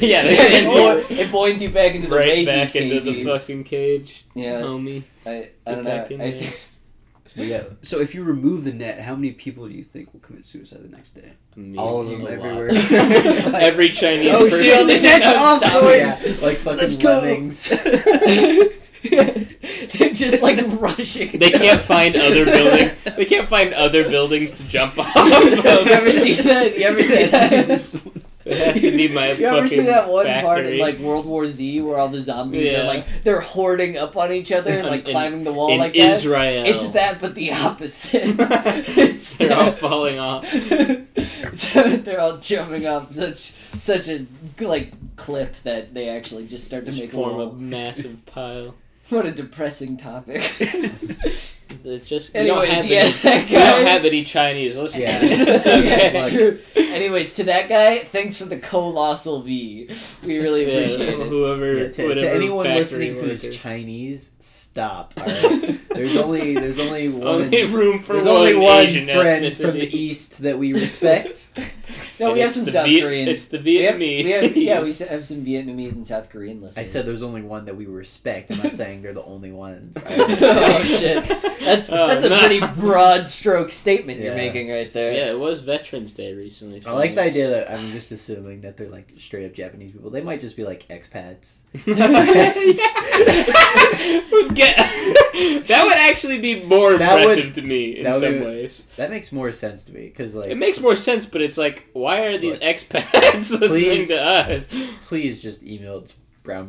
[SPEAKER 1] yeah, they
[SPEAKER 3] it,
[SPEAKER 1] send you
[SPEAKER 3] bo- it boinds you back into the
[SPEAKER 1] right
[SPEAKER 3] raging
[SPEAKER 1] back into the
[SPEAKER 3] cage.
[SPEAKER 1] fucking cage,
[SPEAKER 3] Yeah,
[SPEAKER 1] homie.
[SPEAKER 3] I, I don't know.
[SPEAKER 1] Get back in
[SPEAKER 3] I,
[SPEAKER 1] there.
[SPEAKER 2] yeah,
[SPEAKER 4] So if you remove the net, how many people do you think will commit suicide the next day?
[SPEAKER 1] Me.
[SPEAKER 2] all of them
[SPEAKER 1] A lot.
[SPEAKER 2] everywhere.
[SPEAKER 1] Every Chinese
[SPEAKER 2] Oh,
[SPEAKER 1] person.
[SPEAKER 2] shit, the
[SPEAKER 3] net's off,
[SPEAKER 1] Stop
[SPEAKER 3] boys.
[SPEAKER 1] it.
[SPEAKER 2] Yeah, like fucking
[SPEAKER 4] Let's go.
[SPEAKER 2] lemmings.
[SPEAKER 3] they're just like rushing.
[SPEAKER 1] They can't find other building. They can't find other buildings to jump off.
[SPEAKER 3] you ever see that? You ever see
[SPEAKER 4] Yes, you
[SPEAKER 3] that?
[SPEAKER 4] do this one.
[SPEAKER 1] It has to be my
[SPEAKER 3] You
[SPEAKER 1] fucking
[SPEAKER 3] ever see that one
[SPEAKER 1] factory.
[SPEAKER 3] part in like World War Z where all the zombies
[SPEAKER 1] Yeah.
[SPEAKER 3] are like they're hoarding up on each other and like
[SPEAKER 1] In-
[SPEAKER 3] climbing the wall
[SPEAKER 1] in
[SPEAKER 3] like that?
[SPEAKER 1] Israel?
[SPEAKER 3] It's that, but the opposite. it's
[SPEAKER 1] They're all
[SPEAKER 3] that.
[SPEAKER 1] falling off.
[SPEAKER 3] so they're all jumping off such such a like clip that they actually just start to
[SPEAKER 1] Just
[SPEAKER 3] make a
[SPEAKER 1] form a
[SPEAKER 3] wall.
[SPEAKER 1] massive pile.
[SPEAKER 3] What a depressing topic.
[SPEAKER 1] It's just we don't
[SPEAKER 3] Anyways,
[SPEAKER 1] have
[SPEAKER 3] yeah,
[SPEAKER 1] any.
[SPEAKER 3] that
[SPEAKER 1] We don't
[SPEAKER 3] guy.
[SPEAKER 1] have any Chinese listeners.
[SPEAKER 2] Yeah.
[SPEAKER 1] It's
[SPEAKER 3] Yeah,
[SPEAKER 1] okay.
[SPEAKER 3] it's true. Anyways, to that guy, thanks for the colossal V. We really
[SPEAKER 1] Yeah,
[SPEAKER 3] appreciate it.
[SPEAKER 1] whoever,
[SPEAKER 2] Yeah, to,
[SPEAKER 1] whatever
[SPEAKER 2] to anyone
[SPEAKER 1] factory
[SPEAKER 2] listening who's
[SPEAKER 1] worker.
[SPEAKER 2] Chinese, stop. all right? There's only there's only one.
[SPEAKER 1] only room for
[SPEAKER 2] there's
[SPEAKER 1] one
[SPEAKER 2] only one
[SPEAKER 1] Asian
[SPEAKER 2] friend
[SPEAKER 1] ethnicity.
[SPEAKER 2] from the east that we respect.
[SPEAKER 3] No, we
[SPEAKER 1] And
[SPEAKER 3] have
[SPEAKER 1] it's
[SPEAKER 3] some
[SPEAKER 1] the
[SPEAKER 3] South
[SPEAKER 1] Viet-
[SPEAKER 3] Koreans.
[SPEAKER 1] It's the
[SPEAKER 3] We have-
[SPEAKER 1] Vietnamese.
[SPEAKER 3] We have, yeah, we s- have some Vietnamese and South Korean
[SPEAKER 2] I
[SPEAKER 3] listeners.
[SPEAKER 2] said there's only one that we respect. I'm not saying they're the only ones.
[SPEAKER 3] oh shit, that's
[SPEAKER 1] Oh,
[SPEAKER 3] that's a
[SPEAKER 1] no.
[SPEAKER 3] pretty broad stroke statement you're
[SPEAKER 2] Yeah.
[SPEAKER 3] making right there.
[SPEAKER 1] Yeah, it was Veterans Day recently.
[SPEAKER 2] I like the idea that I'm just assuming that they're like straight up Japanese people. They might just be like expats.
[SPEAKER 1] We've Yeah, that would actually be more
[SPEAKER 2] That would-
[SPEAKER 1] impressive to me in
[SPEAKER 2] that would
[SPEAKER 1] some
[SPEAKER 2] be-
[SPEAKER 1] ways.
[SPEAKER 2] That makes more sense to me because like
[SPEAKER 1] It makes more sense, but it's like, why are these expats listening
[SPEAKER 2] Please.
[SPEAKER 1] to us?
[SPEAKER 2] please just email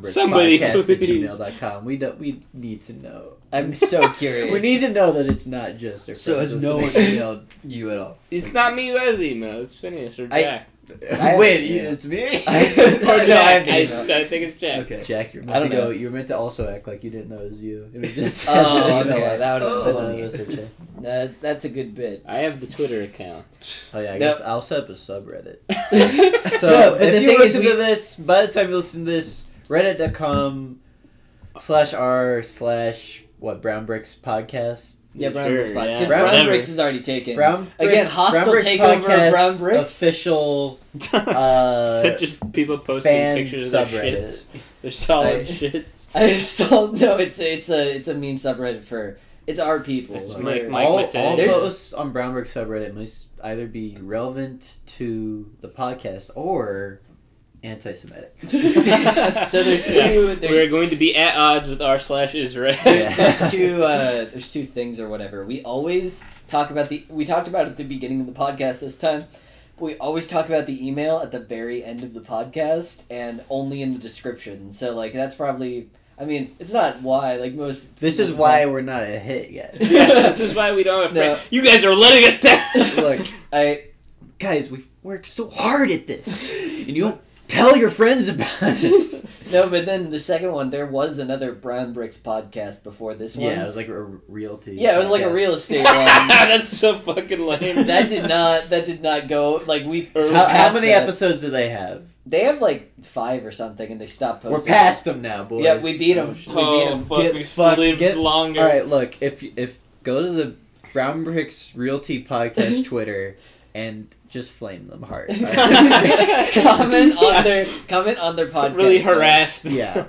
[SPEAKER 1] Somebody,
[SPEAKER 2] brownbrickpodcast at
[SPEAKER 1] please.
[SPEAKER 2] gmail.com. We don't we need to know.
[SPEAKER 3] I'm so curious.
[SPEAKER 2] We need to know that it's not just our
[SPEAKER 4] So
[SPEAKER 2] friends
[SPEAKER 4] has no one
[SPEAKER 2] listening.
[SPEAKER 4] emailed you at all?
[SPEAKER 1] It's not me who has the email. It's Phineas or
[SPEAKER 3] I-
[SPEAKER 1] Jack.
[SPEAKER 3] I have-
[SPEAKER 2] Wait,
[SPEAKER 3] yeah.
[SPEAKER 2] it's me.
[SPEAKER 3] I-
[SPEAKER 1] or
[SPEAKER 3] no,
[SPEAKER 1] no, I,
[SPEAKER 3] have the
[SPEAKER 1] I-
[SPEAKER 3] email.
[SPEAKER 1] I think it's Jack.
[SPEAKER 4] Okay.
[SPEAKER 2] Jack, you're
[SPEAKER 3] I
[SPEAKER 2] meant
[SPEAKER 3] don't
[SPEAKER 2] to go.
[SPEAKER 3] know.
[SPEAKER 2] You were meant to also act like you didn't know it was you. It was just
[SPEAKER 3] Oh,
[SPEAKER 2] email
[SPEAKER 3] okay,
[SPEAKER 2] us.
[SPEAKER 3] that would have
[SPEAKER 2] That
[SPEAKER 3] been
[SPEAKER 4] Oh.
[SPEAKER 2] none of
[SPEAKER 3] funny.
[SPEAKER 2] us are Jack.
[SPEAKER 3] Uh, that's a good bit.
[SPEAKER 1] I have the Twitter account.
[SPEAKER 2] Oh yeah, I
[SPEAKER 3] No.
[SPEAKER 2] guess I'll set up a subreddit. So
[SPEAKER 3] No, but
[SPEAKER 2] if
[SPEAKER 3] the
[SPEAKER 2] you
[SPEAKER 3] thing is
[SPEAKER 2] listen
[SPEAKER 3] we-
[SPEAKER 2] to this, by the time you listen to this, reddit.com slash r slash what brown bricks podcast.
[SPEAKER 3] Yeah, Brown
[SPEAKER 1] Sure,
[SPEAKER 3] Bricks podcast.
[SPEAKER 1] yeah.
[SPEAKER 3] Because
[SPEAKER 2] Brown-
[SPEAKER 3] Brown,
[SPEAKER 1] Whatever.
[SPEAKER 3] Bricks is already taken.
[SPEAKER 2] Brown
[SPEAKER 3] Again,
[SPEAKER 2] Bricks-
[SPEAKER 3] hostile
[SPEAKER 2] Brown Bricks
[SPEAKER 3] takeover of
[SPEAKER 2] podcast
[SPEAKER 3] Brown Bricks.
[SPEAKER 2] official uh,
[SPEAKER 1] Except just people posting
[SPEAKER 2] fan
[SPEAKER 1] pictures of their
[SPEAKER 2] subreddit.
[SPEAKER 1] shits. They're solid
[SPEAKER 3] I-
[SPEAKER 1] shits.
[SPEAKER 3] I still no. It's a, it's a it's a meme subreddit for it's our people.
[SPEAKER 1] It's
[SPEAKER 3] We're-
[SPEAKER 1] Mike- Mike-
[SPEAKER 2] all, all
[SPEAKER 1] Mattei.
[SPEAKER 3] There's-
[SPEAKER 2] posts on Brown Bricks subreddit must either be relevant to the podcast or anti-Semitic.
[SPEAKER 3] so there's
[SPEAKER 1] Yeah.
[SPEAKER 3] two there's
[SPEAKER 1] We're going to be at odds with r slash Israel.
[SPEAKER 3] there-
[SPEAKER 2] Yeah.
[SPEAKER 3] there's two uh, there's two things or whatever. We always talk about the we talked about it at the beginning of the podcast this time. but We always talk about the email at the very end of the podcast and only in the description. So like that's probably I mean it's not why like most
[SPEAKER 2] This is why we're not a hit yet.
[SPEAKER 1] yeah, this is why we don't have
[SPEAKER 3] No.
[SPEAKER 1] friends. You guys are letting us down.
[SPEAKER 2] Look,
[SPEAKER 3] I
[SPEAKER 2] guys, we've worked so hard at this, and you don't tell your friends about it.
[SPEAKER 3] no but then the second one there was another Brown Bricks podcast before this one.
[SPEAKER 2] Yeah, it was like a realty.
[SPEAKER 3] Yeah, it was like a
[SPEAKER 2] podcast.
[SPEAKER 3] real estate one.
[SPEAKER 1] Ah, That's so fucking lame.
[SPEAKER 3] that did not that did not go like we
[SPEAKER 2] How, how
[SPEAKER 3] surpassed
[SPEAKER 2] many
[SPEAKER 3] that.
[SPEAKER 2] episodes do they have?
[SPEAKER 3] they have like five or something and they stopped
[SPEAKER 2] We're
[SPEAKER 3] posting
[SPEAKER 2] past them now, boys.
[SPEAKER 3] yeah we beat them we beat
[SPEAKER 1] Oh,
[SPEAKER 3] them
[SPEAKER 1] fuck,
[SPEAKER 2] Get
[SPEAKER 1] we
[SPEAKER 2] fucked-
[SPEAKER 1] lived
[SPEAKER 2] get-
[SPEAKER 1] longer.
[SPEAKER 2] All right, look if if go to the Brown Bricks Realty Podcast Twitter and just flame them hard. all right?
[SPEAKER 3] comment on their comment on their podcast
[SPEAKER 1] really
[SPEAKER 3] so-
[SPEAKER 1] harassed.
[SPEAKER 2] yeah,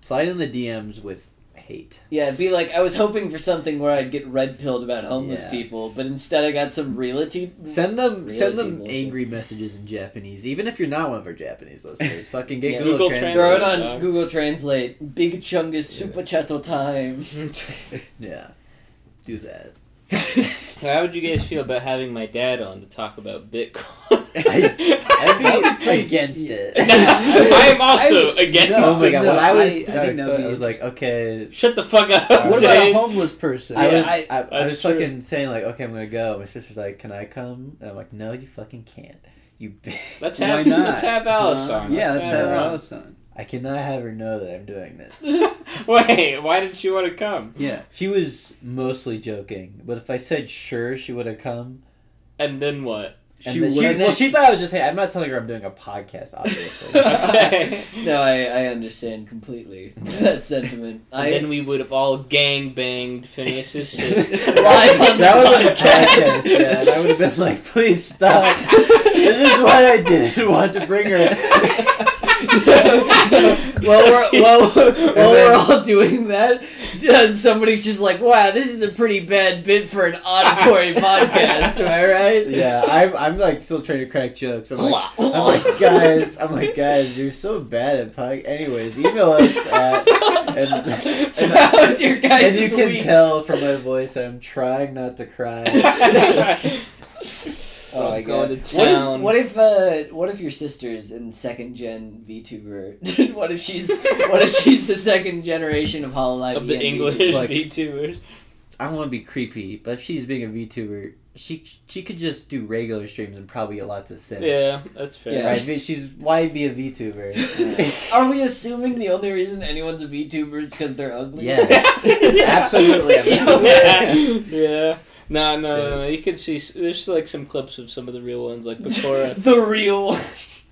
[SPEAKER 2] slide in the DMs with hate.
[SPEAKER 3] yeah be like I was hoping for something where I'd get red pilled about homeless
[SPEAKER 2] Yeah.
[SPEAKER 3] people but instead I got some reality
[SPEAKER 2] Send them send
[SPEAKER 3] Realty
[SPEAKER 2] them
[SPEAKER 3] bullshit.
[SPEAKER 2] angry messages in Japanese, even if you're not one of our Japanese listeners. Fucking get
[SPEAKER 3] Yeah.
[SPEAKER 2] Google,
[SPEAKER 1] Google
[SPEAKER 2] Translate.
[SPEAKER 3] throw it
[SPEAKER 1] Translate,
[SPEAKER 3] on
[SPEAKER 1] dog.
[SPEAKER 3] Google Translate big chungus super chato time
[SPEAKER 2] Yeah, do that.
[SPEAKER 1] How would you guys feel about having my dad on to talk about Bitcoin?
[SPEAKER 2] I- I'd be against it.
[SPEAKER 1] No, I am also against
[SPEAKER 4] no,
[SPEAKER 2] Oh my
[SPEAKER 1] this.
[SPEAKER 2] god!
[SPEAKER 4] So
[SPEAKER 2] When I was,
[SPEAKER 4] I- I
[SPEAKER 2] I,
[SPEAKER 4] think that'd be
[SPEAKER 2] I was like, okay,
[SPEAKER 1] Shut the fuck up,
[SPEAKER 2] What
[SPEAKER 4] What about a
[SPEAKER 1] Dave.
[SPEAKER 4] homeless person?
[SPEAKER 2] I
[SPEAKER 1] Yeah,
[SPEAKER 2] was, I, I,
[SPEAKER 1] that's
[SPEAKER 2] was
[SPEAKER 1] true.
[SPEAKER 2] fucking saying like, okay, I'm gonna go. My sister's like, can I come? And I'm like, no, you fucking can't. You, b-
[SPEAKER 1] Let's
[SPEAKER 4] Why
[SPEAKER 1] have
[SPEAKER 4] not?
[SPEAKER 1] let's have Alice
[SPEAKER 4] Huh?
[SPEAKER 1] on.
[SPEAKER 4] Yeah, let's have
[SPEAKER 1] her on.
[SPEAKER 4] Alice on.
[SPEAKER 2] I cannot have her know that I'm doing this.
[SPEAKER 1] Wait, why did she want to come?
[SPEAKER 4] Yeah.
[SPEAKER 2] She was mostly joking, but if I said sure, she would have come.
[SPEAKER 1] And then what?
[SPEAKER 2] And
[SPEAKER 4] She
[SPEAKER 2] then
[SPEAKER 4] would've-
[SPEAKER 2] well, she thought I was just. Hey, I'm not telling her I'm doing a podcast, obviously.
[SPEAKER 1] Okay.
[SPEAKER 3] no I, I understand completely that sentiment
[SPEAKER 1] And
[SPEAKER 3] I
[SPEAKER 1] then we would have all gang banged Phineas's sister.
[SPEAKER 3] Live on the
[SPEAKER 2] that would have been a
[SPEAKER 3] podcast.
[SPEAKER 2] podcast, yeah. And I would have been like, please stop. this is why I didn't want to bring her.
[SPEAKER 3] well, we're, well, while we're
[SPEAKER 2] then-
[SPEAKER 3] all doing that, uh, somebody's just like, "Wow, this is a pretty bad bit for an auditory podcast." Am I right?
[SPEAKER 2] Yeah, I'm, I'm like still trying to crack jokes. I'm like, I'm like, guys, I'm like, guys, you're so bad at pug. Anyways, email us at. And,
[SPEAKER 3] so how's your guys?
[SPEAKER 2] as you can tell from my voice, I'm trying not to cry.
[SPEAKER 3] Oh my
[SPEAKER 1] Going
[SPEAKER 3] god!
[SPEAKER 1] to
[SPEAKER 3] What if
[SPEAKER 1] town.
[SPEAKER 3] what if, uh, what if your sister's in second gen VTuber? what if she's what if she's the second generation of Hololive E
[SPEAKER 1] of the
[SPEAKER 3] EN
[SPEAKER 1] English
[SPEAKER 3] VTuber?
[SPEAKER 2] Look.
[SPEAKER 1] VTubers.
[SPEAKER 2] I don't want to be creepy, but if she's being a VTuber, she she could just do regular streams and probably get lots of sales.
[SPEAKER 1] Yeah, that's fair.
[SPEAKER 3] Yeah.
[SPEAKER 2] Right, but she's why be a VTuber?
[SPEAKER 3] Are we assuming the only reason anyone's a VTuber is because they're ugly?
[SPEAKER 2] Yes. Absolutely, I'm
[SPEAKER 1] yeah.
[SPEAKER 2] not-
[SPEAKER 1] yeah. No, no, no, no. You can see s- there's like some clips of some of the real ones, like Bakura.
[SPEAKER 3] the real.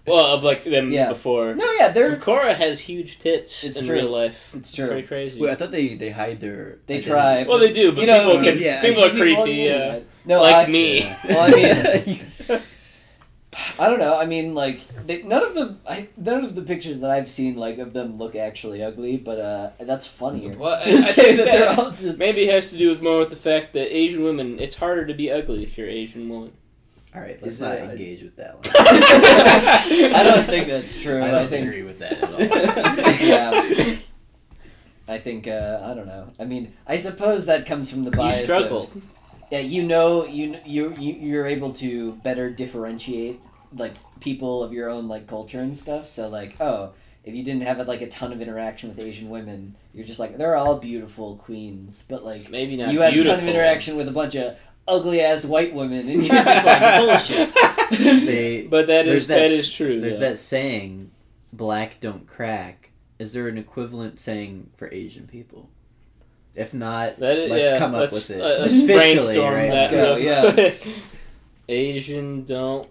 [SPEAKER 1] well, of like them
[SPEAKER 3] Yeah.
[SPEAKER 1] before.
[SPEAKER 3] No, yeah, they're
[SPEAKER 1] Bakura has huge tits
[SPEAKER 3] It's
[SPEAKER 1] in
[SPEAKER 3] true.
[SPEAKER 1] real life.
[SPEAKER 3] It's true.
[SPEAKER 1] Pretty crazy.
[SPEAKER 4] Wait, I thought they they hide their.
[SPEAKER 3] They
[SPEAKER 4] identity.
[SPEAKER 3] try.
[SPEAKER 1] well, they do, but
[SPEAKER 3] You know,
[SPEAKER 1] people can.
[SPEAKER 4] yeah,
[SPEAKER 1] people are
[SPEAKER 3] on
[SPEAKER 1] creepy.
[SPEAKER 3] the
[SPEAKER 1] Yeah.
[SPEAKER 3] internet. No,
[SPEAKER 1] like
[SPEAKER 3] I,
[SPEAKER 1] me.
[SPEAKER 3] Well, I mean,
[SPEAKER 2] yeah,
[SPEAKER 3] I don't know. I mean, like they, none of the I, none of the pictures that I've seen like of them look actually ugly, but uh, that's funnier
[SPEAKER 1] Well, I-
[SPEAKER 3] to
[SPEAKER 1] I
[SPEAKER 3] say
[SPEAKER 1] think
[SPEAKER 3] that,
[SPEAKER 1] that-
[SPEAKER 3] they're all just.
[SPEAKER 1] Maybe it has to do with more with the fact that Asian women, it's harder to be ugly if you're Asian woman.
[SPEAKER 2] All right,
[SPEAKER 4] let's
[SPEAKER 2] let's
[SPEAKER 4] not
[SPEAKER 2] not engage with that one.
[SPEAKER 1] I
[SPEAKER 3] I don't think that's true. I, think
[SPEAKER 2] agree with that
[SPEAKER 3] all. Yeah. I think uh, I don't know. I mean, I suppose that comes from the
[SPEAKER 1] You
[SPEAKER 3] bias. uh, of-
[SPEAKER 1] struggle.
[SPEAKER 3] yeah, you know, you kn- you you you're able to better differentiate like people of your own like culture and stuff. So like, oh, if you didn't have like a ton of interaction with Asian women, you're just like they're all beautiful queens, but like
[SPEAKER 1] Maybe not.
[SPEAKER 3] you had a ton of
[SPEAKER 1] beautiful.
[SPEAKER 3] interaction with a bunch of ugly ass white women, and you're just like bullshit.
[SPEAKER 2] They-
[SPEAKER 1] But that
[SPEAKER 2] There's
[SPEAKER 1] is
[SPEAKER 2] that
[SPEAKER 1] that
[SPEAKER 2] s-
[SPEAKER 1] is true.
[SPEAKER 2] There's
[SPEAKER 1] though.
[SPEAKER 2] that saying, "Black don't crack." Is there an equivalent saying for Asian people? If not,
[SPEAKER 1] That is,
[SPEAKER 2] let's
[SPEAKER 1] yeah,
[SPEAKER 2] come up
[SPEAKER 1] let's,
[SPEAKER 2] with it.
[SPEAKER 1] uh, let's
[SPEAKER 2] Officially,
[SPEAKER 1] brainstorm
[SPEAKER 2] right?
[SPEAKER 1] that.
[SPEAKER 3] Let's
[SPEAKER 1] up. Asian don't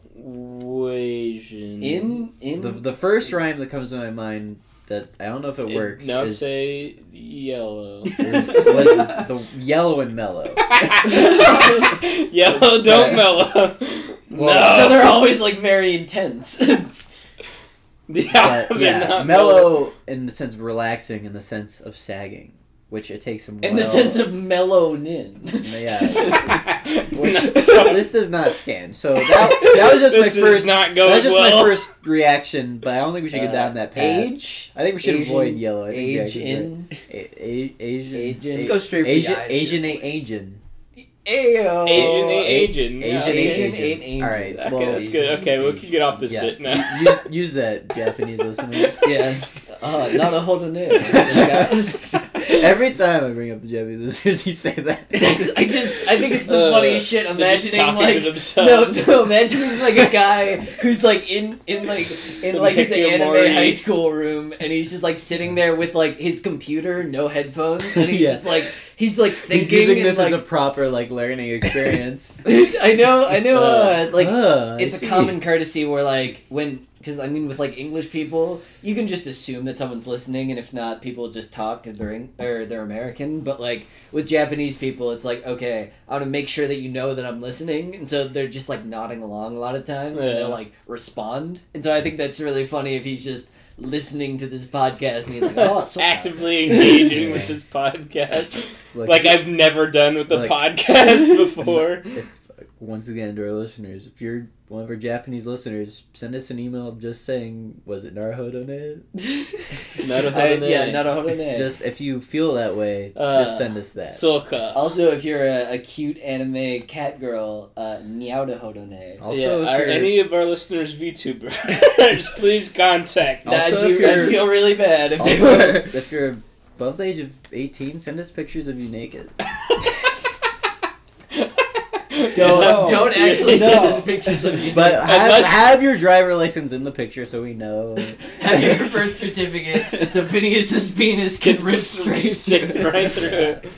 [SPEAKER 1] Asian
[SPEAKER 3] In in
[SPEAKER 2] The, the first rhyme that comes to my mind that I don't know if it,
[SPEAKER 1] It-
[SPEAKER 2] works
[SPEAKER 1] Now
[SPEAKER 2] is
[SPEAKER 1] say yellow.
[SPEAKER 2] was, was the yellow and mellow.
[SPEAKER 1] yellow don't
[SPEAKER 2] Yeah.
[SPEAKER 1] mellow.
[SPEAKER 2] Well,
[SPEAKER 1] no.
[SPEAKER 3] so they're always like very intense.
[SPEAKER 1] yeah,
[SPEAKER 2] But
[SPEAKER 1] they're
[SPEAKER 2] yeah,
[SPEAKER 1] not
[SPEAKER 2] mellow in the sense of relaxing, in the sense of sagging, which it takes some.
[SPEAKER 3] In the
[SPEAKER 2] well-
[SPEAKER 3] sense of mellowed in.
[SPEAKER 2] Yeah.
[SPEAKER 1] No.
[SPEAKER 2] this does not stand. So that, that was just
[SPEAKER 1] This
[SPEAKER 2] my
[SPEAKER 1] is
[SPEAKER 2] first.
[SPEAKER 1] not going
[SPEAKER 2] that's just
[SPEAKER 1] well.
[SPEAKER 2] my first reaction, but I don't think we should go down that path.
[SPEAKER 3] uh, Age?
[SPEAKER 2] I think we should
[SPEAKER 3] Asian-
[SPEAKER 2] avoid yellow. I think we
[SPEAKER 3] Age
[SPEAKER 2] actually do it.
[SPEAKER 3] in?
[SPEAKER 2] A- a- Asian.
[SPEAKER 3] Agent.
[SPEAKER 4] Let's
[SPEAKER 2] a-
[SPEAKER 4] go straight for
[SPEAKER 2] Asian.
[SPEAKER 4] the eyes
[SPEAKER 2] Asian.
[SPEAKER 4] here,
[SPEAKER 2] a-
[SPEAKER 4] boys.
[SPEAKER 2] Asian.
[SPEAKER 3] Ayo.
[SPEAKER 1] Asian Asian. yeah.
[SPEAKER 2] Asian.
[SPEAKER 3] Asian,
[SPEAKER 2] Asian.
[SPEAKER 3] Asian.
[SPEAKER 2] All right.
[SPEAKER 1] Okay,
[SPEAKER 2] well,
[SPEAKER 1] that's good. Okay, we can get off this
[SPEAKER 2] Yeah.
[SPEAKER 1] bit now.
[SPEAKER 2] use, use that, Japanese listeners.
[SPEAKER 3] Yeah. Uh, not a whole new. I
[SPEAKER 2] Every time I bring up the Japanese listeners, you say that.
[SPEAKER 3] just, I think it's the
[SPEAKER 1] Uh,
[SPEAKER 3] funniest shit.
[SPEAKER 1] They're just
[SPEAKER 3] Imagining
[SPEAKER 1] talking
[SPEAKER 3] like.
[SPEAKER 1] to
[SPEAKER 3] No,
[SPEAKER 1] themselves.
[SPEAKER 3] no, imagining like a guy who's like in in like in
[SPEAKER 1] Some
[SPEAKER 3] like his
[SPEAKER 1] Hikikomori.
[SPEAKER 3] anime high school room, and he's just like sitting there with like his computer, no headphones, and he's
[SPEAKER 2] Yeah.
[SPEAKER 3] just like he's like thinking.
[SPEAKER 2] He's using
[SPEAKER 3] and,
[SPEAKER 2] this
[SPEAKER 3] like,
[SPEAKER 2] as a proper like learning experience.
[SPEAKER 3] I know, I know. Uh, like
[SPEAKER 2] Ah, I
[SPEAKER 3] it's a
[SPEAKER 2] see.
[SPEAKER 3] common courtesy where like when because I mean with like English people, you can just assume that someone's listening, and if not, people just talk because they're Eng- or they're American. But like with Japanese people, it's like okay, I want to make sure that you know that I'm listening, and so they're just like nodding along a lot of times, and
[SPEAKER 1] Yeah.
[SPEAKER 3] they'll like respond, and so I think that's really funny if he's just listening to this podcast and he's like, oh, so
[SPEAKER 1] Actively engaging with this podcast,
[SPEAKER 2] Look,
[SPEAKER 1] like I've never done with the
[SPEAKER 2] Like-
[SPEAKER 1] podcast before.
[SPEAKER 2] once again to our listeners, if you're one of our Japanese listeners, send us an email just saying, was it Naruhodo ne?
[SPEAKER 3] I,
[SPEAKER 1] Naruhodone.
[SPEAKER 3] yeah, Naruhodone.
[SPEAKER 2] Just if you feel that way,
[SPEAKER 1] Uh,
[SPEAKER 2] just send us that.
[SPEAKER 1] Soka.
[SPEAKER 3] Also, if you're a, a cute anime cat girl, uh, Niauda Hodone.
[SPEAKER 2] also,
[SPEAKER 1] yeah,
[SPEAKER 2] if
[SPEAKER 1] are
[SPEAKER 2] you're,
[SPEAKER 1] any of our listeners VTubers? please contact. us.
[SPEAKER 3] I'd,
[SPEAKER 2] Also,
[SPEAKER 3] be,
[SPEAKER 2] if you're-
[SPEAKER 3] I'd feel really bad if they
[SPEAKER 2] also,
[SPEAKER 3] were.
[SPEAKER 2] if you're above the age of 18, send us pictures of you naked.
[SPEAKER 3] Don't,
[SPEAKER 4] No.
[SPEAKER 3] don't actually
[SPEAKER 1] No.
[SPEAKER 3] send us pictures of you.
[SPEAKER 2] But have,
[SPEAKER 1] Unless-
[SPEAKER 2] have your driver license in the picture so we know.
[SPEAKER 3] have your birth certificate so Phineas's penis can rip straight
[SPEAKER 1] stick
[SPEAKER 3] through.
[SPEAKER 1] right through it.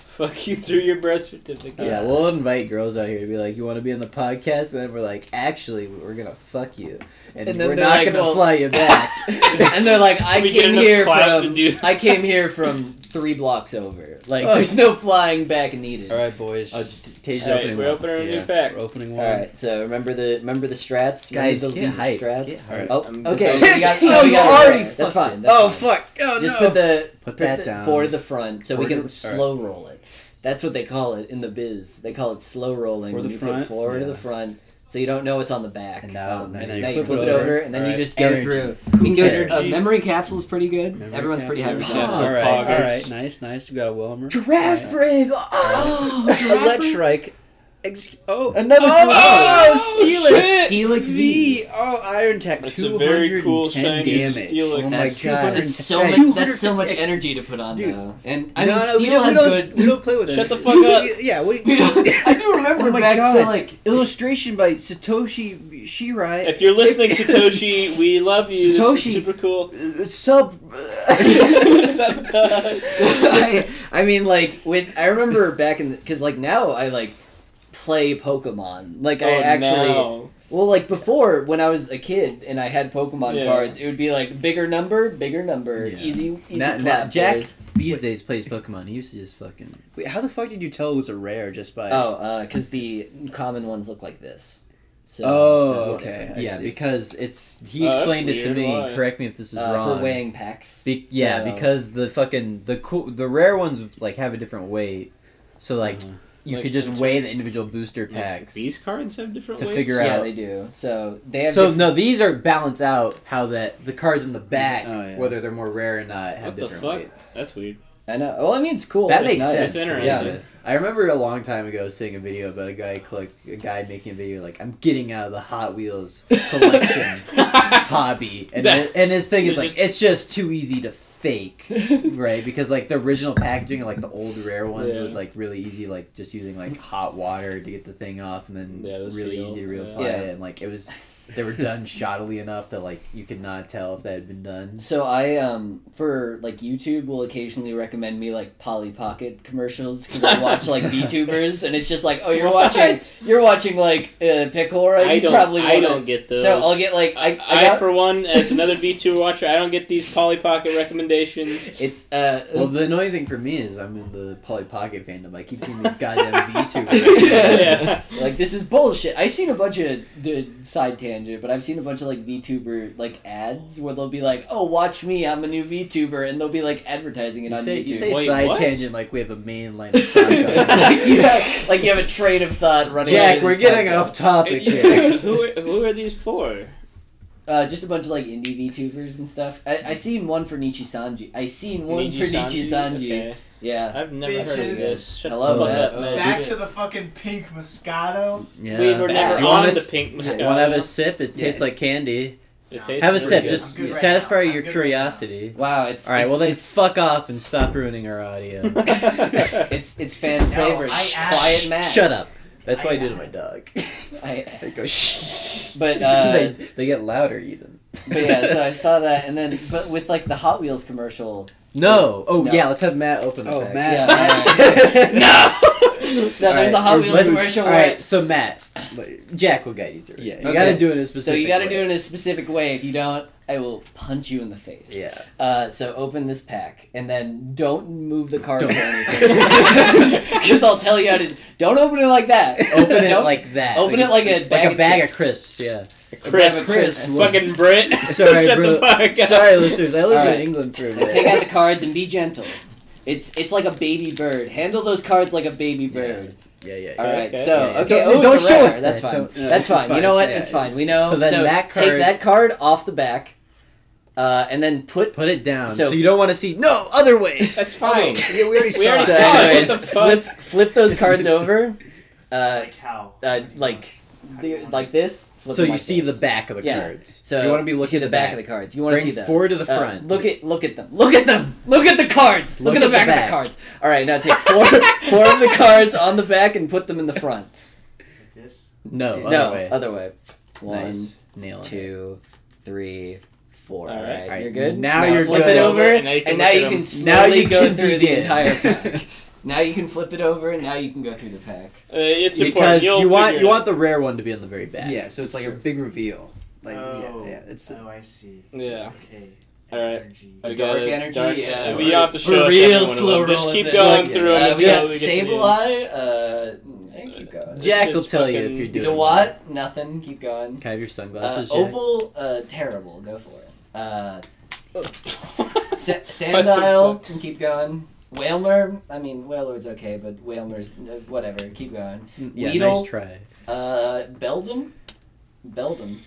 [SPEAKER 1] Fuck you through your birth certificate.
[SPEAKER 2] Yeah, we'll invite girls out here to be like, "You want to be on the podcast?" And then we're like, "Actually, we're gonna fuck you, and,
[SPEAKER 3] And then
[SPEAKER 2] we're
[SPEAKER 3] they're
[SPEAKER 2] not
[SPEAKER 3] like,
[SPEAKER 2] gonna
[SPEAKER 3] well-
[SPEAKER 2] fly you back."
[SPEAKER 3] and they're like, I
[SPEAKER 1] We get
[SPEAKER 3] came
[SPEAKER 1] enough
[SPEAKER 3] here
[SPEAKER 1] clout to
[SPEAKER 3] from
[SPEAKER 1] do
[SPEAKER 3] I came here from three blocks over. Like,
[SPEAKER 2] Oh.
[SPEAKER 3] there's no flying back needed.
[SPEAKER 4] All right, boys.
[SPEAKER 2] Oh, j- j- Katie's
[SPEAKER 1] Alright,
[SPEAKER 2] opening
[SPEAKER 1] we're
[SPEAKER 2] one.
[SPEAKER 1] opening a
[SPEAKER 4] Yeah,
[SPEAKER 1] new pack.
[SPEAKER 4] We're opening one.
[SPEAKER 3] All right, so remember the remember the strats,
[SPEAKER 2] Guys,
[SPEAKER 3] remember the
[SPEAKER 2] get
[SPEAKER 3] lead
[SPEAKER 2] hype, get
[SPEAKER 3] strats.
[SPEAKER 2] hype.
[SPEAKER 3] Oh,
[SPEAKER 1] I'm-
[SPEAKER 3] okay.
[SPEAKER 1] I'm-
[SPEAKER 3] we got-
[SPEAKER 2] Oh,
[SPEAKER 3] we
[SPEAKER 2] you
[SPEAKER 3] got it.
[SPEAKER 2] already
[SPEAKER 3] That's
[SPEAKER 2] fucked
[SPEAKER 3] fine.
[SPEAKER 2] it.
[SPEAKER 3] That's
[SPEAKER 4] oh
[SPEAKER 3] fine.
[SPEAKER 4] fuck! Oh
[SPEAKER 3] Just
[SPEAKER 4] no!
[SPEAKER 3] put the
[SPEAKER 2] Put
[SPEAKER 3] put
[SPEAKER 2] that
[SPEAKER 3] the-
[SPEAKER 2] down.
[SPEAKER 3] for the front, so we
[SPEAKER 2] For
[SPEAKER 3] can
[SPEAKER 2] the-
[SPEAKER 3] slow roll it. That's what they call it in the biz. They call it slow rolling.
[SPEAKER 4] For the
[SPEAKER 3] you
[SPEAKER 4] front?
[SPEAKER 3] put forward to the
[SPEAKER 2] Yeah.
[SPEAKER 3] front, so you don't know what's on the back.
[SPEAKER 2] And now-
[SPEAKER 3] um,
[SPEAKER 2] now
[SPEAKER 3] now
[SPEAKER 2] you
[SPEAKER 3] you flip it over, and then
[SPEAKER 4] Alright.
[SPEAKER 3] you just go
[SPEAKER 2] Energy.
[SPEAKER 3] through.
[SPEAKER 2] Who
[SPEAKER 3] You can
[SPEAKER 2] cares?
[SPEAKER 3] go, uh, memory capsule's pretty good.
[SPEAKER 4] Memory
[SPEAKER 3] Everyone's pretty happy
[SPEAKER 4] capsules.
[SPEAKER 3] with
[SPEAKER 1] Yeah.
[SPEAKER 3] that.
[SPEAKER 4] All right, all
[SPEAKER 1] Poggers.
[SPEAKER 4] right, nice, nice. We got a Wilmer.
[SPEAKER 3] Giraffe rig. Oh, giraffe rig.
[SPEAKER 4] Electrike. Ex- oh,
[SPEAKER 2] Another
[SPEAKER 4] oh,
[SPEAKER 1] giraffe.
[SPEAKER 4] oh, Steelix.
[SPEAKER 1] Shit.
[SPEAKER 3] Steelix
[SPEAKER 4] V. Oh, Iron Tech.
[SPEAKER 1] That's a
[SPEAKER 4] 210
[SPEAKER 1] very cool shiny
[SPEAKER 4] damage.
[SPEAKER 1] Steelix.
[SPEAKER 2] Oh my
[SPEAKER 3] That's-
[SPEAKER 2] god!
[SPEAKER 3] That's so much.
[SPEAKER 4] 200
[SPEAKER 3] That's so much
[SPEAKER 4] ex-
[SPEAKER 3] energy to put on,
[SPEAKER 4] Dude.
[SPEAKER 3] though. And I
[SPEAKER 4] No,
[SPEAKER 3] mean,
[SPEAKER 4] no, we
[SPEAKER 3] Steel
[SPEAKER 4] don't- we
[SPEAKER 3] has
[SPEAKER 4] don't-
[SPEAKER 3] good.
[SPEAKER 4] We don't play with it.
[SPEAKER 1] Shut the fuck up.
[SPEAKER 4] Yeah, what do
[SPEAKER 3] We
[SPEAKER 4] you,
[SPEAKER 3] don't- I do remember
[SPEAKER 4] Oh my
[SPEAKER 3] back to
[SPEAKER 4] God.
[SPEAKER 3] like
[SPEAKER 4] Illustration by Satoshi Shirai.
[SPEAKER 1] If you're listening, Satoshi, we love you. This is
[SPEAKER 4] Satoshi.
[SPEAKER 1] super cool.
[SPEAKER 4] Uh, Sub.
[SPEAKER 1] Sometimes.
[SPEAKER 3] I, I mean, like with I remember back in because like now I like play Pokemon. Like I
[SPEAKER 1] Oh,
[SPEAKER 3] actually
[SPEAKER 1] no.
[SPEAKER 3] well like before when I was a kid and I had Pokemon
[SPEAKER 1] Yeah.
[SPEAKER 3] cards, it would be like bigger number, bigger number,
[SPEAKER 2] Yeah.
[SPEAKER 3] easy, easy
[SPEAKER 2] Now- now
[SPEAKER 3] clap.
[SPEAKER 2] Jack
[SPEAKER 3] boys.
[SPEAKER 2] These days plays Pokemon. He used to just fucking.
[SPEAKER 4] Wait, how the fuck did you tell it was a rare just by?
[SPEAKER 3] Oh, because the common ones look like this. So
[SPEAKER 4] Oh,
[SPEAKER 3] that's the
[SPEAKER 4] okay.
[SPEAKER 3] difference.
[SPEAKER 4] I
[SPEAKER 2] yeah,
[SPEAKER 4] see.
[SPEAKER 2] because it's he
[SPEAKER 1] Oh, that's
[SPEAKER 2] explained it to
[SPEAKER 1] weird.
[SPEAKER 2] me.
[SPEAKER 1] Why?
[SPEAKER 2] Correct me if this is
[SPEAKER 3] Uh,
[SPEAKER 2] wrong.
[SPEAKER 3] for weighing packs.
[SPEAKER 2] Be- yeah,
[SPEAKER 3] So-
[SPEAKER 2] because the fucking the cool the rare ones like have a different weight, so like
[SPEAKER 4] Uh-huh.
[SPEAKER 2] you
[SPEAKER 1] Like,
[SPEAKER 2] could just
[SPEAKER 1] it's
[SPEAKER 2] weigh the individual booster packs.
[SPEAKER 1] These cards have different
[SPEAKER 2] To
[SPEAKER 1] weights.
[SPEAKER 2] figure
[SPEAKER 3] yeah,
[SPEAKER 2] out-
[SPEAKER 3] they do. So they have.
[SPEAKER 2] so
[SPEAKER 3] diff-
[SPEAKER 2] no, these are balance out how that the cards in the back,
[SPEAKER 4] Oh, yeah.
[SPEAKER 2] whether they're more rare or not, have
[SPEAKER 1] What the
[SPEAKER 2] different
[SPEAKER 1] fuck?
[SPEAKER 2] weights.
[SPEAKER 1] That's weird.
[SPEAKER 3] I know. Well, I mean, it's cool.
[SPEAKER 2] that
[SPEAKER 3] It's
[SPEAKER 2] makes
[SPEAKER 3] nice.
[SPEAKER 2] sense.
[SPEAKER 1] It's interesting.
[SPEAKER 3] Yeah.
[SPEAKER 2] I remember a long time ago seeing a video about a guy click a guy making a video like I'm getting out of the Hot Wheels collection hobby, and
[SPEAKER 1] That-
[SPEAKER 2] and his thing is
[SPEAKER 1] It's
[SPEAKER 2] like
[SPEAKER 1] just-
[SPEAKER 2] it's just too easy to fake. right because like the original packaging of like the old rare ones
[SPEAKER 1] Yeah.
[SPEAKER 2] was like really easy like just using like hot water to get the thing off and then
[SPEAKER 1] Yeah, the
[SPEAKER 2] really
[SPEAKER 1] seal,
[SPEAKER 2] easy to reapply
[SPEAKER 3] yeah.
[SPEAKER 2] it and like it was they were done shoddily enough that like you could not tell if that had been done
[SPEAKER 3] So I um for like YouTube will occasionally recommend me like Polly Pocket commercials because I watch like VTubers and it's just like oh you're
[SPEAKER 1] What?
[SPEAKER 3] watching you're watching like uh, Picora.
[SPEAKER 1] I
[SPEAKER 3] you
[SPEAKER 1] don't.
[SPEAKER 3] probably
[SPEAKER 1] I
[SPEAKER 3] wanna-
[SPEAKER 1] don't get those.
[SPEAKER 3] So I'll get like I, I, got,
[SPEAKER 1] for one, as another V two watcher, I don't get these Polly Pocket recommendations.
[SPEAKER 3] it's uh
[SPEAKER 2] well the annoying thing for me is i'm in the polly pocket fandom i keep seeing these goddamn vtubers
[SPEAKER 1] yeah.
[SPEAKER 3] like this is bullshit. I've seen a bunch of d- side tangent, but I've seen a bunch of like VTuber like ads where they'll be like oh watch me I'm a new VTuber and they'll be like advertising it
[SPEAKER 2] you
[SPEAKER 3] on
[SPEAKER 2] say,
[SPEAKER 3] YouTube.
[SPEAKER 2] you say
[SPEAKER 1] Wait,
[SPEAKER 2] side
[SPEAKER 1] what?
[SPEAKER 2] tangent like we have a main line of podcast.
[SPEAKER 3] like you have like you have a train of thought running.
[SPEAKER 2] jack
[SPEAKER 3] into
[SPEAKER 2] we're
[SPEAKER 3] this
[SPEAKER 2] getting
[SPEAKER 3] podcast.
[SPEAKER 2] off topic here
[SPEAKER 1] who, are, who are these for?
[SPEAKER 3] Uh, just a bunch of like indie VTubers and stuff. I, I seen one for Nichi Sanji. I seen one for Nichi Sanji.
[SPEAKER 1] Okay.
[SPEAKER 3] Yeah.
[SPEAKER 1] I've never heard of
[SPEAKER 5] Bitches.
[SPEAKER 1] this. Shut
[SPEAKER 3] Hello,
[SPEAKER 1] the fuck
[SPEAKER 3] Matt.
[SPEAKER 1] up, man.
[SPEAKER 5] Back to the fucking pink Moscato.
[SPEAKER 2] yeah
[SPEAKER 1] We were
[SPEAKER 3] Back.
[SPEAKER 1] never
[SPEAKER 2] You
[SPEAKER 1] on
[SPEAKER 2] wanna
[SPEAKER 1] the
[SPEAKER 2] s-
[SPEAKER 1] pink.
[SPEAKER 4] Yeah.
[SPEAKER 1] Moscato.
[SPEAKER 2] wanna have a sip it
[SPEAKER 4] Yeah,
[SPEAKER 2] tastes
[SPEAKER 4] it's-
[SPEAKER 2] like candy
[SPEAKER 1] It tastes
[SPEAKER 2] have a
[SPEAKER 1] pretty
[SPEAKER 2] sip
[SPEAKER 1] good.
[SPEAKER 2] just
[SPEAKER 5] I'm good right
[SPEAKER 2] satisfy
[SPEAKER 5] now. I'm
[SPEAKER 2] your
[SPEAKER 5] good right now.
[SPEAKER 2] curiosity
[SPEAKER 3] Wow. It's
[SPEAKER 2] All right,
[SPEAKER 3] It's,
[SPEAKER 2] well then
[SPEAKER 3] it's,
[SPEAKER 2] fuck off and stop ruining our audio.
[SPEAKER 3] it's it's fan
[SPEAKER 5] No,
[SPEAKER 3] favorite.
[SPEAKER 5] I asked-
[SPEAKER 3] Quiet Matt.
[SPEAKER 2] Shut up. That's what I,
[SPEAKER 5] I-
[SPEAKER 2] do to my dog.
[SPEAKER 3] I,
[SPEAKER 2] they go shh.
[SPEAKER 3] but uh,
[SPEAKER 2] they, they get louder even.
[SPEAKER 3] but yeah. So I saw that, and then but with like the Hot Wheels commercial.
[SPEAKER 2] No. Oh
[SPEAKER 3] No.
[SPEAKER 2] yeah, let's have Matt open. The
[SPEAKER 4] Oh,
[SPEAKER 2] pack.
[SPEAKER 4] Matt.
[SPEAKER 1] no.
[SPEAKER 3] No, there's a Hot Wheels commercial.
[SPEAKER 2] All
[SPEAKER 3] where
[SPEAKER 2] right, so Matt, Jack will guide you through. it.
[SPEAKER 4] Yeah.
[SPEAKER 2] you got to
[SPEAKER 3] Okay.
[SPEAKER 2] do it in a
[SPEAKER 3] so
[SPEAKER 2] specific.
[SPEAKER 3] you got to do it
[SPEAKER 2] way.
[SPEAKER 3] in a specific way. If you don't, I will punch you in the face.
[SPEAKER 2] Yeah.
[SPEAKER 3] Uh, so open this pack and then don't move the card or
[SPEAKER 2] Don't.
[SPEAKER 3] anything. Because I'll tell you how to. Don't open it like that.
[SPEAKER 2] Open it
[SPEAKER 3] Don't-
[SPEAKER 2] like that.
[SPEAKER 3] open it like a bag
[SPEAKER 2] like a
[SPEAKER 3] of
[SPEAKER 2] bag of
[SPEAKER 3] chips.
[SPEAKER 2] crisps. Yeah.
[SPEAKER 1] Chris,
[SPEAKER 3] Chris.
[SPEAKER 1] fucking Brit.
[SPEAKER 2] Sorry,
[SPEAKER 1] Shut
[SPEAKER 2] bro.
[SPEAKER 1] the fuck up.
[SPEAKER 2] Sorry, listeners. I lived
[SPEAKER 3] All right.
[SPEAKER 2] in England for a
[SPEAKER 3] So
[SPEAKER 2] bit.
[SPEAKER 3] take out the cards and be gentle. It's it's like a baby bird. Handle those cards like a baby bird.
[SPEAKER 2] yeah, yeah. yeah.
[SPEAKER 3] All right.
[SPEAKER 1] Okay.
[SPEAKER 3] So
[SPEAKER 2] Yeah, yeah.
[SPEAKER 3] okay.
[SPEAKER 2] Don't-
[SPEAKER 3] oh,
[SPEAKER 2] don't
[SPEAKER 3] it's a
[SPEAKER 2] show
[SPEAKER 3] rare.
[SPEAKER 2] us
[SPEAKER 3] That's
[SPEAKER 2] that.
[SPEAKER 3] fine.
[SPEAKER 2] Don't- yeah,
[SPEAKER 3] That's
[SPEAKER 2] it's
[SPEAKER 3] fine.
[SPEAKER 2] fine.
[SPEAKER 3] You know what?
[SPEAKER 2] Yeah,
[SPEAKER 3] It's
[SPEAKER 2] yeah.
[SPEAKER 3] fine. We know.
[SPEAKER 2] So then that
[SPEAKER 3] take
[SPEAKER 2] card-
[SPEAKER 3] that card off the back, uh, and then put.
[SPEAKER 2] Put it down.
[SPEAKER 3] So-
[SPEAKER 2] So, you don't want to see no other way.
[SPEAKER 1] That's fine.
[SPEAKER 4] Yeah, we already
[SPEAKER 1] We
[SPEAKER 4] saw
[SPEAKER 1] already
[SPEAKER 3] So
[SPEAKER 1] saw
[SPEAKER 4] that.
[SPEAKER 1] it.
[SPEAKER 3] anyways,
[SPEAKER 1] What the fuck?
[SPEAKER 3] uh, flip flip those cards over. Uh,
[SPEAKER 5] Like how?
[SPEAKER 3] uh, like the, like this. Flip
[SPEAKER 2] So
[SPEAKER 3] them
[SPEAKER 2] you
[SPEAKER 3] like
[SPEAKER 2] see
[SPEAKER 3] this.
[SPEAKER 2] the back of the
[SPEAKER 3] Yeah.
[SPEAKER 2] cards.
[SPEAKER 3] So
[SPEAKER 2] you want to be
[SPEAKER 3] you
[SPEAKER 2] looking
[SPEAKER 3] see
[SPEAKER 2] at
[SPEAKER 3] the back, of the cards. You want to
[SPEAKER 2] Bring
[SPEAKER 3] see those.
[SPEAKER 2] forward to the
[SPEAKER 3] Uh,
[SPEAKER 2] front.
[SPEAKER 3] look at look at them. Look at them. Look at the cards. Look,
[SPEAKER 2] Look
[SPEAKER 3] at the
[SPEAKER 2] at the
[SPEAKER 3] back, of
[SPEAKER 2] back.
[SPEAKER 3] the cards. All right, now take four four of the cards on the back and put them in the front.
[SPEAKER 5] Like this?
[SPEAKER 3] no,
[SPEAKER 2] No, other way.
[SPEAKER 3] other way. One,
[SPEAKER 2] nice. Nail it.
[SPEAKER 3] two, three, four.
[SPEAKER 1] All
[SPEAKER 3] All
[SPEAKER 1] right.
[SPEAKER 3] right,
[SPEAKER 2] All right,
[SPEAKER 3] you're good.
[SPEAKER 2] now you're
[SPEAKER 3] flip
[SPEAKER 2] good.
[SPEAKER 3] it over,
[SPEAKER 1] And
[SPEAKER 3] and
[SPEAKER 1] now
[SPEAKER 3] now
[SPEAKER 1] you
[SPEAKER 3] you can,
[SPEAKER 1] can look at 'em.
[SPEAKER 3] slowly
[SPEAKER 2] Now you
[SPEAKER 3] go
[SPEAKER 2] can
[SPEAKER 3] through the
[SPEAKER 2] begin.
[SPEAKER 3] entire pack. now you can flip it over, and now you can go through the pack.
[SPEAKER 1] Uh, it's important.
[SPEAKER 2] because
[SPEAKER 1] You'll
[SPEAKER 2] you want
[SPEAKER 1] figure
[SPEAKER 2] you
[SPEAKER 1] it
[SPEAKER 2] want the rare one to be in the very back.
[SPEAKER 4] Yeah, so it's like a big reveal. Like,
[SPEAKER 5] oh,
[SPEAKER 4] yeah, yeah, it's
[SPEAKER 5] oh, I see.
[SPEAKER 1] Yeah.
[SPEAKER 5] Okay.
[SPEAKER 1] All right.
[SPEAKER 5] Energy.
[SPEAKER 1] I
[SPEAKER 3] Dark
[SPEAKER 1] got it.
[SPEAKER 3] energy,
[SPEAKER 1] Dark-
[SPEAKER 3] yeah.
[SPEAKER 1] We don't have to
[SPEAKER 3] We're
[SPEAKER 1] show us
[SPEAKER 3] real
[SPEAKER 1] everyone
[SPEAKER 3] slow
[SPEAKER 1] alone. Just
[SPEAKER 3] rolling
[SPEAKER 1] keep
[SPEAKER 3] this.
[SPEAKER 1] going
[SPEAKER 2] Yeah.
[SPEAKER 1] through
[SPEAKER 3] Uh,
[SPEAKER 1] them
[SPEAKER 3] we got
[SPEAKER 1] until we get to the end.
[SPEAKER 3] Sableye. Uh, I think keep going.
[SPEAKER 2] Jack
[SPEAKER 1] It's
[SPEAKER 2] will tell you
[SPEAKER 1] fucking-
[SPEAKER 2] if you're doing.
[SPEAKER 3] The
[SPEAKER 2] it.
[SPEAKER 3] what? Nothing. Keep going.
[SPEAKER 2] Can I have your
[SPEAKER 3] Uh,
[SPEAKER 2] sunglasses, Jack?
[SPEAKER 3] Opal, uh, terrible. Go for it. Uh, Sa- Sandile, can keep going. Whalmer, I mean, Whalord's okay, but Whalmer's uh, whatever. Keep going.
[SPEAKER 2] yeah,
[SPEAKER 3] Weedle.
[SPEAKER 2] nice try.
[SPEAKER 3] Uh, Beldum, Beldum.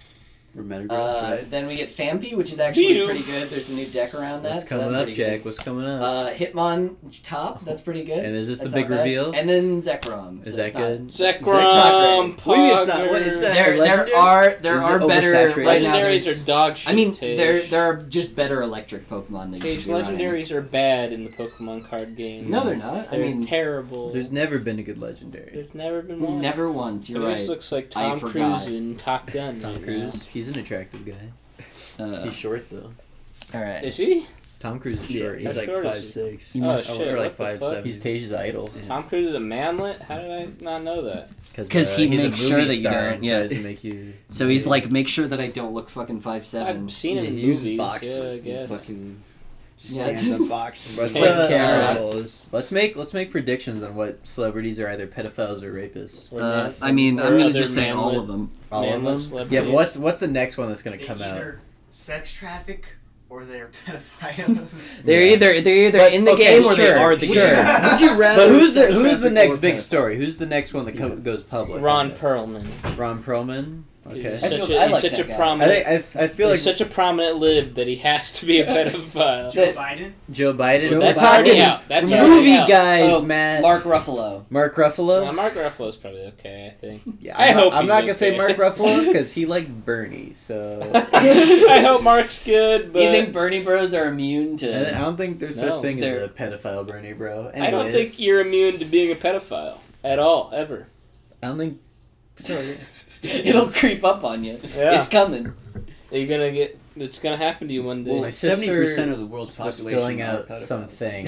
[SPEAKER 4] Remember
[SPEAKER 3] Uh,
[SPEAKER 4] right?
[SPEAKER 3] Then we get Fampi, which is actually
[SPEAKER 1] Beedle.
[SPEAKER 3] pretty good. There's a new deck around that,
[SPEAKER 2] What's
[SPEAKER 3] so that's
[SPEAKER 2] coming
[SPEAKER 3] pretty
[SPEAKER 2] up, Jack? What's coming
[SPEAKER 3] good.
[SPEAKER 2] up?
[SPEAKER 3] Uh, Hitmon top, that's pretty good.
[SPEAKER 2] and is this the
[SPEAKER 3] That's
[SPEAKER 2] big
[SPEAKER 3] not bad.
[SPEAKER 2] reveal?
[SPEAKER 3] And then Zekrom.
[SPEAKER 2] Is
[SPEAKER 3] so
[SPEAKER 2] that
[SPEAKER 3] it's not-
[SPEAKER 2] good?
[SPEAKER 1] Zekrom,
[SPEAKER 4] What do you mean it's not- what is
[SPEAKER 1] Pogger.
[SPEAKER 4] that?
[SPEAKER 3] There,
[SPEAKER 4] Legendary?
[SPEAKER 3] there are there
[SPEAKER 4] Is
[SPEAKER 3] are
[SPEAKER 4] it
[SPEAKER 3] better
[SPEAKER 4] oversaturated?
[SPEAKER 3] right now.
[SPEAKER 1] legendaries
[SPEAKER 3] there's-
[SPEAKER 1] are dog shit.
[SPEAKER 3] I mean,
[SPEAKER 1] Tish.
[SPEAKER 3] there there are just better electric Pokemon than you
[SPEAKER 1] These
[SPEAKER 3] should be running.
[SPEAKER 1] legendaries are bad in the Pokemon card game.
[SPEAKER 3] No, they're not. I
[SPEAKER 1] They're
[SPEAKER 3] mean, Uh,
[SPEAKER 1] terrible.
[SPEAKER 2] There's never been a good legendary.
[SPEAKER 1] There's never been one.
[SPEAKER 3] never once.
[SPEAKER 1] It
[SPEAKER 3] You're
[SPEAKER 1] just
[SPEAKER 3] right.
[SPEAKER 1] looks like
[SPEAKER 3] I
[SPEAKER 1] Tom
[SPEAKER 3] forgot.
[SPEAKER 1] Cruise in Top Gun.
[SPEAKER 2] Tom
[SPEAKER 1] right
[SPEAKER 2] Cruise. He's an attractive guy.
[SPEAKER 3] Uh,
[SPEAKER 2] He's short though.
[SPEAKER 3] all
[SPEAKER 1] now.
[SPEAKER 3] right.
[SPEAKER 1] Is he?
[SPEAKER 2] Tom Cruise is
[SPEAKER 4] Yeah,
[SPEAKER 2] short.
[SPEAKER 4] he's
[SPEAKER 1] How
[SPEAKER 4] like
[SPEAKER 1] short is
[SPEAKER 4] five
[SPEAKER 1] he?
[SPEAKER 4] six.
[SPEAKER 1] Oh,
[SPEAKER 2] must-
[SPEAKER 1] shit,
[SPEAKER 4] or like
[SPEAKER 1] what the
[SPEAKER 4] five,
[SPEAKER 1] fuck?
[SPEAKER 4] seven.
[SPEAKER 2] He's Tasia's idol.
[SPEAKER 1] Tom Cruise is a manlet. How did I not know that?
[SPEAKER 2] Because
[SPEAKER 3] he
[SPEAKER 2] uh, he's a
[SPEAKER 3] makes
[SPEAKER 2] movie
[SPEAKER 3] sure that you
[SPEAKER 2] star
[SPEAKER 3] don't-
[SPEAKER 2] and
[SPEAKER 3] yeah.
[SPEAKER 2] tries to make you.
[SPEAKER 3] So he's like, make sure that I don't look fucking five seven.
[SPEAKER 1] I've seen him
[SPEAKER 4] Yeah,
[SPEAKER 1] in
[SPEAKER 4] he
[SPEAKER 1] movies.
[SPEAKER 4] uses
[SPEAKER 1] Yeah, I
[SPEAKER 4] boxes.
[SPEAKER 1] guess.
[SPEAKER 4] and fucking just
[SPEAKER 3] Yeah.
[SPEAKER 4] stands on boxes.
[SPEAKER 2] Let's,
[SPEAKER 4] and
[SPEAKER 1] It's like
[SPEAKER 2] uh,
[SPEAKER 3] camera
[SPEAKER 4] rolls.
[SPEAKER 2] let's make let's make predictions on what celebrities are either pedophiles or rapists.
[SPEAKER 3] Uh,
[SPEAKER 1] Or man-
[SPEAKER 3] I mean,
[SPEAKER 1] or
[SPEAKER 3] I'm gonna
[SPEAKER 1] other
[SPEAKER 3] just say all
[SPEAKER 1] manlet-
[SPEAKER 3] of them.
[SPEAKER 2] All
[SPEAKER 1] Manless
[SPEAKER 2] of them.
[SPEAKER 1] celebrities.
[SPEAKER 2] Yeah, but what's what's the next one that's gonna
[SPEAKER 5] They
[SPEAKER 2] come out?
[SPEAKER 5] either sex traffic or they're pedophiles.
[SPEAKER 3] They're
[SPEAKER 2] Yeah.
[SPEAKER 3] either they're either
[SPEAKER 2] But,
[SPEAKER 3] in the
[SPEAKER 2] okay,
[SPEAKER 3] game or they
[SPEAKER 2] sure,
[SPEAKER 3] are the
[SPEAKER 2] sure.
[SPEAKER 3] game.
[SPEAKER 4] Would you rather?
[SPEAKER 2] But who's the
[SPEAKER 4] sex
[SPEAKER 2] who's the
[SPEAKER 4] traffic
[SPEAKER 2] next
[SPEAKER 4] or
[SPEAKER 2] big
[SPEAKER 4] pedophile?
[SPEAKER 2] story? Who's the next one that co- goes public?
[SPEAKER 1] Ron Perlman.
[SPEAKER 2] Ron Perlman. Okay.
[SPEAKER 1] He's
[SPEAKER 3] I
[SPEAKER 1] such
[SPEAKER 3] feel- I
[SPEAKER 1] a, he's
[SPEAKER 3] like
[SPEAKER 1] such
[SPEAKER 3] that
[SPEAKER 1] a
[SPEAKER 3] guy.
[SPEAKER 2] I
[SPEAKER 1] prominent.
[SPEAKER 2] think I, I feel like
[SPEAKER 1] he's such a prominent lib that he has to be a pedophile.
[SPEAKER 5] Joe Biden?
[SPEAKER 2] Joe Biden.
[SPEAKER 4] Joe
[SPEAKER 1] That's
[SPEAKER 4] Biden.
[SPEAKER 1] already out. That's already
[SPEAKER 2] movie
[SPEAKER 1] out.
[SPEAKER 2] guys,
[SPEAKER 3] Oh,
[SPEAKER 2] Matt. Mark,
[SPEAKER 3] Mark Ruffalo.
[SPEAKER 2] Ruffalo.
[SPEAKER 1] Now, Mark Ruffalo's probably okay, I think.
[SPEAKER 2] yeah,
[SPEAKER 1] I
[SPEAKER 2] I'm not-
[SPEAKER 1] hope
[SPEAKER 2] I'm
[SPEAKER 1] he's
[SPEAKER 2] not gonna say
[SPEAKER 1] okay.
[SPEAKER 2] Mark Ruffalo because he liked Bernie. So
[SPEAKER 1] I hope Mark's good, but
[SPEAKER 3] you think Bernie Bros are immune
[SPEAKER 2] And I
[SPEAKER 3] to?
[SPEAKER 2] don't think there's
[SPEAKER 1] No,
[SPEAKER 2] such thing
[SPEAKER 3] they're-
[SPEAKER 2] as a pedophile Bernie, bro.
[SPEAKER 1] I don't
[SPEAKER 2] Anyways,
[SPEAKER 1] think you're immune to being a pedophile at all, ever.
[SPEAKER 2] I don't think.
[SPEAKER 3] It'll creep up on you.
[SPEAKER 1] Yeah.
[SPEAKER 3] It's coming.
[SPEAKER 1] You're gonna get. It's gonna happen to you one day.
[SPEAKER 2] Well, My
[SPEAKER 6] Seventy
[SPEAKER 2] sister
[SPEAKER 6] percent of the world's
[SPEAKER 2] was
[SPEAKER 6] population
[SPEAKER 2] filling
[SPEAKER 6] are
[SPEAKER 2] out
[SPEAKER 6] pedophiles.
[SPEAKER 2] something.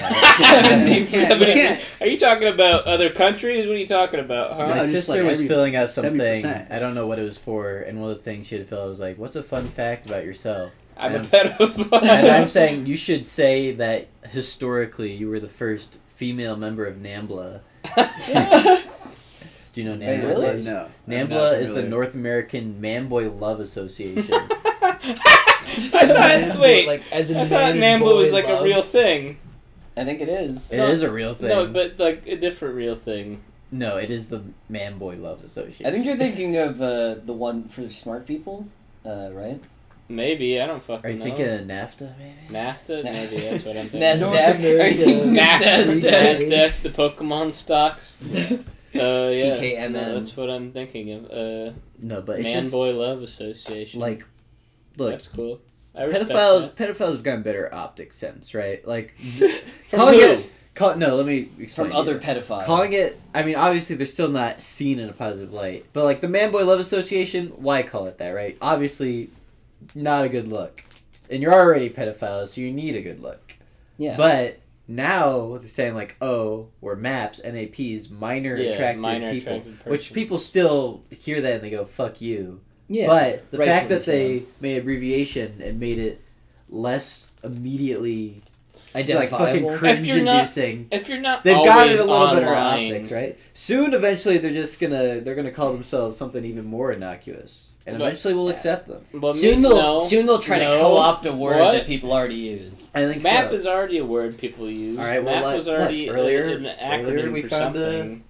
[SPEAKER 3] Seventy
[SPEAKER 1] Seventy-
[SPEAKER 3] percent.
[SPEAKER 1] Are you talking about other countries? What are you talking about? Huh?
[SPEAKER 6] No,
[SPEAKER 2] My
[SPEAKER 6] just
[SPEAKER 2] sister
[SPEAKER 6] like
[SPEAKER 2] was
[SPEAKER 6] every-
[SPEAKER 2] filling out something.
[SPEAKER 6] 70%.
[SPEAKER 2] I don't know what it was for, and one of the things she had to fill out was like, "What's a fun fact about yourself?"
[SPEAKER 1] I'm a
[SPEAKER 2] I'm-
[SPEAKER 1] pedophile.
[SPEAKER 2] And I'm saying you should say that historically you were the first female member of NAMBLA. Do you know
[SPEAKER 4] Hey,
[SPEAKER 2] NAMBLA?
[SPEAKER 4] really?
[SPEAKER 6] I'm
[SPEAKER 4] No.
[SPEAKER 6] not
[SPEAKER 2] NAMBLA is the
[SPEAKER 6] familiar.
[SPEAKER 2] North American Manboy Love Association.
[SPEAKER 1] I thought. Wait.
[SPEAKER 4] Like as
[SPEAKER 1] I thought Nambu was like a real thing.
[SPEAKER 3] I think it is.
[SPEAKER 2] It
[SPEAKER 1] No,
[SPEAKER 2] is a real thing.
[SPEAKER 1] No, but like a different real thing.
[SPEAKER 2] No, it is the Manboy Love Association.
[SPEAKER 3] I think you're thinking of uh, the one for smart people, uh, right?
[SPEAKER 1] Maybe I don't fucking
[SPEAKER 2] Are you
[SPEAKER 1] know.
[SPEAKER 2] thinking of NAFTA, maybe?
[SPEAKER 1] NAFTA?
[SPEAKER 3] Nah.
[SPEAKER 1] Maybe that's what I'm thinking.
[SPEAKER 4] North
[SPEAKER 3] Nasdaq. Are you
[SPEAKER 4] America.
[SPEAKER 3] thinking of
[SPEAKER 1] NAFTA,
[SPEAKER 3] Nasdaq?
[SPEAKER 1] NASDAQ, the Pokemon stocks. Uh, yeah.
[SPEAKER 3] PKMN.
[SPEAKER 1] No, that's what I'm thinking of. Uh,
[SPEAKER 2] No, but it's
[SPEAKER 1] Man
[SPEAKER 2] just
[SPEAKER 1] Boy Love Association.
[SPEAKER 2] like, look,
[SPEAKER 1] that's cool. I respect
[SPEAKER 2] pedophiles. Pedophiles have gotten better optic sense, right? Like,
[SPEAKER 1] that. From
[SPEAKER 2] calling
[SPEAKER 1] who?
[SPEAKER 2] it. Call, no, let me explain.
[SPEAKER 3] From
[SPEAKER 2] it.
[SPEAKER 3] other pedophiles.
[SPEAKER 2] calling it i mean obviously they're still not seen in a positive light but like the man boy love association why call it that right obviously not a good look and you're already pedophiles so you need a good look
[SPEAKER 3] Yeah.
[SPEAKER 2] but now they're saying like oh we're maps naps minor
[SPEAKER 1] Yeah,
[SPEAKER 2] attracted
[SPEAKER 1] minor
[SPEAKER 2] people
[SPEAKER 1] attracted
[SPEAKER 2] which
[SPEAKER 1] persons.
[SPEAKER 2] people still hear that and they go fuck you
[SPEAKER 3] yeah.
[SPEAKER 2] but the
[SPEAKER 3] rightfully
[SPEAKER 2] fact that
[SPEAKER 3] so.
[SPEAKER 2] they made abbreviation and made it less immediately like fucking
[SPEAKER 3] identifiable.
[SPEAKER 2] cringe
[SPEAKER 1] you're not-
[SPEAKER 2] inducing
[SPEAKER 1] If you're not
[SPEAKER 2] They've
[SPEAKER 1] always
[SPEAKER 2] got it a little
[SPEAKER 1] online,
[SPEAKER 2] better optics, right? Soon, eventually, they're just gonna they're gonna call themselves something even more innocuous, and
[SPEAKER 1] But-
[SPEAKER 2] eventually we'll accept them.
[SPEAKER 1] Well,
[SPEAKER 3] soon
[SPEAKER 1] me-
[SPEAKER 3] they'll
[SPEAKER 1] no.
[SPEAKER 3] soon they'll try
[SPEAKER 1] No.
[SPEAKER 3] to co-opt a word
[SPEAKER 1] What?
[SPEAKER 3] that people already use.
[SPEAKER 2] I think
[SPEAKER 1] Map
[SPEAKER 2] so.
[SPEAKER 1] is already a word people use.
[SPEAKER 2] All right, well,
[SPEAKER 1] map
[SPEAKER 2] like-
[SPEAKER 1] was already
[SPEAKER 2] look, earlier-
[SPEAKER 1] an acronym
[SPEAKER 2] earlier we
[SPEAKER 1] for
[SPEAKER 2] found a-
[SPEAKER 1] something.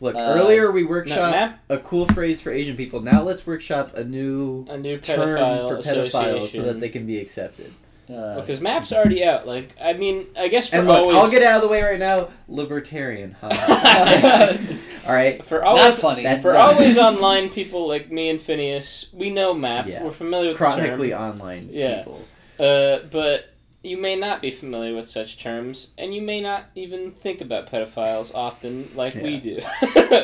[SPEAKER 2] Look,
[SPEAKER 3] uh,
[SPEAKER 2] earlier we workshopped
[SPEAKER 1] map-
[SPEAKER 2] a cool phrase for Asian people. Now let's workshop a new
[SPEAKER 1] A, new
[SPEAKER 2] term
[SPEAKER 1] pedophile
[SPEAKER 2] for pedophiles so
[SPEAKER 1] association.
[SPEAKER 2] that they can be accepted.
[SPEAKER 3] Uh,
[SPEAKER 1] because maps already out. Like, I mean, I guess for
[SPEAKER 2] And look,
[SPEAKER 1] always.
[SPEAKER 2] I'll get out of the way right now. Libertarian, huh?
[SPEAKER 3] That's
[SPEAKER 2] All right.
[SPEAKER 1] For always,
[SPEAKER 3] funny.
[SPEAKER 2] that's
[SPEAKER 1] for
[SPEAKER 2] not-
[SPEAKER 1] always online people like me and Phineas, we know map.
[SPEAKER 2] Yeah.
[SPEAKER 1] We're familiar with
[SPEAKER 2] Chronically online
[SPEAKER 1] Yeah.
[SPEAKER 2] people.
[SPEAKER 1] the term, uh, but you may not be familiar with such terms, and you may not even think about pedophiles often, like we do.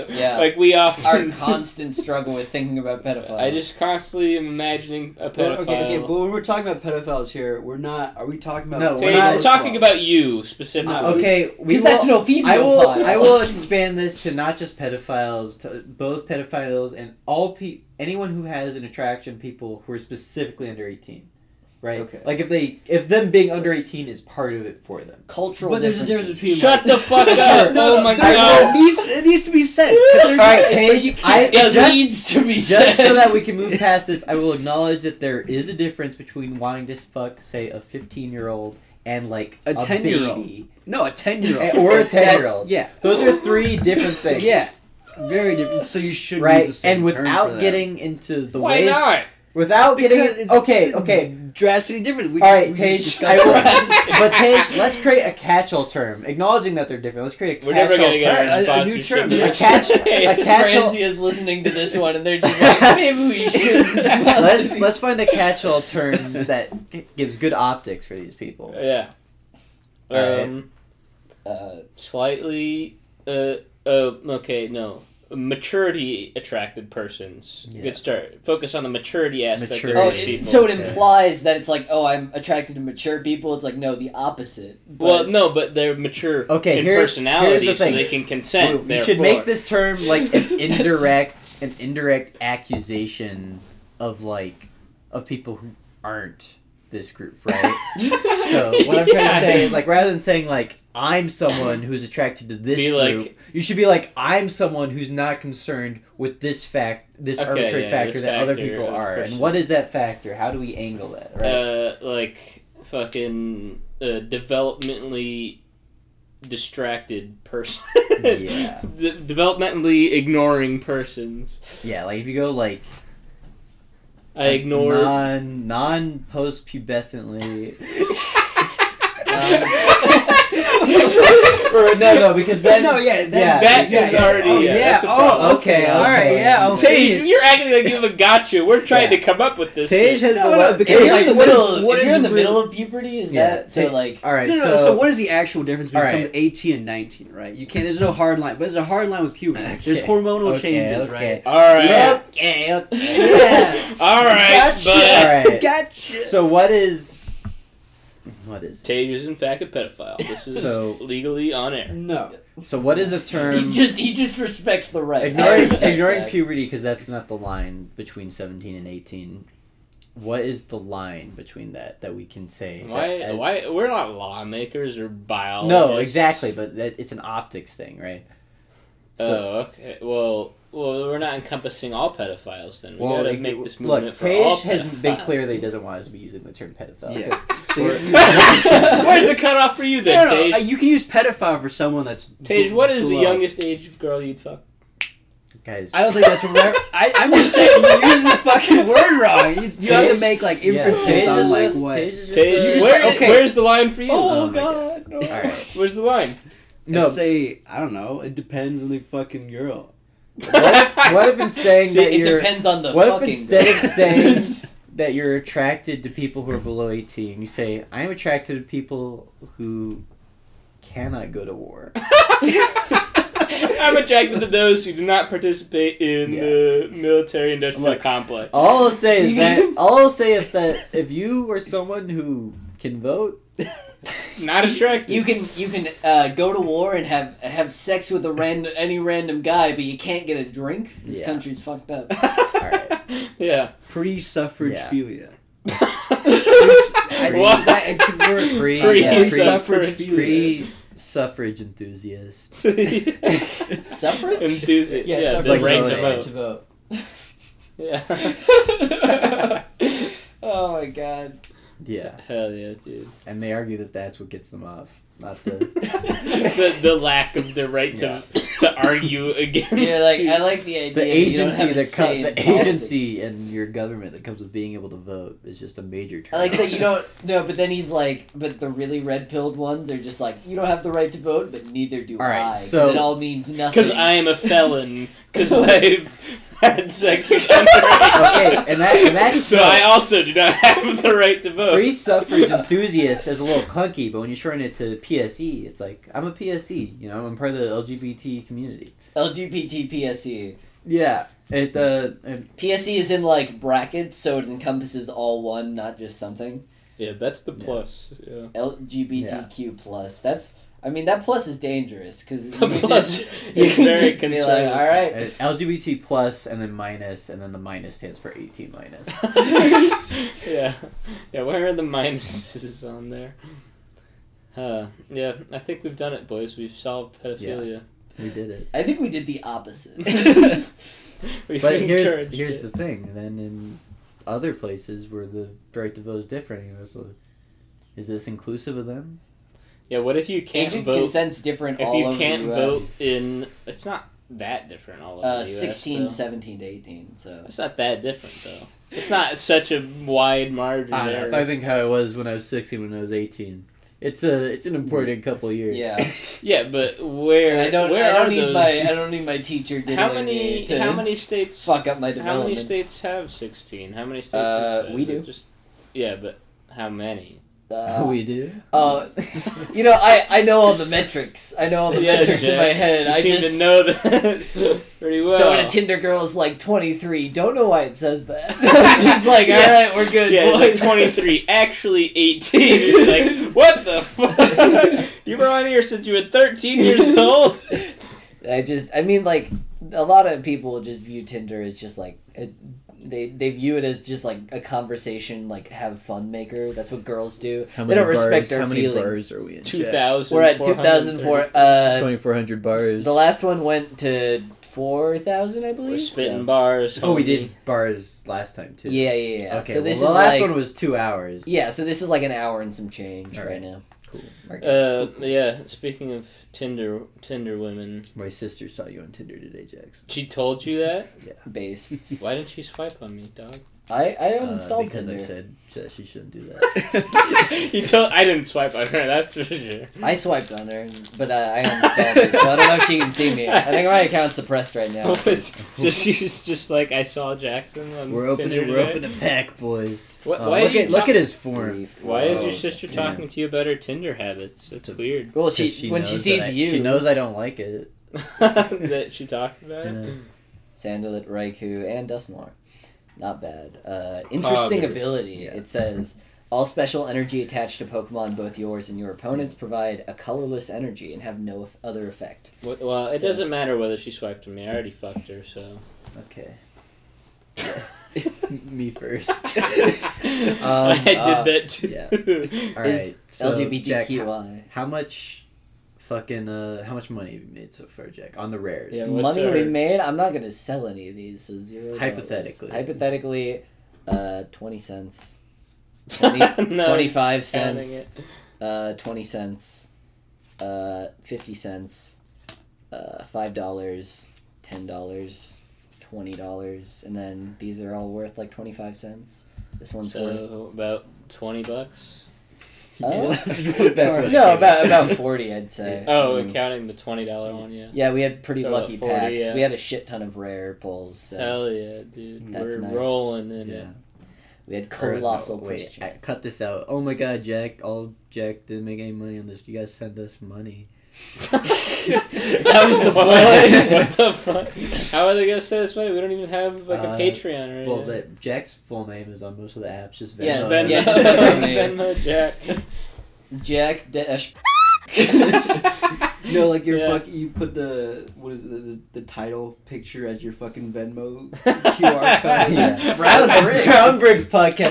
[SPEAKER 3] Yeah.
[SPEAKER 1] like we
[SPEAKER 3] our
[SPEAKER 1] often.
[SPEAKER 3] constant struggle with thinking about pedophiles.
[SPEAKER 1] I just constantly am imagining a
[SPEAKER 6] But,
[SPEAKER 1] pedophile.
[SPEAKER 6] okay, okay, but when we're talking about pedophiles here, we're not. Are we talking about?
[SPEAKER 2] No,
[SPEAKER 1] Tage,
[SPEAKER 2] We're not- Ah,
[SPEAKER 1] we're talking about you specifically.
[SPEAKER 6] Uh,
[SPEAKER 2] Okay, we
[SPEAKER 3] because
[SPEAKER 2] will,
[SPEAKER 3] that's no female
[SPEAKER 2] I will
[SPEAKER 3] file.
[SPEAKER 2] I will expand this to not just pedophiles, to both pedophiles and all pe- anyone who has an attraction to people who are specifically under eighteen, right?
[SPEAKER 6] Okay.
[SPEAKER 2] Like if they if them being under eighteen is part of it for them.
[SPEAKER 3] cultural.
[SPEAKER 6] But there's a difference
[SPEAKER 3] differences.
[SPEAKER 6] between.
[SPEAKER 1] Shut the fuck up!
[SPEAKER 2] Sure.
[SPEAKER 1] oh my
[SPEAKER 6] there- there
[SPEAKER 1] god!
[SPEAKER 6] needs, it needs to be said. 'cause there's-
[SPEAKER 2] All right,
[SPEAKER 6] but you
[SPEAKER 2] Tage, I
[SPEAKER 3] It
[SPEAKER 1] Does
[SPEAKER 2] just,
[SPEAKER 3] needs to be
[SPEAKER 2] just
[SPEAKER 3] said.
[SPEAKER 2] so that we can move past this, I will acknowledge that there is a difference between wanting to fuck, say, a fifteen year old and like
[SPEAKER 6] A 10-year-old.
[SPEAKER 2] baby.
[SPEAKER 6] No, a ten year old
[SPEAKER 2] Or a 10-year-old.
[SPEAKER 6] Yeah,
[SPEAKER 2] Those are three different things.
[SPEAKER 6] Yeah. very different. So you should
[SPEAKER 2] Right,
[SPEAKER 6] use the same
[SPEAKER 2] and
[SPEAKER 6] term for
[SPEAKER 2] without
[SPEAKER 6] that.
[SPEAKER 2] getting into the
[SPEAKER 1] Why
[SPEAKER 2] ways
[SPEAKER 1] not?
[SPEAKER 2] Without
[SPEAKER 6] Because
[SPEAKER 2] getting
[SPEAKER 6] it's
[SPEAKER 2] okay, okay.
[SPEAKER 6] drastically different. We
[SPEAKER 2] All
[SPEAKER 6] just,
[SPEAKER 2] right,
[SPEAKER 6] we
[SPEAKER 2] Tage,
[SPEAKER 6] just
[SPEAKER 2] I
[SPEAKER 6] discussed
[SPEAKER 2] will-
[SPEAKER 6] that.
[SPEAKER 2] But Tage, let's create a catch-all term, acknowledging that they're different. Let's create a
[SPEAKER 1] We're never
[SPEAKER 2] catch-all
[SPEAKER 1] gonna get
[SPEAKER 2] term.
[SPEAKER 1] our
[SPEAKER 6] A- a new
[SPEAKER 1] sponsorship.
[SPEAKER 6] term. A
[SPEAKER 2] catch- a catch-all-
[SPEAKER 3] Franzi is listening to this one, and they're just like, maybe we shouldn't spell
[SPEAKER 2] Let's
[SPEAKER 3] this.
[SPEAKER 2] let's find a catch-all term that g- gives good optics for these people.
[SPEAKER 1] Yeah. Um,
[SPEAKER 2] Alright.
[SPEAKER 3] Uh,
[SPEAKER 1] Slightly. Uh, uh, okay, no. Maturity attracted persons.
[SPEAKER 2] Yeah.
[SPEAKER 1] Good start. Focus on the maturity aspect
[SPEAKER 2] Maturity.
[SPEAKER 3] oh,
[SPEAKER 1] of
[SPEAKER 2] Those
[SPEAKER 1] these
[SPEAKER 3] it-
[SPEAKER 1] people.
[SPEAKER 3] so it
[SPEAKER 2] yeah.
[SPEAKER 3] implies that it's like, oh, I'm attracted to mature people. It's like, no, the opposite. But
[SPEAKER 1] well, no, but they're mature
[SPEAKER 2] Okay,
[SPEAKER 1] in
[SPEAKER 2] here's-
[SPEAKER 1] personality,
[SPEAKER 2] here's the
[SPEAKER 1] so
[SPEAKER 2] thing.
[SPEAKER 1] they can consent.
[SPEAKER 2] we
[SPEAKER 1] therefore.
[SPEAKER 2] should make this term like an
[SPEAKER 3] That's-
[SPEAKER 2] indirect, an indirect accusation of like of people who aren't this group, right? So what I'm trying to say is like rather than saying like I'm someone who's attracted to this
[SPEAKER 1] Be like-
[SPEAKER 2] group, you should be like I'm someone who's not concerned with this fact, this
[SPEAKER 1] Okay,
[SPEAKER 2] arbitrary
[SPEAKER 1] yeah,
[SPEAKER 2] factor
[SPEAKER 1] this
[SPEAKER 2] that other
[SPEAKER 1] factor
[SPEAKER 2] people
[SPEAKER 1] of
[SPEAKER 2] are.
[SPEAKER 1] person.
[SPEAKER 2] And what is that factor? How do we angle that? Right?
[SPEAKER 1] Uh, like fucking uh, developmentally distracted person.
[SPEAKER 2] Yeah.
[SPEAKER 1] De- developmentally ignoring persons.
[SPEAKER 2] Yeah, like if you go like
[SPEAKER 1] I ignore.
[SPEAKER 2] non non post pubescently. no, no, because then
[SPEAKER 4] no, yeah, that,
[SPEAKER 2] yeah,
[SPEAKER 1] That
[SPEAKER 4] yeah,
[SPEAKER 1] is
[SPEAKER 4] yeah.
[SPEAKER 1] already
[SPEAKER 4] Oh,
[SPEAKER 1] yeah.
[SPEAKER 4] yeah.
[SPEAKER 1] That's a problem.
[SPEAKER 4] oh,
[SPEAKER 2] Okay,
[SPEAKER 4] okay, all
[SPEAKER 2] okay.
[SPEAKER 4] right, yeah. Oh,
[SPEAKER 1] Tage,
[SPEAKER 4] please.
[SPEAKER 1] you're acting like you have a gotcha. We're trying to
[SPEAKER 2] Yeah.
[SPEAKER 1] come up with this.
[SPEAKER 2] Tage
[SPEAKER 1] thing.
[SPEAKER 2] has
[SPEAKER 4] No,
[SPEAKER 2] the
[SPEAKER 4] no,
[SPEAKER 2] one-
[SPEAKER 4] because
[SPEAKER 2] Tage-
[SPEAKER 3] you're in
[SPEAKER 4] like,
[SPEAKER 3] the
[SPEAKER 4] what
[SPEAKER 3] middle.
[SPEAKER 4] is-
[SPEAKER 3] of-
[SPEAKER 4] what
[SPEAKER 3] if
[SPEAKER 4] is
[SPEAKER 3] you're in the
[SPEAKER 4] real-
[SPEAKER 3] middle of puberty, is
[SPEAKER 2] Yeah,
[SPEAKER 3] that so?
[SPEAKER 2] ta-
[SPEAKER 3] Like,
[SPEAKER 2] all right.
[SPEAKER 6] no, no, no,
[SPEAKER 2] so,
[SPEAKER 6] so what is the actual difference between
[SPEAKER 2] All right.
[SPEAKER 6] someone 18 and 19, right? You can't, there's no hard line, but there's a hard line with puberty. There's
[SPEAKER 2] Okay.
[SPEAKER 6] hormonal
[SPEAKER 2] Okay,
[SPEAKER 6] changes,
[SPEAKER 2] okay.
[SPEAKER 6] right?
[SPEAKER 1] All right.
[SPEAKER 2] Yeah. Okay, okay.
[SPEAKER 4] Yeah.
[SPEAKER 1] All right.
[SPEAKER 4] Gotcha.
[SPEAKER 1] But
[SPEAKER 2] All right.
[SPEAKER 4] Gotcha.
[SPEAKER 2] So what is what is
[SPEAKER 1] Tage is in fact a pedophile. This is
[SPEAKER 2] So-
[SPEAKER 1] legally on air.
[SPEAKER 6] No.
[SPEAKER 2] so what is a term
[SPEAKER 3] he just he just respects the right. I
[SPEAKER 2] Um, ignoring
[SPEAKER 3] respect
[SPEAKER 2] ignoring
[SPEAKER 3] that.
[SPEAKER 2] puberty because that's not the line between 17 and 18 what is the line between that that we can say
[SPEAKER 1] Why?
[SPEAKER 2] that as-
[SPEAKER 1] why? We're not lawmakers or biologists.
[SPEAKER 2] no exactly but that, it's an optics thing right
[SPEAKER 1] oh, okay. Well, well, we're not encompassing all pedophiles then. We gotta
[SPEAKER 2] like,
[SPEAKER 1] make this
[SPEAKER 2] look
[SPEAKER 1] movement for all
[SPEAKER 2] Paige
[SPEAKER 1] pedophiles.
[SPEAKER 2] has been clear that he doesn't want us to be using the term pedophile
[SPEAKER 4] Yeah. So
[SPEAKER 6] Or-
[SPEAKER 4] you-
[SPEAKER 1] Where's the cutoff for you
[SPEAKER 6] No,
[SPEAKER 1] then,
[SPEAKER 6] no,
[SPEAKER 1] Tage?
[SPEAKER 6] uh, you can use pedophile for someone that's.
[SPEAKER 1] Tage,
[SPEAKER 6] b-
[SPEAKER 1] what is the
[SPEAKER 6] below.
[SPEAKER 1] youngest age of girl you'd fuck?
[SPEAKER 2] guys
[SPEAKER 6] I don't think that's what we're- I, I'm just saying you're using the fucking word wrong. You, you have to make like
[SPEAKER 2] yeah.
[SPEAKER 6] inferences
[SPEAKER 2] Paige
[SPEAKER 6] on
[SPEAKER 2] is
[SPEAKER 6] like
[SPEAKER 2] just-
[SPEAKER 6] what.
[SPEAKER 2] Paige is just
[SPEAKER 1] Tage,
[SPEAKER 2] a-
[SPEAKER 6] you just
[SPEAKER 1] where-
[SPEAKER 6] said- okay.
[SPEAKER 1] where's the line for you?
[SPEAKER 2] Oh, my
[SPEAKER 6] God! No.
[SPEAKER 2] all right
[SPEAKER 1] Where's the line?
[SPEAKER 6] No,
[SPEAKER 2] no
[SPEAKER 6] say I don't know. It depends on the fucking girl.
[SPEAKER 2] what if, what if in saying
[SPEAKER 1] See,
[SPEAKER 2] that
[SPEAKER 3] It
[SPEAKER 2] you're
[SPEAKER 3] depends on the
[SPEAKER 2] what if
[SPEAKER 3] fucking.
[SPEAKER 2] instead of
[SPEAKER 3] girl.
[SPEAKER 2] saying that you're attracted to people who are below 18 you say i'm attracted to people who cannot go to war
[SPEAKER 1] I'm attracted to those who do not participate in
[SPEAKER 2] Yeah.
[SPEAKER 1] the military industrial
[SPEAKER 2] Look.
[SPEAKER 1] complex.
[SPEAKER 2] all i'll say is that all i'll say is that if you are someone who can vote
[SPEAKER 1] Not attracted.
[SPEAKER 3] You can you can uh, go to war and have have sex with a random any random guy, but you can't get a drink. This
[SPEAKER 2] Yeah.
[SPEAKER 3] country's fucked up.
[SPEAKER 1] Yeah.
[SPEAKER 6] Pre-suffrage
[SPEAKER 2] Yeah.
[SPEAKER 6] philia.
[SPEAKER 1] What?
[SPEAKER 2] that could work. free,
[SPEAKER 1] Free
[SPEAKER 2] yeah, free,
[SPEAKER 1] suffrage.
[SPEAKER 2] free suffrage enthusiasts
[SPEAKER 3] Suffrage?
[SPEAKER 1] Enthusiasm. Yeah,
[SPEAKER 6] Yeah,
[SPEAKER 1] the
[SPEAKER 6] suffrage
[SPEAKER 1] right
[SPEAKER 2] is
[SPEAKER 1] to
[SPEAKER 2] the
[SPEAKER 1] vote.
[SPEAKER 2] right
[SPEAKER 6] to vote.
[SPEAKER 1] Yeah.
[SPEAKER 3] oh my god.
[SPEAKER 2] yeah
[SPEAKER 1] Hell yeah, dude.
[SPEAKER 2] and they argue that that's what gets them off not the
[SPEAKER 1] the, the lack of the right to to argue against.
[SPEAKER 3] Yeah, like
[SPEAKER 1] you.
[SPEAKER 3] I like the idea.
[SPEAKER 2] the
[SPEAKER 3] that you don't
[SPEAKER 2] agency
[SPEAKER 3] have a
[SPEAKER 2] that co-
[SPEAKER 3] say in
[SPEAKER 2] the
[SPEAKER 3] politics.
[SPEAKER 2] agency and your government that comes with being able to vote is just a major.
[SPEAKER 3] I like that you don't
[SPEAKER 2] turnoff.
[SPEAKER 3] no, but then he's like, but the really red pilled ones are just like, you don't have the right to vote, but neither do
[SPEAKER 2] All right,
[SPEAKER 3] I. 'cause
[SPEAKER 2] so-
[SPEAKER 3] it all means nothing.
[SPEAKER 1] because I am a felon because I've had sex with underage.
[SPEAKER 2] okay, and that and that's
[SPEAKER 1] so I also do not have the right to vote.
[SPEAKER 2] free suffrage enthusiast is a little clunky, but when you shorten it to PSE, it's like I'm a PSE. You know, I'm part of the LGBT community.
[SPEAKER 3] LGBT PSE.
[SPEAKER 2] Yeah, it uh, and
[SPEAKER 3] PSE E is in like brackets, so it encompasses all one, not just something.
[SPEAKER 1] Yeah, that's the
[SPEAKER 2] Yeah.
[SPEAKER 1] plus. Yeah.
[SPEAKER 3] LGBTQ plus. That's I mean that plus is dangerous because
[SPEAKER 1] The plus
[SPEAKER 3] you
[SPEAKER 1] is
[SPEAKER 3] can
[SPEAKER 1] very
[SPEAKER 3] just be like, all right,
[SPEAKER 2] and LGBT plus, and then minus, and then the minus stands for 18 minus.
[SPEAKER 1] yeah, yeah. Where are the minuses on there? Uh, yeah, I think we've done it, boys. We've solved pedophilia.
[SPEAKER 2] We did it.
[SPEAKER 3] I think we did the opposite.
[SPEAKER 1] We've
[SPEAKER 2] But here's
[SPEAKER 1] encouraged
[SPEAKER 2] here's
[SPEAKER 1] it.
[SPEAKER 2] the thing. And then in other places where the right to vote is different, you know, so is this inclusive of them?
[SPEAKER 1] yeah. What if you can't
[SPEAKER 3] Agent
[SPEAKER 1] vote?
[SPEAKER 3] consent's different
[SPEAKER 1] if
[SPEAKER 3] all
[SPEAKER 1] you
[SPEAKER 3] over
[SPEAKER 1] can't
[SPEAKER 3] the
[SPEAKER 1] vote
[SPEAKER 3] US.
[SPEAKER 1] in, it's not that different all over the
[SPEAKER 3] uh,
[SPEAKER 1] US,
[SPEAKER 3] 16,
[SPEAKER 1] though.
[SPEAKER 3] 17 to 18, so.
[SPEAKER 1] It's not that different though. It's not such a wide margin.
[SPEAKER 2] I, don't know. I
[SPEAKER 1] there.
[SPEAKER 2] think how it was when I was 16, when I was 18. It's a it's an important couple of years.
[SPEAKER 3] Yeah.
[SPEAKER 1] Yeah, but where?
[SPEAKER 3] And I don't,
[SPEAKER 1] Where
[SPEAKER 3] I don't
[SPEAKER 1] are
[SPEAKER 3] need
[SPEAKER 1] those?
[SPEAKER 3] my, I don't need my teacher
[SPEAKER 1] how
[SPEAKER 3] diddling
[SPEAKER 1] many?
[SPEAKER 3] me to
[SPEAKER 1] How many states?
[SPEAKER 3] fuck up my
[SPEAKER 1] How many
[SPEAKER 3] development.
[SPEAKER 1] states have sixteen? How many states?
[SPEAKER 3] Uh,
[SPEAKER 1] is that?
[SPEAKER 3] we
[SPEAKER 1] Is it
[SPEAKER 3] do.
[SPEAKER 1] Just yeah, but how many?
[SPEAKER 3] Uh,
[SPEAKER 2] we do.
[SPEAKER 3] uh, you know, I, I know all the metrics. I know all the
[SPEAKER 1] Yeah,
[SPEAKER 3] metrics in
[SPEAKER 1] Jeff,
[SPEAKER 3] my head.
[SPEAKER 1] You
[SPEAKER 3] I
[SPEAKER 1] seem
[SPEAKER 3] just
[SPEAKER 1] to know that pretty well.
[SPEAKER 3] so when a Tinder girl is like 23, don't know why it says that. It's just like, all
[SPEAKER 1] Yeah.
[SPEAKER 3] right, we're good.
[SPEAKER 1] yeah, it's like
[SPEAKER 3] boys."
[SPEAKER 1] 23, actually 18. It's like, what the fuck? you were on here since you were 13 years old.
[SPEAKER 3] I just, I mean, like, a lot of people just view Tinder as just like, it, they they view it as just like a conversation, like have fun maker. That's what girls do.
[SPEAKER 2] How
[SPEAKER 3] they don't respect
[SPEAKER 2] bars-
[SPEAKER 3] our
[SPEAKER 2] how many
[SPEAKER 3] feelings.
[SPEAKER 2] bars are we in? Jack?
[SPEAKER 1] 2000.
[SPEAKER 3] We're at 2004. Uh,
[SPEAKER 2] 2400 bars.
[SPEAKER 3] the last one went to four thousand, I believe.
[SPEAKER 1] We're spitting
[SPEAKER 3] so-
[SPEAKER 1] bars.
[SPEAKER 2] Oh, we
[SPEAKER 1] homie.
[SPEAKER 2] did bars last time too.
[SPEAKER 3] Yeah, yeah, yeah.
[SPEAKER 2] Okay.
[SPEAKER 3] so this
[SPEAKER 2] well,
[SPEAKER 3] is
[SPEAKER 2] the last
[SPEAKER 3] like
[SPEAKER 2] one was two hours.
[SPEAKER 3] yeah. So this is like an hour and some change
[SPEAKER 2] All
[SPEAKER 3] right.
[SPEAKER 2] right.
[SPEAKER 3] now.
[SPEAKER 2] Cool.
[SPEAKER 3] Mark-
[SPEAKER 1] Uh, yeah. Speaking of Tinder, Tinder women,
[SPEAKER 2] My sister saw you on Tinder today, Jax.
[SPEAKER 1] she told you that.
[SPEAKER 3] Based.
[SPEAKER 1] Why didn't she swipe on me, dog?
[SPEAKER 3] I I
[SPEAKER 2] Uh,
[SPEAKER 3] uninstalled
[SPEAKER 2] because I
[SPEAKER 3] Tinder.
[SPEAKER 2] said that she shouldn't do that.
[SPEAKER 1] you told I didn't swipe on her. That's for sure.
[SPEAKER 3] I swiped on her, but uh, I uninstalled it, so I don't know if she can see me. I think my account's suppressed right now.
[SPEAKER 1] so she's just like I saw Jackson on
[SPEAKER 2] we're opening.
[SPEAKER 1] Tinder
[SPEAKER 2] We're
[SPEAKER 1] today."
[SPEAKER 2] opening a pack, boys.
[SPEAKER 1] What-
[SPEAKER 2] Uh,
[SPEAKER 1] why
[SPEAKER 2] look
[SPEAKER 1] are you
[SPEAKER 2] at look
[SPEAKER 1] talk-
[SPEAKER 2] at his form.
[SPEAKER 3] Brief.
[SPEAKER 1] Why is your
[SPEAKER 2] Whoa.
[SPEAKER 1] sister
[SPEAKER 2] Yeah.
[SPEAKER 1] talking to you about her Tinder habits? That's
[SPEAKER 2] It's a-
[SPEAKER 1] weird.
[SPEAKER 3] Well, she,
[SPEAKER 2] 'Cause
[SPEAKER 3] when she
[SPEAKER 2] knows
[SPEAKER 3] sees
[SPEAKER 2] that I-
[SPEAKER 3] you,
[SPEAKER 2] she knows I don't like it.
[SPEAKER 1] that she talked about it.
[SPEAKER 2] Yeah.
[SPEAKER 3] Sandalit, Raikou, and Dusknoir. Not bad. Uh, interesting
[SPEAKER 1] Poggers.
[SPEAKER 3] ability.
[SPEAKER 2] Yeah.
[SPEAKER 3] It says all special energy attached to Pokemon, both yours and your opponents, provide a colorless energy and have no eff- other effect.
[SPEAKER 1] What- Well, it
[SPEAKER 3] So-
[SPEAKER 1] doesn't matter whether she swiped on me. I already fucked her, so.
[SPEAKER 2] Okay. Me first.
[SPEAKER 1] I did
[SPEAKER 3] uh,
[SPEAKER 1] that too.
[SPEAKER 2] yeah.
[SPEAKER 1] Yeah.
[SPEAKER 2] All right.
[SPEAKER 3] Is
[SPEAKER 2] so, Jack, how,
[SPEAKER 3] LGBTQI.
[SPEAKER 2] how much fucking uh how much money have you made so far, Jack? On the rare.
[SPEAKER 1] what's
[SPEAKER 3] Money
[SPEAKER 1] our-
[SPEAKER 3] we made. I'm not gonna sell any of these. So zero. dollars.
[SPEAKER 2] Hypothetically.
[SPEAKER 3] Hypothetically, uh, twenty cents. 20,
[SPEAKER 1] No, he's
[SPEAKER 3] 25
[SPEAKER 1] counting
[SPEAKER 3] cents. uh, 20 cents, uh, 50 cents, uh, $5, $10, $20, and then these are all worth like 25 cents. This one's worth.
[SPEAKER 1] So about twenty bucks.
[SPEAKER 3] Oh.
[SPEAKER 2] That's what it
[SPEAKER 3] no,
[SPEAKER 2] came out.
[SPEAKER 3] about, about 40, I'd say.
[SPEAKER 1] Oh,
[SPEAKER 3] Mm.
[SPEAKER 1] counting the twenty dollar one, yeah.
[SPEAKER 3] Yeah, we had pretty
[SPEAKER 1] So about
[SPEAKER 3] lucky
[SPEAKER 1] 40,
[SPEAKER 3] packs.
[SPEAKER 1] yeah. Oh,
[SPEAKER 3] We had a shit ton of rare pulls. So
[SPEAKER 1] Hell yeah, dude.
[SPEAKER 3] That's
[SPEAKER 1] We're
[SPEAKER 3] nice.
[SPEAKER 1] rolling in
[SPEAKER 2] Yeah.
[SPEAKER 3] we had
[SPEAKER 2] Or no,
[SPEAKER 3] colossal
[SPEAKER 2] wait,
[SPEAKER 3] Christian.
[SPEAKER 2] I- cut this out. Oh my god, Jack! All Jack didn't make any money on this. You guys send us money.
[SPEAKER 1] it.
[SPEAKER 3] That was the
[SPEAKER 1] what,
[SPEAKER 3] plan.
[SPEAKER 1] what the fuck? How are they gonna say this money? We don't even have like a
[SPEAKER 2] Uh,
[SPEAKER 1] Patreon or anything.
[SPEAKER 2] Well, that Jack's full name is on most of the apps. Just Venmo.
[SPEAKER 3] Yeah,
[SPEAKER 1] Venmo,
[SPEAKER 3] yeah,
[SPEAKER 1] Venmo, Jack.
[SPEAKER 3] Jack Dash.
[SPEAKER 4] No, like your
[SPEAKER 1] Yeah.
[SPEAKER 4] fuck. You put the what is it, the the title picture as your fucking Venmo QR code.
[SPEAKER 2] Yeah.
[SPEAKER 3] Brown Bricks.
[SPEAKER 2] Brown Bricks podcast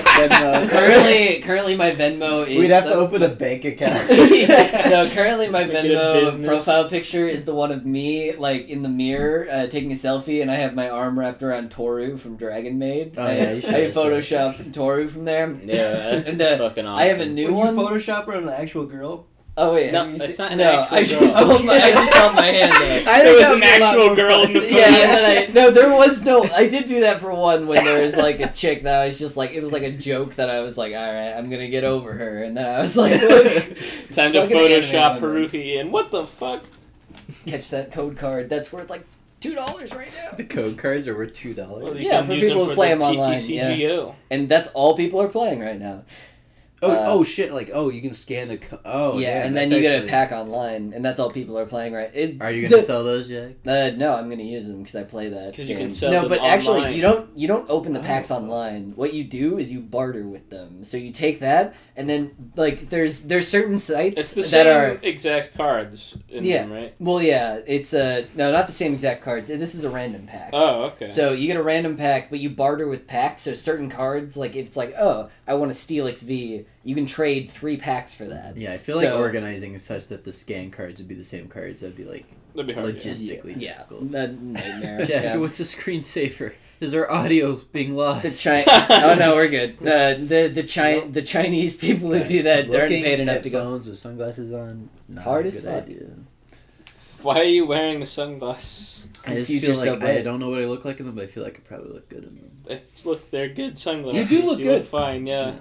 [SPEAKER 2] Venmo.
[SPEAKER 3] currently, currently my Venmo is.
[SPEAKER 2] we'd have to
[SPEAKER 3] the-
[SPEAKER 2] open a bank account.
[SPEAKER 3] no, currently my
[SPEAKER 1] Make it a
[SPEAKER 3] Venmo
[SPEAKER 1] business.
[SPEAKER 3] profile picture is the one of me like in the mirror uh, taking a selfie, and I have my arm wrapped around Toru from Dragon Maid.
[SPEAKER 2] Oh,
[SPEAKER 3] I,
[SPEAKER 2] yeah, you showed
[SPEAKER 3] I
[SPEAKER 2] us that.
[SPEAKER 3] photoshopped Toru from there.
[SPEAKER 1] Yeah, that's
[SPEAKER 3] And, uh,
[SPEAKER 1] fucking awesome.
[SPEAKER 3] I have a
[SPEAKER 4] When
[SPEAKER 3] new
[SPEAKER 4] you
[SPEAKER 3] one.
[SPEAKER 4] Photoshop her on an actual girl,
[SPEAKER 3] oh wait,
[SPEAKER 1] No,
[SPEAKER 3] have you
[SPEAKER 1] it's
[SPEAKER 3] seen-
[SPEAKER 1] not an
[SPEAKER 3] no.
[SPEAKER 1] actual
[SPEAKER 3] I just
[SPEAKER 1] girl.
[SPEAKER 3] held my I just held my hand. Up.
[SPEAKER 4] I
[SPEAKER 1] There
[SPEAKER 4] think
[SPEAKER 1] was an
[SPEAKER 4] that would be a lot
[SPEAKER 1] actual
[SPEAKER 4] more
[SPEAKER 1] girl
[SPEAKER 4] fun.
[SPEAKER 1] in the photo.
[SPEAKER 3] Yeah, and then I no, there was no. I did do that for one when there was like a chick that I was just like it was like a joke that I was like, all right, I'm gonna get over her, and then I was like, look,
[SPEAKER 1] Time to
[SPEAKER 3] Fucking
[SPEAKER 1] Photoshop
[SPEAKER 3] anime women.
[SPEAKER 1] Haruhi in. What the fuck?
[SPEAKER 3] catch that code card that's worth like two dollars right now.
[SPEAKER 2] the code cards are worth two dollars.
[SPEAKER 1] Well, you
[SPEAKER 3] Yeah,
[SPEAKER 1] can
[SPEAKER 3] for
[SPEAKER 1] use
[SPEAKER 3] people who
[SPEAKER 1] for
[SPEAKER 3] play
[SPEAKER 1] the
[SPEAKER 3] 'em online,
[SPEAKER 1] PTCGO.
[SPEAKER 3] and that's all people are playing right now.
[SPEAKER 6] Oh,
[SPEAKER 3] Uh,
[SPEAKER 6] oh shit! Like, oh, you can scan the. Co- oh,
[SPEAKER 3] yeah,
[SPEAKER 6] damn,
[SPEAKER 3] and then
[SPEAKER 6] that's
[SPEAKER 3] you get a
[SPEAKER 6] actually-
[SPEAKER 3] pack online, and that's all people are playing right. It,
[SPEAKER 2] Are you gonna
[SPEAKER 3] the-
[SPEAKER 2] sell those, Jack?
[SPEAKER 3] Uh, no, I'm gonna use them because I play that.
[SPEAKER 1] 'Cause you can
[SPEAKER 3] game.
[SPEAKER 1] sell
[SPEAKER 3] no,
[SPEAKER 1] them
[SPEAKER 3] but actually,
[SPEAKER 1] online.
[SPEAKER 3] you don't. You don't open the packs
[SPEAKER 6] Oh.
[SPEAKER 3] online. What you do is you barter with them. So you take that, and then like there's there's certain sites
[SPEAKER 1] It's the
[SPEAKER 3] that
[SPEAKER 1] same
[SPEAKER 3] are
[SPEAKER 1] exact cards in
[SPEAKER 3] Yeah.
[SPEAKER 1] them, right?
[SPEAKER 3] well, yeah, it's uh no, not the same exact cards. This is a random pack.
[SPEAKER 1] Oh, okay.
[SPEAKER 3] So you get a random pack, but you barter with packs. So certain cards, like if it's like, oh, I want a Steelix V, you can trade three packs for that.
[SPEAKER 2] Yeah, I feel like
[SPEAKER 3] So-
[SPEAKER 2] organizing is such that the scan cards would be the same cards. That'd be like
[SPEAKER 1] That'd be hard. yeah.
[SPEAKER 2] logistically
[SPEAKER 3] Yeah,
[SPEAKER 2] difficult.
[SPEAKER 3] a Uh, nightmare.
[SPEAKER 2] Jack,
[SPEAKER 3] yeah.
[SPEAKER 2] what's a screensaver? Is our audio being lost?
[SPEAKER 3] The Chi- oh no, we're good. Uh, the the Chi- the Chinese people who do that aren't
[SPEAKER 2] Looking
[SPEAKER 3] paid enough
[SPEAKER 2] at
[SPEAKER 3] to go.
[SPEAKER 2] phones with sunglasses on. Not
[SPEAKER 3] Hard
[SPEAKER 2] a
[SPEAKER 3] as
[SPEAKER 2] good
[SPEAKER 3] fuck.
[SPEAKER 2] idea.
[SPEAKER 1] Why are you wearing the sunglasses?
[SPEAKER 2] I just
[SPEAKER 3] future's
[SPEAKER 2] feel
[SPEAKER 3] so
[SPEAKER 2] like I
[SPEAKER 3] bright.
[SPEAKER 2] don't know what I look like in them, but I feel like I could probably look good in them.
[SPEAKER 1] It's, look, they're good sunglasses.
[SPEAKER 3] You do look good.
[SPEAKER 1] fine, yeah.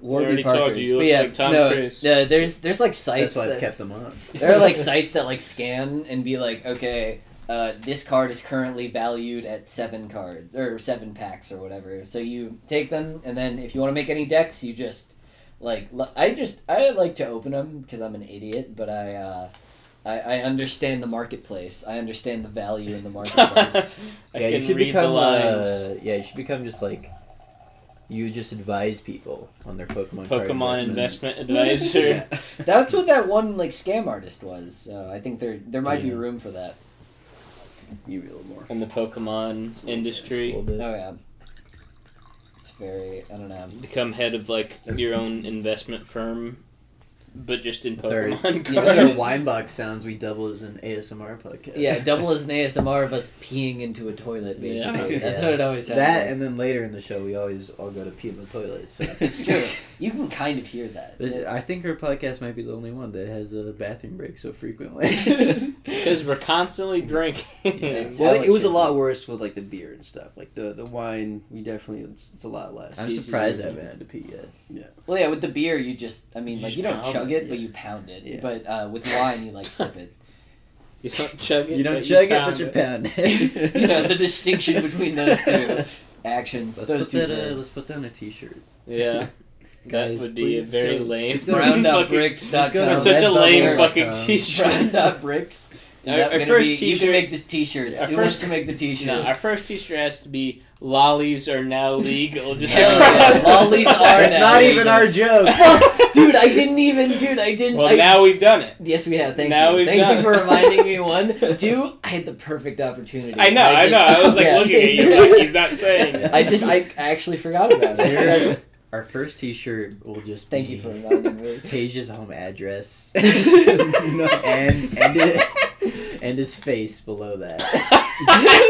[SPEAKER 3] Warby
[SPEAKER 1] already told you,
[SPEAKER 3] Parkers.
[SPEAKER 1] you
[SPEAKER 3] But
[SPEAKER 1] look
[SPEAKER 3] yeah,
[SPEAKER 1] like Tom
[SPEAKER 3] no,
[SPEAKER 1] Cruise.
[SPEAKER 3] no, there's there's like sites
[SPEAKER 2] That's why I've
[SPEAKER 3] that,
[SPEAKER 2] kept them on.
[SPEAKER 3] there are like sites that like scan and be like, okay, uh, this card is currently valued at seven cards or seven packs or whatever. So you take them, and then if you want to make any decks, you just like l- I just I like to open them because I'm an idiot, but I. Uh, I, I understand the marketplace. I understand the value in the marketplace.
[SPEAKER 1] I can read the
[SPEAKER 3] uh,
[SPEAKER 1] lines.
[SPEAKER 2] yeah, you should become just like. You just advise people on their Pokemon.
[SPEAKER 1] Pokemon investment advisor.
[SPEAKER 3] That's what that one like scam artist was. So I think there there might be
[SPEAKER 2] Yeah.
[SPEAKER 3] room for that.
[SPEAKER 2] You real more.
[SPEAKER 1] in the Pokemon industry.
[SPEAKER 3] Oh yeah. It's very I don't know.
[SPEAKER 1] Become head of like your own investment firm. but just in
[SPEAKER 2] Third.
[SPEAKER 1] Pokemon
[SPEAKER 2] You know,
[SPEAKER 1] cards.
[SPEAKER 2] the wine box sounds we double as an ASMR podcast.
[SPEAKER 3] Yeah, double as an ASMR of us peeing into a toilet, basically.
[SPEAKER 1] Yeah.
[SPEAKER 3] That's
[SPEAKER 2] Yeah.
[SPEAKER 3] what it always sounds
[SPEAKER 2] That
[SPEAKER 3] like.
[SPEAKER 2] and then later in the show, we always all go to pee in the toilet. So.
[SPEAKER 3] It's true. You can kind of hear that.
[SPEAKER 2] This, I think our podcast might be the only one that has a bathroom break so frequently.
[SPEAKER 1] Because we're constantly drinking.
[SPEAKER 3] It's-
[SPEAKER 4] Well,
[SPEAKER 3] Salad
[SPEAKER 4] it was a
[SPEAKER 3] chip.
[SPEAKER 4] lot worse with like the beer and stuff. Like the the wine, we definitely it's, it's a lot less.
[SPEAKER 2] I'm surprised I haven't had to pee yet.
[SPEAKER 3] Well, yeah, with the beer, you just, I mean,
[SPEAKER 4] You
[SPEAKER 3] like,
[SPEAKER 4] just
[SPEAKER 3] you don't
[SPEAKER 4] pound
[SPEAKER 3] chug
[SPEAKER 4] it,
[SPEAKER 3] it, but
[SPEAKER 4] yeah.
[SPEAKER 3] you pound it.
[SPEAKER 4] Yeah.
[SPEAKER 3] But uh, with wine, you, like, sip it.
[SPEAKER 1] you don't chug it.
[SPEAKER 2] You don't
[SPEAKER 1] but
[SPEAKER 2] chug it,
[SPEAKER 1] pound
[SPEAKER 2] but you pound it.
[SPEAKER 3] You know, the distinction between those two actions,
[SPEAKER 2] Let's
[SPEAKER 3] those
[SPEAKER 2] put,
[SPEAKER 3] two
[SPEAKER 2] that, uh,
[SPEAKER 3] verbs.
[SPEAKER 2] let's put down a t-shirt.
[SPEAKER 1] Yeah, that
[SPEAKER 2] Guys,
[SPEAKER 1] would be a
[SPEAKER 2] please
[SPEAKER 1] very
[SPEAKER 2] go-
[SPEAKER 1] lame.
[SPEAKER 2] please go-
[SPEAKER 1] fucking,
[SPEAKER 2] go
[SPEAKER 3] Roundupricks.com.
[SPEAKER 1] That's such a
[SPEAKER 2] Redbubble
[SPEAKER 1] lame
[SPEAKER 2] dot
[SPEAKER 1] fucking
[SPEAKER 2] com.
[SPEAKER 1] t-shirt.
[SPEAKER 3] Roundupricks. Is
[SPEAKER 1] Our-
[SPEAKER 3] that
[SPEAKER 1] our
[SPEAKER 3] gonna
[SPEAKER 1] first
[SPEAKER 3] be, You
[SPEAKER 1] t-shirt-
[SPEAKER 3] can make the t-shirts.
[SPEAKER 1] Our
[SPEAKER 3] Who wants
[SPEAKER 1] first-
[SPEAKER 3] to make the t-shirts?
[SPEAKER 1] No, our first t-shirt has to be lollies are now legal. Just
[SPEAKER 3] Hell
[SPEAKER 1] across
[SPEAKER 3] yeah,
[SPEAKER 1] the-
[SPEAKER 3] lollies are
[SPEAKER 2] That's
[SPEAKER 3] now
[SPEAKER 2] not
[SPEAKER 3] legal.
[SPEAKER 2] even our joke.
[SPEAKER 3] dude, I didn't even. Dude, I didn't.
[SPEAKER 1] Well,
[SPEAKER 3] I,
[SPEAKER 1] now we've done it.
[SPEAKER 3] yes, we have. Thank
[SPEAKER 1] now
[SPEAKER 3] you.
[SPEAKER 1] we've
[SPEAKER 3] Thank
[SPEAKER 1] done
[SPEAKER 3] you for
[SPEAKER 1] it.
[SPEAKER 3] reminding me. One, two. I had the perfect opportunity.
[SPEAKER 1] I know, I,
[SPEAKER 3] just-
[SPEAKER 1] know. I was like
[SPEAKER 3] yeah.
[SPEAKER 1] looking at you like he's not saying it.
[SPEAKER 3] I just, I actually forgot about
[SPEAKER 2] Your-
[SPEAKER 3] it.
[SPEAKER 2] our first t-shirt will just
[SPEAKER 3] Thank
[SPEAKER 2] be
[SPEAKER 3] you for reminding me.
[SPEAKER 2] Paige's home address
[SPEAKER 4] No.
[SPEAKER 2] and and, it- and his face below that.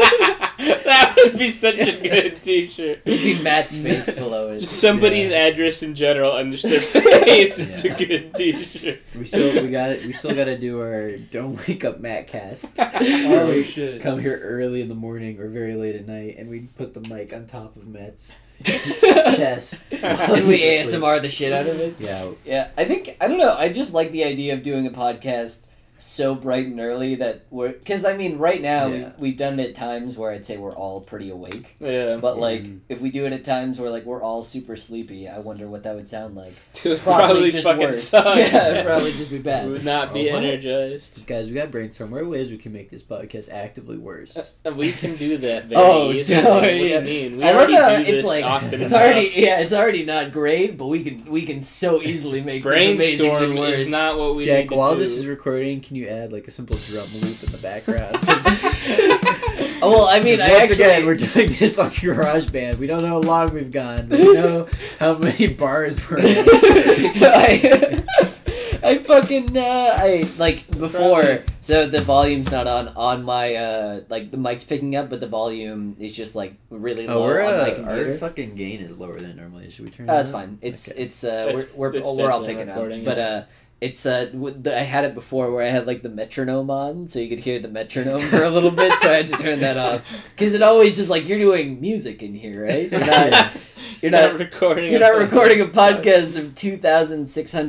[SPEAKER 1] that would be such a good t-shirt.
[SPEAKER 3] It'd be Matt's face below it.
[SPEAKER 1] Just somebody's address in general and just their face is
[SPEAKER 2] Yeah.
[SPEAKER 1] a good t-shirt.
[SPEAKER 2] We still we got we still got to do our don't wake up Matt cast.
[SPEAKER 4] Oh shit!
[SPEAKER 2] Come here early in the morning or very late at night, and we put the mic on top of Matt's chest.
[SPEAKER 3] Did we ASMR the shit out of it?
[SPEAKER 2] Yeah,
[SPEAKER 3] Yeah, I think I don't know. I just like the idea of doing a podcast so bright and early that we're because I mean, right now
[SPEAKER 2] Yeah.
[SPEAKER 3] we, we've done it at times where I'd say we're all pretty awake,
[SPEAKER 1] Yeah.
[SPEAKER 3] but like
[SPEAKER 2] Mm.
[SPEAKER 3] if we do it at times where like we're all super sleepy, I wonder what that would sound like.
[SPEAKER 1] It would probably,
[SPEAKER 3] just
[SPEAKER 1] fucking
[SPEAKER 3] worse.
[SPEAKER 1] suck.
[SPEAKER 3] Yeah, it'd probably just be
[SPEAKER 1] We would
[SPEAKER 3] bad.
[SPEAKER 1] not be
[SPEAKER 2] Oh, what?
[SPEAKER 1] energized.
[SPEAKER 2] guys, we got to brainstorm. What are ways we can make this podcast actively worse?
[SPEAKER 1] And Uh, We can do that very
[SPEAKER 3] Oh,
[SPEAKER 1] easily.
[SPEAKER 3] no,
[SPEAKER 1] what do
[SPEAKER 3] yeah.
[SPEAKER 1] you mean? We
[SPEAKER 3] I don't
[SPEAKER 1] already
[SPEAKER 3] know,
[SPEAKER 1] do
[SPEAKER 3] it's
[SPEAKER 1] this
[SPEAKER 3] like-
[SPEAKER 1] often
[SPEAKER 3] It's
[SPEAKER 1] enough.
[SPEAKER 3] already yeah, it's already not great, but we can we can so easily make this
[SPEAKER 1] brainstorm
[SPEAKER 3] amazingly worse.
[SPEAKER 1] is not what we need
[SPEAKER 2] Jack,
[SPEAKER 1] to
[SPEAKER 2] while
[SPEAKER 1] do.
[SPEAKER 2] this is recording, can you add like a simple drum loop in the background? 'Cause-
[SPEAKER 1] is
[SPEAKER 3] oh, well, I mean, I
[SPEAKER 2] once
[SPEAKER 3] actually
[SPEAKER 2] again, we're doing this on GarageBand. We don't know how long we've gone. but We know how many bars we're in.
[SPEAKER 3] I, I fucking uh, I like before.
[SPEAKER 1] Probably.
[SPEAKER 3] So the volume's not on on my uh like the mic's picking up, but the volume is just like really
[SPEAKER 2] Oh,
[SPEAKER 3] low
[SPEAKER 2] we're
[SPEAKER 3] on my
[SPEAKER 2] uh, our
[SPEAKER 3] computer.
[SPEAKER 2] fucking gain is lower than normally. Should we turn?
[SPEAKER 3] Uh,
[SPEAKER 2] it
[SPEAKER 3] that's
[SPEAKER 2] up?
[SPEAKER 3] fine. It's
[SPEAKER 2] Okay.
[SPEAKER 3] it's uh
[SPEAKER 1] It's-
[SPEAKER 3] we're we're,
[SPEAKER 1] it's
[SPEAKER 3] we're all
[SPEAKER 1] definitely
[SPEAKER 3] picking up,
[SPEAKER 1] recording,
[SPEAKER 3] but
[SPEAKER 1] yeah.
[SPEAKER 3] uh. It's uh, w- the, I had it before where I had like the metronome on, so you could hear the metronome for a little bit. So I had to turn that off because it always is like you're doing music in here, right? You're not, you're not
[SPEAKER 1] recording.
[SPEAKER 3] You're
[SPEAKER 1] a
[SPEAKER 3] not
[SPEAKER 1] fucking-
[SPEAKER 3] recording a podcast of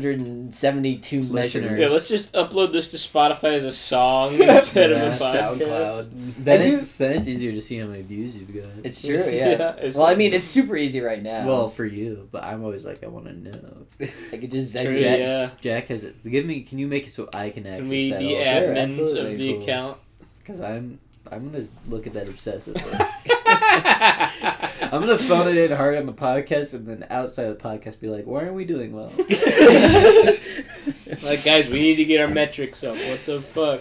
[SPEAKER 3] 2,672
[SPEAKER 2] Listeners.
[SPEAKER 3] listeners.
[SPEAKER 1] Yeah, let's just upload this to Spotify as a song instead of a
[SPEAKER 2] Yeah,
[SPEAKER 1] podcast.
[SPEAKER 4] SoundCloud.
[SPEAKER 2] Then
[SPEAKER 3] Mm-hmm. I do-
[SPEAKER 2] it's then it's easier to see how many views you've got.
[SPEAKER 3] It's true, yeah.
[SPEAKER 1] it's-
[SPEAKER 3] Well, I mean, it's super easy right now.
[SPEAKER 2] well for you, but I'm always like I want to know.
[SPEAKER 3] I could just zag
[SPEAKER 1] true,
[SPEAKER 2] Jack-
[SPEAKER 1] yeah.
[SPEAKER 2] Jack has it. Give me. Can you make it so I can access
[SPEAKER 1] Can we
[SPEAKER 2] that?
[SPEAKER 1] be
[SPEAKER 3] Sure,
[SPEAKER 1] admins
[SPEAKER 3] absolutely.
[SPEAKER 1] of the
[SPEAKER 2] Cool.
[SPEAKER 1] account?
[SPEAKER 2] Because I'm I'm gonna look at that obsessively.
[SPEAKER 1] yeah,
[SPEAKER 2] I'm gonna phone it in hard on the podcast, and then outside of the podcast, be like, "Why aren't we doing well?"
[SPEAKER 1] like guys, we need to get our metrics up. What the fuck?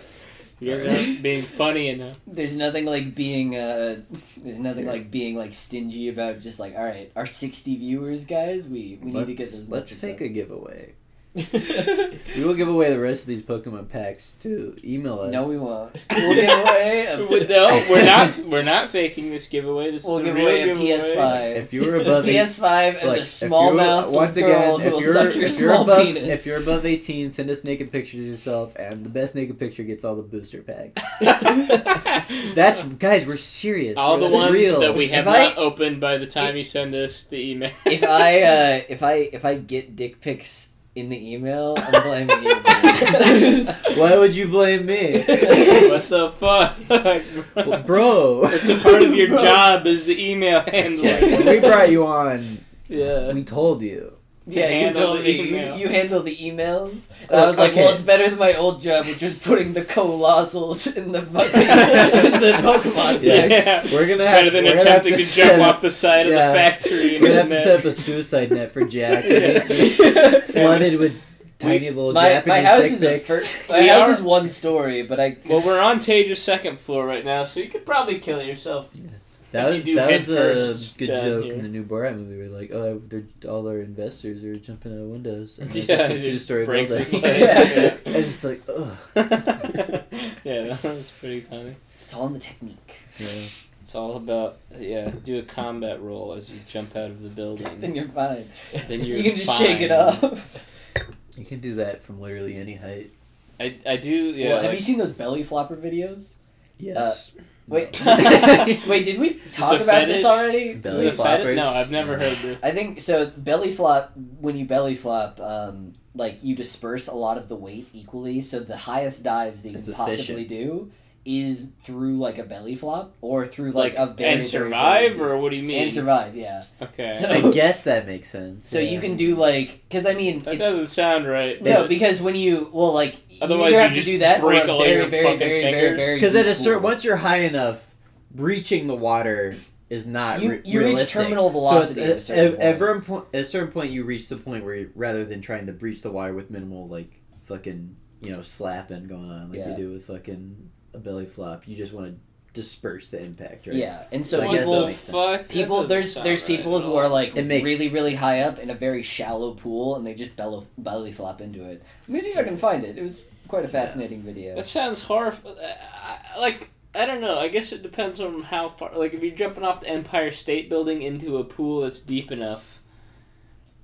[SPEAKER 1] You guys aren't being funny enough.
[SPEAKER 3] There's nothing like being, uh, there's nothing like being, like, stingy about just, like, all right, our 60 viewers, guys, we, we need to get this.
[SPEAKER 2] let's
[SPEAKER 3] metrics
[SPEAKER 2] take
[SPEAKER 3] up.
[SPEAKER 2] a giveaway. We will give away the rest of these Pokemon packs to email us.
[SPEAKER 3] No, we won't. We'll give away a,
[SPEAKER 1] Well, no, we're not. We're not faking this giveaway. This
[SPEAKER 3] we'll
[SPEAKER 1] is
[SPEAKER 3] give
[SPEAKER 1] a real
[SPEAKER 3] away a
[SPEAKER 1] giveaway.
[SPEAKER 3] PS5.
[SPEAKER 2] If you were above eight-
[SPEAKER 3] PS5 and
[SPEAKER 2] Look,
[SPEAKER 3] a
[SPEAKER 2] if
[SPEAKER 3] small
[SPEAKER 2] you're-
[SPEAKER 3] mouth
[SPEAKER 2] once
[SPEAKER 3] girl
[SPEAKER 2] again,
[SPEAKER 3] who
[SPEAKER 2] if
[SPEAKER 3] will
[SPEAKER 2] you're,
[SPEAKER 3] suck your
[SPEAKER 2] if you're
[SPEAKER 3] small
[SPEAKER 2] above,
[SPEAKER 3] penis.
[SPEAKER 2] If you're above 18, send us naked pictures of yourself, and the best naked picture gets all the booster packs. That's guys, we're serious.
[SPEAKER 1] all the
[SPEAKER 2] We're
[SPEAKER 1] ones
[SPEAKER 2] real.
[SPEAKER 1] that we have
[SPEAKER 3] If I-
[SPEAKER 1] not opened by the time you send us the email.
[SPEAKER 3] if I uh, if I if I get dick pics in the email, I'm blaming you. For this.
[SPEAKER 2] Why would you blame me,
[SPEAKER 1] what the fuck,
[SPEAKER 2] Well, bro?
[SPEAKER 1] It's a part of your
[SPEAKER 3] Bro.
[SPEAKER 1] job is the email
[SPEAKER 2] When
[SPEAKER 1] handling.
[SPEAKER 2] we brought you on,
[SPEAKER 1] yeah.
[SPEAKER 2] we told you.
[SPEAKER 3] yeah, you
[SPEAKER 1] handle
[SPEAKER 3] told
[SPEAKER 1] the
[SPEAKER 3] me you,
[SPEAKER 1] email.
[SPEAKER 3] you handle the emails. And I
[SPEAKER 2] Look,
[SPEAKER 3] was like,
[SPEAKER 2] okay.
[SPEAKER 3] well, it's better than my old job, which was putting the colossals in the fucking in the Pokemon.
[SPEAKER 2] Yeah.
[SPEAKER 3] deck.
[SPEAKER 2] We're gonna
[SPEAKER 1] it's
[SPEAKER 2] have-
[SPEAKER 1] better than
[SPEAKER 2] we're gonna have
[SPEAKER 1] attempting
[SPEAKER 2] to
[SPEAKER 1] to,
[SPEAKER 2] set
[SPEAKER 1] jump
[SPEAKER 2] up-
[SPEAKER 1] off the side
[SPEAKER 2] yeah.
[SPEAKER 1] of the factory.
[SPEAKER 2] We're gonna have
[SPEAKER 1] and
[SPEAKER 2] to set up a suicide net for Jack. and he's just flooded with tiny little
[SPEAKER 3] My, my
[SPEAKER 2] Japanese
[SPEAKER 3] house
[SPEAKER 2] dick
[SPEAKER 3] is a
[SPEAKER 2] pics.
[SPEAKER 3] fir- my
[SPEAKER 1] We
[SPEAKER 3] house
[SPEAKER 1] are-
[SPEAKER 3] is one story, but I
[SPEAKER 1] Well, we're on Tage's second floor right now, so you could probably kill yourself.
[SPEAKER 2] That
[SPEAKER 1] If
[SPEAKER 2] was
[SPEAKER 1] you do
[SPEAKER 2] that
[SPEAKER 1] head
[SPEAKER 2] was a
[SPEAKER 1] first
[SPEAKER 2] good
[SPEAKER 1] down
[SPEAKER 2] joke in
[SPEAKER 1] here.
[SPEAKER 2] the new Borat movie. Where like, oh, they're all our investors are jumping out of windows. And it's
[SPEAKER 1] Yeah, it
[SPEAKER 2] just a
[SPEAKER 1] just
[SPEAKER 2] two story
[SPEAKER 1] breaks
[SPEAKER 2] building.
[SPEAKER 1] his leg.
[SPEAKER 2] yeah. And it's like, ugh.
[SPEAKER 1] yeah, that was pretty funny.
[SPEAKER 3] It's all in the technique.
[SPEAKER 2] Yeah.
[SPEAKER 1] It's all about yeah. Do a combat roll as you jump out of the
[SPEAKER 3] Then
[SPEAKER 1] building.
[SPEAKER 3] you're fine.
[SPEAKER 1] Then you're
[SPEAKER 3] you can just shake it
[SPEAKER 1] fine.
[SPEAKER 3] up.
[SPEAKER 2] You can do that from literally any height.
[SPEAKER 1] I, I do yeah.
[SPEAKER 3] well, have
[SPEAKER 1] like-
[SPEAKER 3] you seen those belly flopper videos?
[SPEAKER 2] Yes.
[SPEAKER 4] Uh,
[SPEAKER 3] Wait,
[SPEAKER 1] No.
[SPEAKER 3] wait, did we
[SPEAKER 1] this
[SPEAKER 3] talk
[SPEAKER 1] a
[SPEAKER 3] about
[SPEAKER 1] fetish?
[SPEAKER 3] this already?
[SPEAKER 1] the
[SPEAKER 2] Belly
[SPEAKER 1] fetish-
[SPEAKER 2] floppers?
[SPEAKER 1] No, I've never heard this.
[SPEAKER 3] I think so. Belly flop when you belly flop, um, like you disperse a lot of the weight equally. So the highest dives that you
[SPEAKER 2] It's
[SPEAKER 3] can possibly
[SPEAKER 2] efficient.
[SPEAKER 3] do is through like a belly flop or through like, a very
[SPEAKER 1] and
[SPEAKER 3] very
[SPEAKER 1] survive
[SPEAKER 3] very-
[SPEAKER 1] or what do you mean?
[SPEAKER 3] and survive. Yeah.
[SPEAKER 1] okay.
[SPEAKER 3] So-
[SPEAKER 2] I guess that makes sense.
[SPEAKER 3] So
[SPEAKER 2] yeah.
[SPEAKER 3] you can do like because I mean
[SPEAKER 1] that
[SPEAKER 3] it's
[SPEAKER 1] doesn't sound right.
[SPEAKER 3] no
[SPEAKER 2] That's-
[SPEAKER 3] because when you well like
[SPEAKER 1] Otherwise
[SPEAKER 3] you either
[SPEAKER 1] you
[SPEAKER 3] have to
[SPEAKER 1] just
[SPEAKER 3] do that or a
[SPEAKER 1] break all
[SPEAKER 3] very
[SPEAKER 1] your
[SPEAKER 3] very
[SPEAKER 1] fucking
[SPEAKER 3] very very
[SPEAKER 1] fingers.
[SPEAKER 3] very
[SPEAKER 2] Because at a
[SPEAKER 3] deep
[SPEAKER 2] certain
[SPEAKER 3] pool.
[SPEAKER 2] once you're high enough, reaching the water is not
[SPEAKER 3] you,
[SPEAKER 2] re-
[SPEAKER 3] you reach
[SPEAKER 2] realistic.
[SPEAKER 3] terminal velocity
[SPEAKER 2] So
[SPEAKER 3] at,
[SPEAKER 2] at,
[SPEAKER 3] a certain
[SPEAKER 2] at, at,
[SPEAKER 3] point.
[SPEAKER 2] certain point, at a certain point, you reach the point where you, rather than trying to breach the wire with minimal like fucking you know slapping going on like
[SPEAKER 3] Yeah.
[SPEAKER 2] you do with fucking a belly flop, you just want to disperse the impact, right?
[SPEAKER 3] yeah and so
[SPEAKER 2] So I guess
[SPEAKER 3] people
[SPEAKER 2] that
[SPEAKER 1] people,
[SPEAKER 2] makes sense.
[SPEAKER 1] fuck, that
[SPEAKER 3] people
[SPEAKER 1] doesn't
[SPEAKER 3] there's
[SPEAKER 1] sound
[SPEAKER 3] there's
[SPEAKER 1] right
[SPEAKER 3] people
[SPEAKER 1] at
[SPEAKER 3] who
[SPEAKER 1] all.
[SPEAKER 3] are like
[SPEAKER 2] It makes-
[SPEAKER 3] really really high up in a very shallow pool and they just bellow, belly flop into it let me see if i can find it it was quite a fascinating video
[SPEAKER 1] That sounds horrible. Like I don't know. I guess it depends on how far. Like if you're jumping off the Empire State Building into a pool that's deep enough,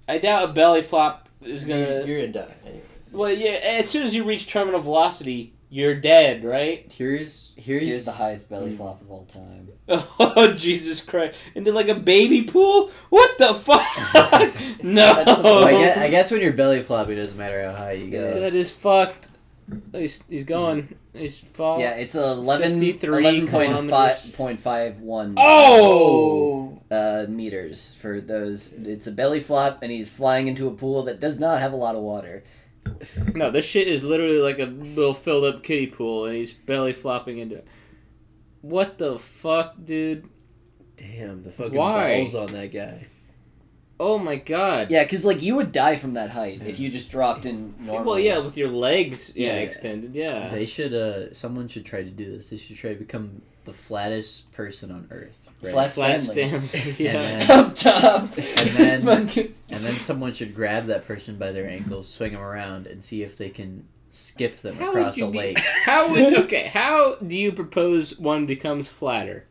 [SPEAKER 1] I doubt a belly flop is
[SPEAKER 4] You're,
[SPEAKER 1] gonna.
[SPEAKER 4] you're a duck. Anyway.
[SPEAKER 1] Well, yeah. As soon as you reach terminal velocity, you're dead, right?
[SPEAKER 2] Here's here's,
[SPEAKER 3] here's the highest belly
[SPEAKER 2] Mm.
[SPEAKER 3] flop of all time
[SPEAKER 1] Oh Jesus Christ! Into like a baby pool? What the fuck? no.
[SPEAKER 3] That's the
[SPEAKER 2] Well, I,
[SPEAKER 3] point.
[SPEAKER 2] guess, I guess when you're belly flopping, it doesn't matter how high you go.
[SPEAKER 3] Yeah.
[SPEAKER 1] That is fucked. Oh, He's, he's going. He's falling.
[SPEAKER 3] yeah it's 11
[SPEAKER 1] 53 kilometers.
[SPEAKER 3] 11.5
[SPEAKER 1] Oh!
[SPEAKER 3] uh, meters for those it's a belly flop and he's flying into a pool that does not have a lot of water
[SPEAKER 1] No, this shit is literally like a little filled up kiddie pool, and he's belly flopping into it. What the fuck, dude?
[SPEAKER 4] Damn, the fucking
[SPEAKER 1] Why?
[SPEAKER 4] balls on that guy.
[SPEAKER 1] Oh my god.
[SPEAKER 3] yeah because like you would die from that height if you just dropped in normal
[SPEAKER 1] Well, yeah, with your legs yeah,
[SPEAKER 3] Yeah.
[SPEAKER 1] extended, yeah.
[SPEAKER 2] They should. Uh, someone should try to do this. They should try to become the flattest person on earth. Right?
[SPEAKER 3] Flat
[SPEAKER 1] Flat
[SPEAKER 3] Stanley.
[SPEAKER 1] stand. yeah.
[SPEAKER 2] And then,
[SPEAKER 3] up top
[SPEAKER 2] And then-
[SPEAKER 3] Fucking-
[SPEAKER 2] and then someone should grab that person by their ankles, swing them around, and see if they can skip them
[SPEAKER 1] How would
[SPEAKER 2] across
[SPEAKER 1] you
[SPEAKER 2] a
[SPEAKER 1] be-
[SPEAKER 2] lake.
[SPEAKER 1] How would okay? How do you propose one becomes flatter?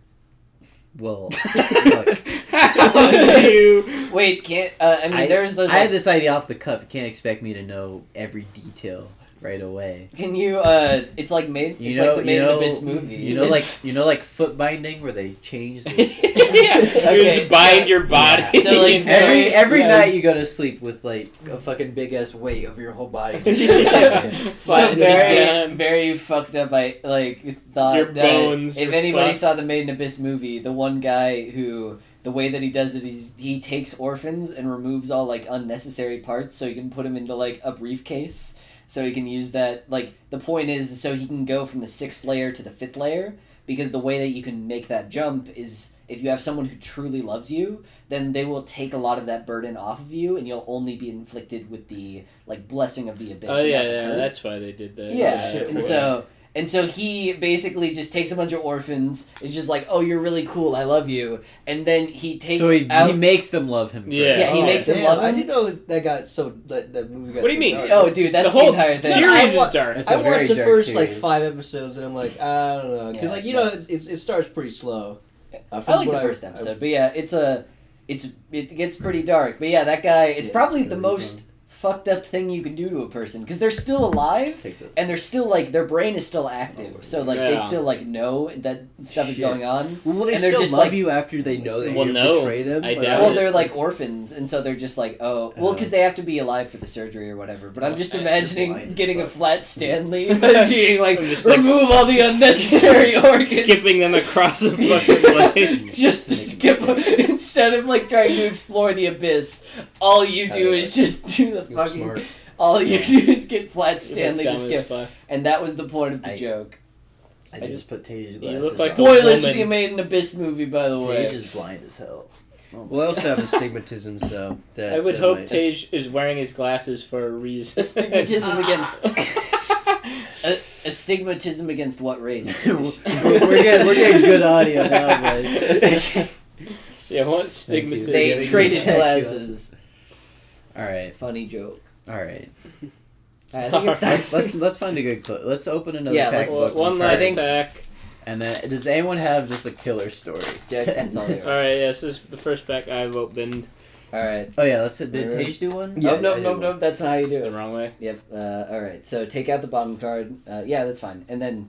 [SPEAKER 2] Well, look,
[SPEAKER 1] how do you?
[SPEAKER 3] Wait, can't uh, I mean?
[SPEAKER 2] I-
[SPEAKER 3] there's those.
[SPEAKER 2] I had
[SPEAKER 3] like-
[SPEAKER 2] this idea off the cuff. You can't expect me to know every detail right away.
[SPEAKER 3] can you? uh It's like made.
[SPEAKER 2] You
[SPEAKER 3] it's
[SPEAKER 2] know,
[SPEAKER 3] like the Made
[SPEAKER 2] you
[SPEAKER 3] in
[SPEAKER 2] know,
[SPEAKER 3] Abyss movie.
[SPEAKER 2] you know, like
[SPEAKER 3] It's-
[SPEAKER 2] you know, like foot binding, where they change the
[SPEAKER 1] yeah, you
[SPEAKER 3] Okay,
[SPEAKER 1] just bind
[SPEAKER 3] so-
[SPEAKER 1] your body.
[SPEAKER 3] yeah. So, like,
[SPEAKER 1] and-
[SPEAKER 2] Every
[SPEAKER 3] Every-
[SPEAKER 2] every
[SPEAKER 3] yeah.
[SPEAKER 2] night you go to sleep with like a fucking big ass weight over your whole body.
[SPEAKER 1] Yeah.
[SPEAKER 3] so
[SPEAKER 1] flattened
[SPEAKER 3] very,
[SPEAKER 1] down.
[SPEAKER 3] very fucked up. I like thought
[SPEAKER 1] Your
[SPEAKER 3] that
[SPEAKER 1] bones
[SPEAKER 3] if
[SPEAKER 1] are
[SPEAKER 3] anybody
[SPEAKER 1] fucked.
[SPEAKER 3] saw the Made in Abyss movie, the one guy who the way that he does it is he takes orphans and removes all like unnecessary parts, so he can put them into like a briefcase, so he can use that. Like the point is, so he can go from the sixth layer to the fifth layer. Because the way that you can make that jump is if you have someone who truly loves you, then they will take a lot of that burden off of you, and you'll only be inflicted with the like blessing of the abyss.
[SPEAKER 1] Oh
[SPEAKER 3] not
[SPEAKER 1] yeah,
[SPEAKER 3] the
[SPEAKER 1] yeah,
[SPEAKER 3] curse.
[SPEAKER 1] that's why they did that.
[SPEAKER 3] Yeah,
[SPEAKER 4] shit
[SPEAKER 3] and
[SPEAKER 4] work.
[SPEAKER 3] so and so he basically just takes a bunch of orphans. Is just like, oh, you're really cool. I love you. And then he takes
[SPEAKER 2] so he,
[SPEAKER 3] out.
[SPEAKER 2] he makes them love him.
[SPEAKER 1] Yeah.
[SPEAKER 3] Yeah, he
[SPEAKER 4] Oh,
[SPEAKER 3] makes him
[SPEAKER 4] damn,
[SPEAKER 3] love
[SPEAKER 4] I
[SPEAKER 3] him.
[SPEAKER 4] didn't know that got so that, that movie got.
[SPEAKER 1] What do you
[SPEAKER 4] so
[SPEAKER 1] mean?
[SPEAKER 4] dark.
[SPEAKER 3] oh, dude, that's
[SPEAKER 1] the
[SPEAKER 3] the,
[SPEAKER 1] whole
[SPEAKER 3] entire thing.
[SPEAKER 4] series-
[SPEAKER 1] series
[SPEAKER 4] I wa-
[SPEAKER 1] is dark.
[SPEAKER 2] It's
[SPEAKER 4] I
[SPEAKER 2] a very
[SPEAKER 4] watched the
[SPEAKER 2] dark
[SPEAKER 4] first like
[SPEAKER 2] series.
[SPEAKER 4] five episodes, and I'm like, I don't know, because
[SPEAKER 3] Yeah,
[SPEAKER 4] like you
[SPEAKER 3] but-
[SPEAKER 4] know, it's, it's, it starts pretty slow. Uh,
[SPEAKER 3] I
[SPEAKER 4] from
[SPEAKER 3] like the
[SPEAKER 4] what
[SPEAKER 3] first episode, but yeah, it's a, it's it gets pretty dark. But yeah, that guy. It's
[SPEAKER 4] Yeah,
[SPEAKER 3] probably
[SPEAKER 2] for
[SPEAKER 3] the
[SPEAKER 2] a
[SPEAKER 3] most fucked up thing you can do to a person because they're still alive
[SPEAKER 2] Take this.
[SPEAKER 3] and they're still like their brain is still active. So like they
[SPEAKER 1] Yeah.
[SPEAKER 3] still like know that stuff is
[SPEAKER 4] Shit.
[SPEAKER 3] going on.
[SPEAKER 4] Well,
[SPEAKER 3] they And they're still just, love like-
[SPEAKER 4] you after they know
[SPEAKER 1] that Well, you no, betray
[SPEAKER 4] them.
[SPEAKER 1] I Like, doubt
[SPEAKER 3] Well,
[SPEAKER 1] it.
[SPEAKER 3] they're like orphans, and so they're just like, oh, well, because they have to be alive for the surgery or whatever. But I'm just
[SPEAKER 1] Uh,
[SPEAKER 2] you're
[SPEAKER 3] imagining
[SPEAKER 2] blind,
[SPEAKER 3] getting a
[SPEAKER 2] fuck.
[SPEAKER 3] flat Stanley and being like,
[SPEAKER 1] I'm just, like,
[SPEAKER 3] remove all the unnecessary organs.
[SPEAKER 1] Skipping them across a fucking lake.
[SPEAKER 3] just to skip instead of like trying to explore the abyss. All you do is just do the
[SPEAKER 4] You're
[SPEAKER 3] fucking.
[SPEAKER 4] smart.
[SPEAKER 3] All you do is get flat Stanley
[SPEAKER 1] Dumb
[SPEAKER 3] to
[SPEAKER 1] as
[SPEAKER 3] skip,
[SPEAKER 1] fuck.
[SPEAKER 3] and that was the point of the
[SPEAKER 2] I-
[SPEAKER 3] joke.
[SPEAKER 2] I,
[SPEAKER 1] I
[SPEAKER 2] just put Tages
[SPEAKER 1] You
[SPEAKER 2] glasses.
[SPEAKER 1] look like
[SPEAKER 2] on.
[SPEAKER 1] a-
[SPEAKER 3] Spoilers for
[SPEAKER 1] woman-
[SPEAKER 3] the Made in Abyss movie, by the
[SPEAKER 2] Tage
[SPEAKER 3] way.
[SPEAKER 2] is blind as hell.
[SPEAKER 4] Well, I also have astigmatism, so that
[SPEAKER 1] I would
[SPEAKER 4] that
[SPEAKER 1] hope
[SPEAKER 4] might-
[SPEAKER 1] Tej is wearing his glasses for a reason.
[SPEAKER 3] Astigmatism against-
[SPEAKER 1] Ah.
[SPEAKER 3] A- Astigmatism against what race?
[SPEAKER 2] we're, we're getting, we're getting good audio now, boys.
[SPEAKER 1] yeah, what
[SPEAKER 2] you.
[SPEAKER 1] stigmatism?
[SPEAKER 3] they
[SPEAKER 2] Thank you.
[SPEAKER 3] traded
[SPEAKER 2] Check you.
[SPEAKER 3] glasses.
[SPEAKER 2] All right,
[SPEAKER 3] Funny joke.
[SPEAKER 2] all right.
[SPEAKER 3] I think it's time.
[SPEAKER 2] Let's let's find a good clip. Let's open another
[SPEAKER 3] Yeah,
[SPEAKER 2] pack
[SPEAKER 3] let's-
[SPEAKER 2] book.
[SPEAKER 1] Well, one
[SPEAKER 2] and
[SPEAKER 1] last
[SPEAKER 2] try-
[SPEAKER 3] think-
[SPEAKER 1] pack.
[SPEAKER 2] And then, does anyone have just a killer story?
[SPEAKER 3] Jackson's all
[SPEAKER 1] All right, yeah, this is the first pack I've opened.
[SPEAKER 3] All right.
[SPEAKER 2] Oh yeah, let's. Did Tage do one?
[SPEAKER 3] No,
[SPEAKER 4] Yeah,
[SPEAKER 3] Oh, no,
[SPEAKER 4] I
[SPEAKER 3] no,
[SPEAKER 4] do.
[SPEAKER 3] no. That's not how you
[SPEAKER 1] It's
[SPEAKER 3] do
[SPEAKER 1] the
[SPEAKER 3] it.
[SPEAKER 1] wrong way.
[SPEAKER 3] Yep. Uh, all right. So take out the bottom card. Uh, yeah, that's fine. And then,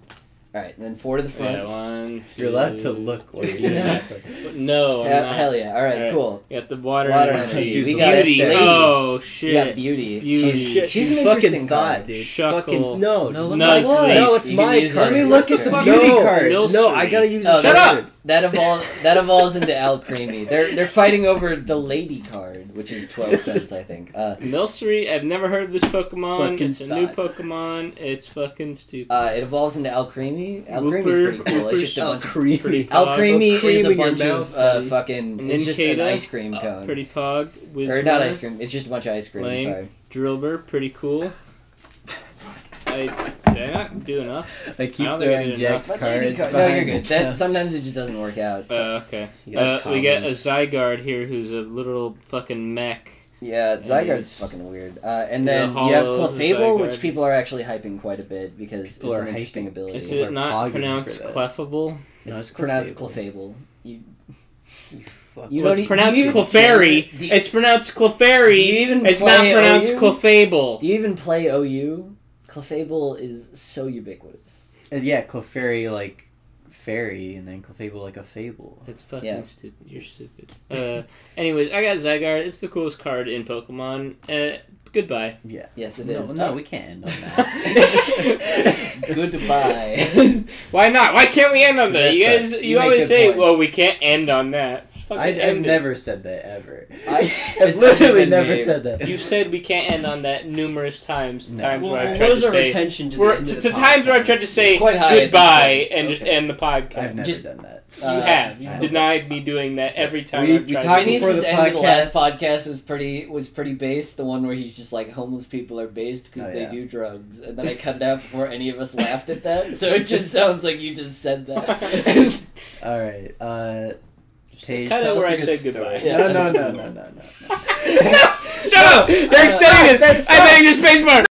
[SPEAKER 3] all right. And then four to the front.
[SPEAKER 1] Yeah, one.
[SPEAKER 2] You're allowed to
[SPEAKER 1] two-
[SPEAKER 2] look. While you're doing
[SPEAKER 3] Yeah.
[SPEAKER 2] that.
[SPEAKER 1] No, I'm
[SPEAKER 3] Hell-
[SPEAKER 1] not.
[SPEAKER 3] hell yeah! All right,
[SPEAKER 1] All right.
[SPEAKER 3] cool.
[SPEAKER 1] Got the water,
[SPEAKER 3] Water
[SPEAKER 1] energy.
[SPEAKER 2] energy.
[SPEAKER 1] Beauty.
[SPEAKER 2] We got
[SPEAKER 3] lady.
[SPEAKER 1] Oh
[SPEAKER 3] We got
[SPEAKER 1] shit.
[SPEAKER 3] beauty.
[SPEAKER 1] Beauty.
[SPEAKER 3] She's,
[SPEAKER 1] Shit,
[SPEAKER 3] she's an
[SPEAKER 6] you fucking
[SPEAKER 3] interesting
[SPEAKER 6] thought,
[SPEAKER 3] card.
[SPEAKER 6] dude.
[SPEAKER 1] Shuckle.
[SPEAKER 6] Fucking no, no,
[SPEAKER 1] look
[SPEAKER 6] my
[SPEAKER 1] at
[SPEAKER 6] card.
[SPEAKER 1] my
[SPEAKER 6] no,
[SPEAKER 1] leaf.
[SPEAKER 6] it's
[SPEAKER 3] You can
[SPEAKER 6] my
[SPEAKER 3] use it.
[SPEAKER 6] card.
[SPEAKER 3] Let me look
[SPEAKER 2] at the
[SPEAKER 6] no.
[SPEAKER 2] beauty
[SPEAKER 1] card.
[SPEAKER 6] No, I gotta use. the
[SPEAKER 3] Oh, Shut
[SPEAKER 6] shirt.
[SPEAKER 3] up! That evolves. That evolves into Al Creamy. They're they're fighting over the lady card, which is twelve cents, I think. Uh,
[SPEAKER 1] Milcery, I've never heard of this Pokemon.
[SPEAKER 2] Fucking
[SPEAKER 1] it's a new
[SPEAKER 2] thought.
[SPEAKER 1] Pokemon. It's fucking stupid.
[SPEAKER 3] uh, it evolves into Al Creamy. Al
[SPEAKER 1] Whooper,
[SPEAKER 3] Creamy's pretty cool. It's
[SPEAKER 1] Whooper's
[SPEAKER 3] just a
[SPEAKER 1] so
[SPEAKER 3] bunch. Of,
[SPEAKER 2] creepy.
[SPEAKER 1] Pretty
[SPEAKER 3] Al
[SPEAKER 1] pog.
[SPEAKER 3] Creamy
[SPEAKER 6] cream
[SPEAKER 3] is a
[SPEAKER 6] in your
[SPEAKER 3] bunch of
[SPEAKER 6] mouth,
[SPEAKER 3] uh,
[SPEAKER 6] buddy.
[SPEAKER 3] fucking.
[SPEAKER 1] An
[SPEAKER 3] It's just an
[SPEAKER 1] Incada.
[SPEAKER 3] ice cream cone,
[SPEAKER 1] uh, Pretty pog.
[SPEAKER 3] or
[SPEAKER 1] Wizmer,
[SPEAKER 3] not ice cream. It's just a bunch of ice cream.
[SPEAKER 1] Lame.
[SPEAKER 3] Sorry.
[SPEAKER 1] Drillbur, pretty cool. I did I not do enough.
[SPEAKER 2] I keep
[SPEAKER 1] don't think I
[SPEAKER 2] throwing
[SPEAKER 1] did
[SPEAKER 2] Jack's
[SPEAKER 1] enough.
[SPEAKER 2] cards.
[SPEAKER 3] No, you're
[SPEAKER 2] behind
[SPEAKER 3] good.
[SPEAKER 2] the
[SPEAKER 3] That
[SPEAKER 2] couch.
[SPEAKER 3] sometimes it just doesn't work out.
[SPEAKER 1] Uh, okay.
[SPEAKER 6] You
[SPEAKER 1] Uh,
[SPEAKER 6] got
[SPEAKER 1] we got a
[SPEAKER 6] Tom's.
[SPEAKER 1] Zygarde here who's a literal fucking mech.
[SPEAKER 3] Yeah, Zygarde's
[SPEAKER 1] he's-
[SPEAKER 3] fucking weird. Uh, and
[SPEAKER 1] he's a
[SPEAKER 3] then you have
[SPEAKER 1] hollow
[SPEAKER 3] Clefable,
[SPEAKER 1] Zygarde.
[SPEAKER 3] which people are actually hyping quite a bit because
[SPEAKER 2] People
[SPEAKER 3] it's
[SPEAKER 2] are
[SPEAKER 3] an interesting
[SPEAKER 2] hyping.
[SPEAKER 3] ability.
[SPEAKER 1] Is
[SPEAKER 2] People
[SPEAKER 1] it
[SPEAKER 2] are
[SPEAKER 1] not
[SPEAKER 2] pogging for
[SPEAKER 1] pronounced
[SPEAKER 2] that.
[SPEAKER 1] cleffable?
[SPEAKER 2] No, it's
[SPEAKER 3] pronounced
[SPEAKER 2] Clefable.
[SPEAKER 3] Clefable. You,
[SPEAKER 6] You fuck.
[SPEAKER 3] you
[SPEAKER 1] well,
[SPEAKER 3] don't
[SPEAKER 1] it's
[SPEAKER 3] e-
[SPEAKER 1] pronounced
[SPEAKER 3] do you even
[SPEAKER 1] Clefairy.
[SPEAKER 3] play- do you-
[SPEAKER 1] It's pronounced Clefairy.
[SPEAKER 3] Do you even
[SPEAKER 1] it's
[SPEAKER 3] play
[SPEAKER 1] not pronounced
[SPEAKER 3] OU?
[SPEAKER 1] Clefable.
[SPEAKER 3] Do you even play OU? Clefable is so ubiquitous.
[SPEAKER 2] And Uh, yeah, Clefairy like fairy, and then Clefable like a fable.
[SPEAKER 1] It's fucking
[SPEAKER 3] Yeah.
[SPEAKER 1] stupid. You're stupid. Uh, anyways, I got Zygarde. It's the coolest card in Pokemon. Uh, goodbye.
[SPEAKER 2] Yeah.
[SPEAKER 3] Yes, it
[SPEAKER 2] No,
[SPEAKER 3] is.
[SPEAKER 2] no, we can't end on that.
[SPEAKER 3] Oh. Goodbye.
[SPEAKER 1] Why not? Why can't we end on that?
[SPEAKER 2] That
[SPEAKER 1] You guys,
[SPEAKER 2] sucks.
[SPEAKER 1] you,
[SPEAKER 3] You make
[SPEAKER 1] always
[SPEAKER 3] good
[SPEAKER 1] say,
[SPEAKER 3] points.
[SPEAKER 1] "Well, we can't end on that." Just fucking
[SPEAKER 2] I, I've
[SPEAKER 1] end it.
[SPEAKER 2] never said that ever.
[SPEAKER 3] I-
[SPEAKER 2] I've
[SPEAKER 3] it's only
[SPEAKER 2] literally
[SPEAKER 3] been
[SPEAKER 2] never
[SPEAKER 3] me.
[SPEAKER 2] said that.
[SPEAKER 1] You've said we can't end on that numerous times.
[SPEAKER 2] No.
[SPEAKER 1] Times
[SPEAKER 4] Well,
[SPEAKER 1] where
[SPEAKER 4] what
[SPEAKER 1] I've tried to
[SPEAKER 4] is our
[SPEAKER 1] say,
[SPEAKER 4] retention to, the
[SPEAKER 1] we're-
[SPEAKER 4] end
[SPEAKER 1] to,
[SPEAKER 4] of the
[SPEAKER 1] to times where I've tried
[SPEAKER 4] podcast?
[SPEAKER 1] to say
[SPEAKER 3] Quite high at this
[SPEAKER 1] goodbye
[SPEAKER 3] point.
[SPEAKER 1] and just
[SPEAKER 4] Okay.
[SPEAKER 1] end the podcast.
[SPEAKER 2] I've never
[SPEAKER 3] Just-
[SPEAKER 2] done that.
[SPEAKER 1] you
[SPEAKER 3] Uh,
[SPEAKER 1] have.
[SPEAKER 2] I
[SPEAKER 1] You've
[SPEAKER 2] don't-
[SPEAKER 1] denied me doing that every time
[SPEAKER 2] We-
[SPEAKER 1] I've
[SPEAKER 2] we
[SPEAKER 1] tried.
[SPEAKER 2] talked
[SPEAKER 1] to-
[SPEAKER 2] before
[SPEAKER 3] Phineas's
[SPEAKER 2] the
[SPEAKER 3] end of the last
[SPEAKER 2] podcast-
[SPEAKER 3] podcast was pretty was pretty based. The one where he's just like homeless people are based because
[SPEAKER 2] Oh,
[SPEAKER 3] they
[SPEAKER 2] yeah.
[SPEAKER 3] do drugs, and then I cut it out before any of us laughed at that. So it just sounds like you just said that.
[SPEAKER 2] All right. Uh, Paige,
[SPEAKER 1] cut it
[SPEAKER 2] tell us
[SPEAKER 1] where
[SPEAKER 2] a
[SPEAKER 1] I
[SPEAKER 2] good
[SPEAKER 1] said
[SPEAKER 2] story.
[SPEAKER 1] goodbye.
[SPEAKER 2] No, no, no, no, no, no.
[SPEAKER 1] Shut up! You're extending this.
[SPEAKER 2] That
[SPEAKER 1] I'm
[SPEAKER 2] sucks.
[SPEAKER 1] hitting this space bar.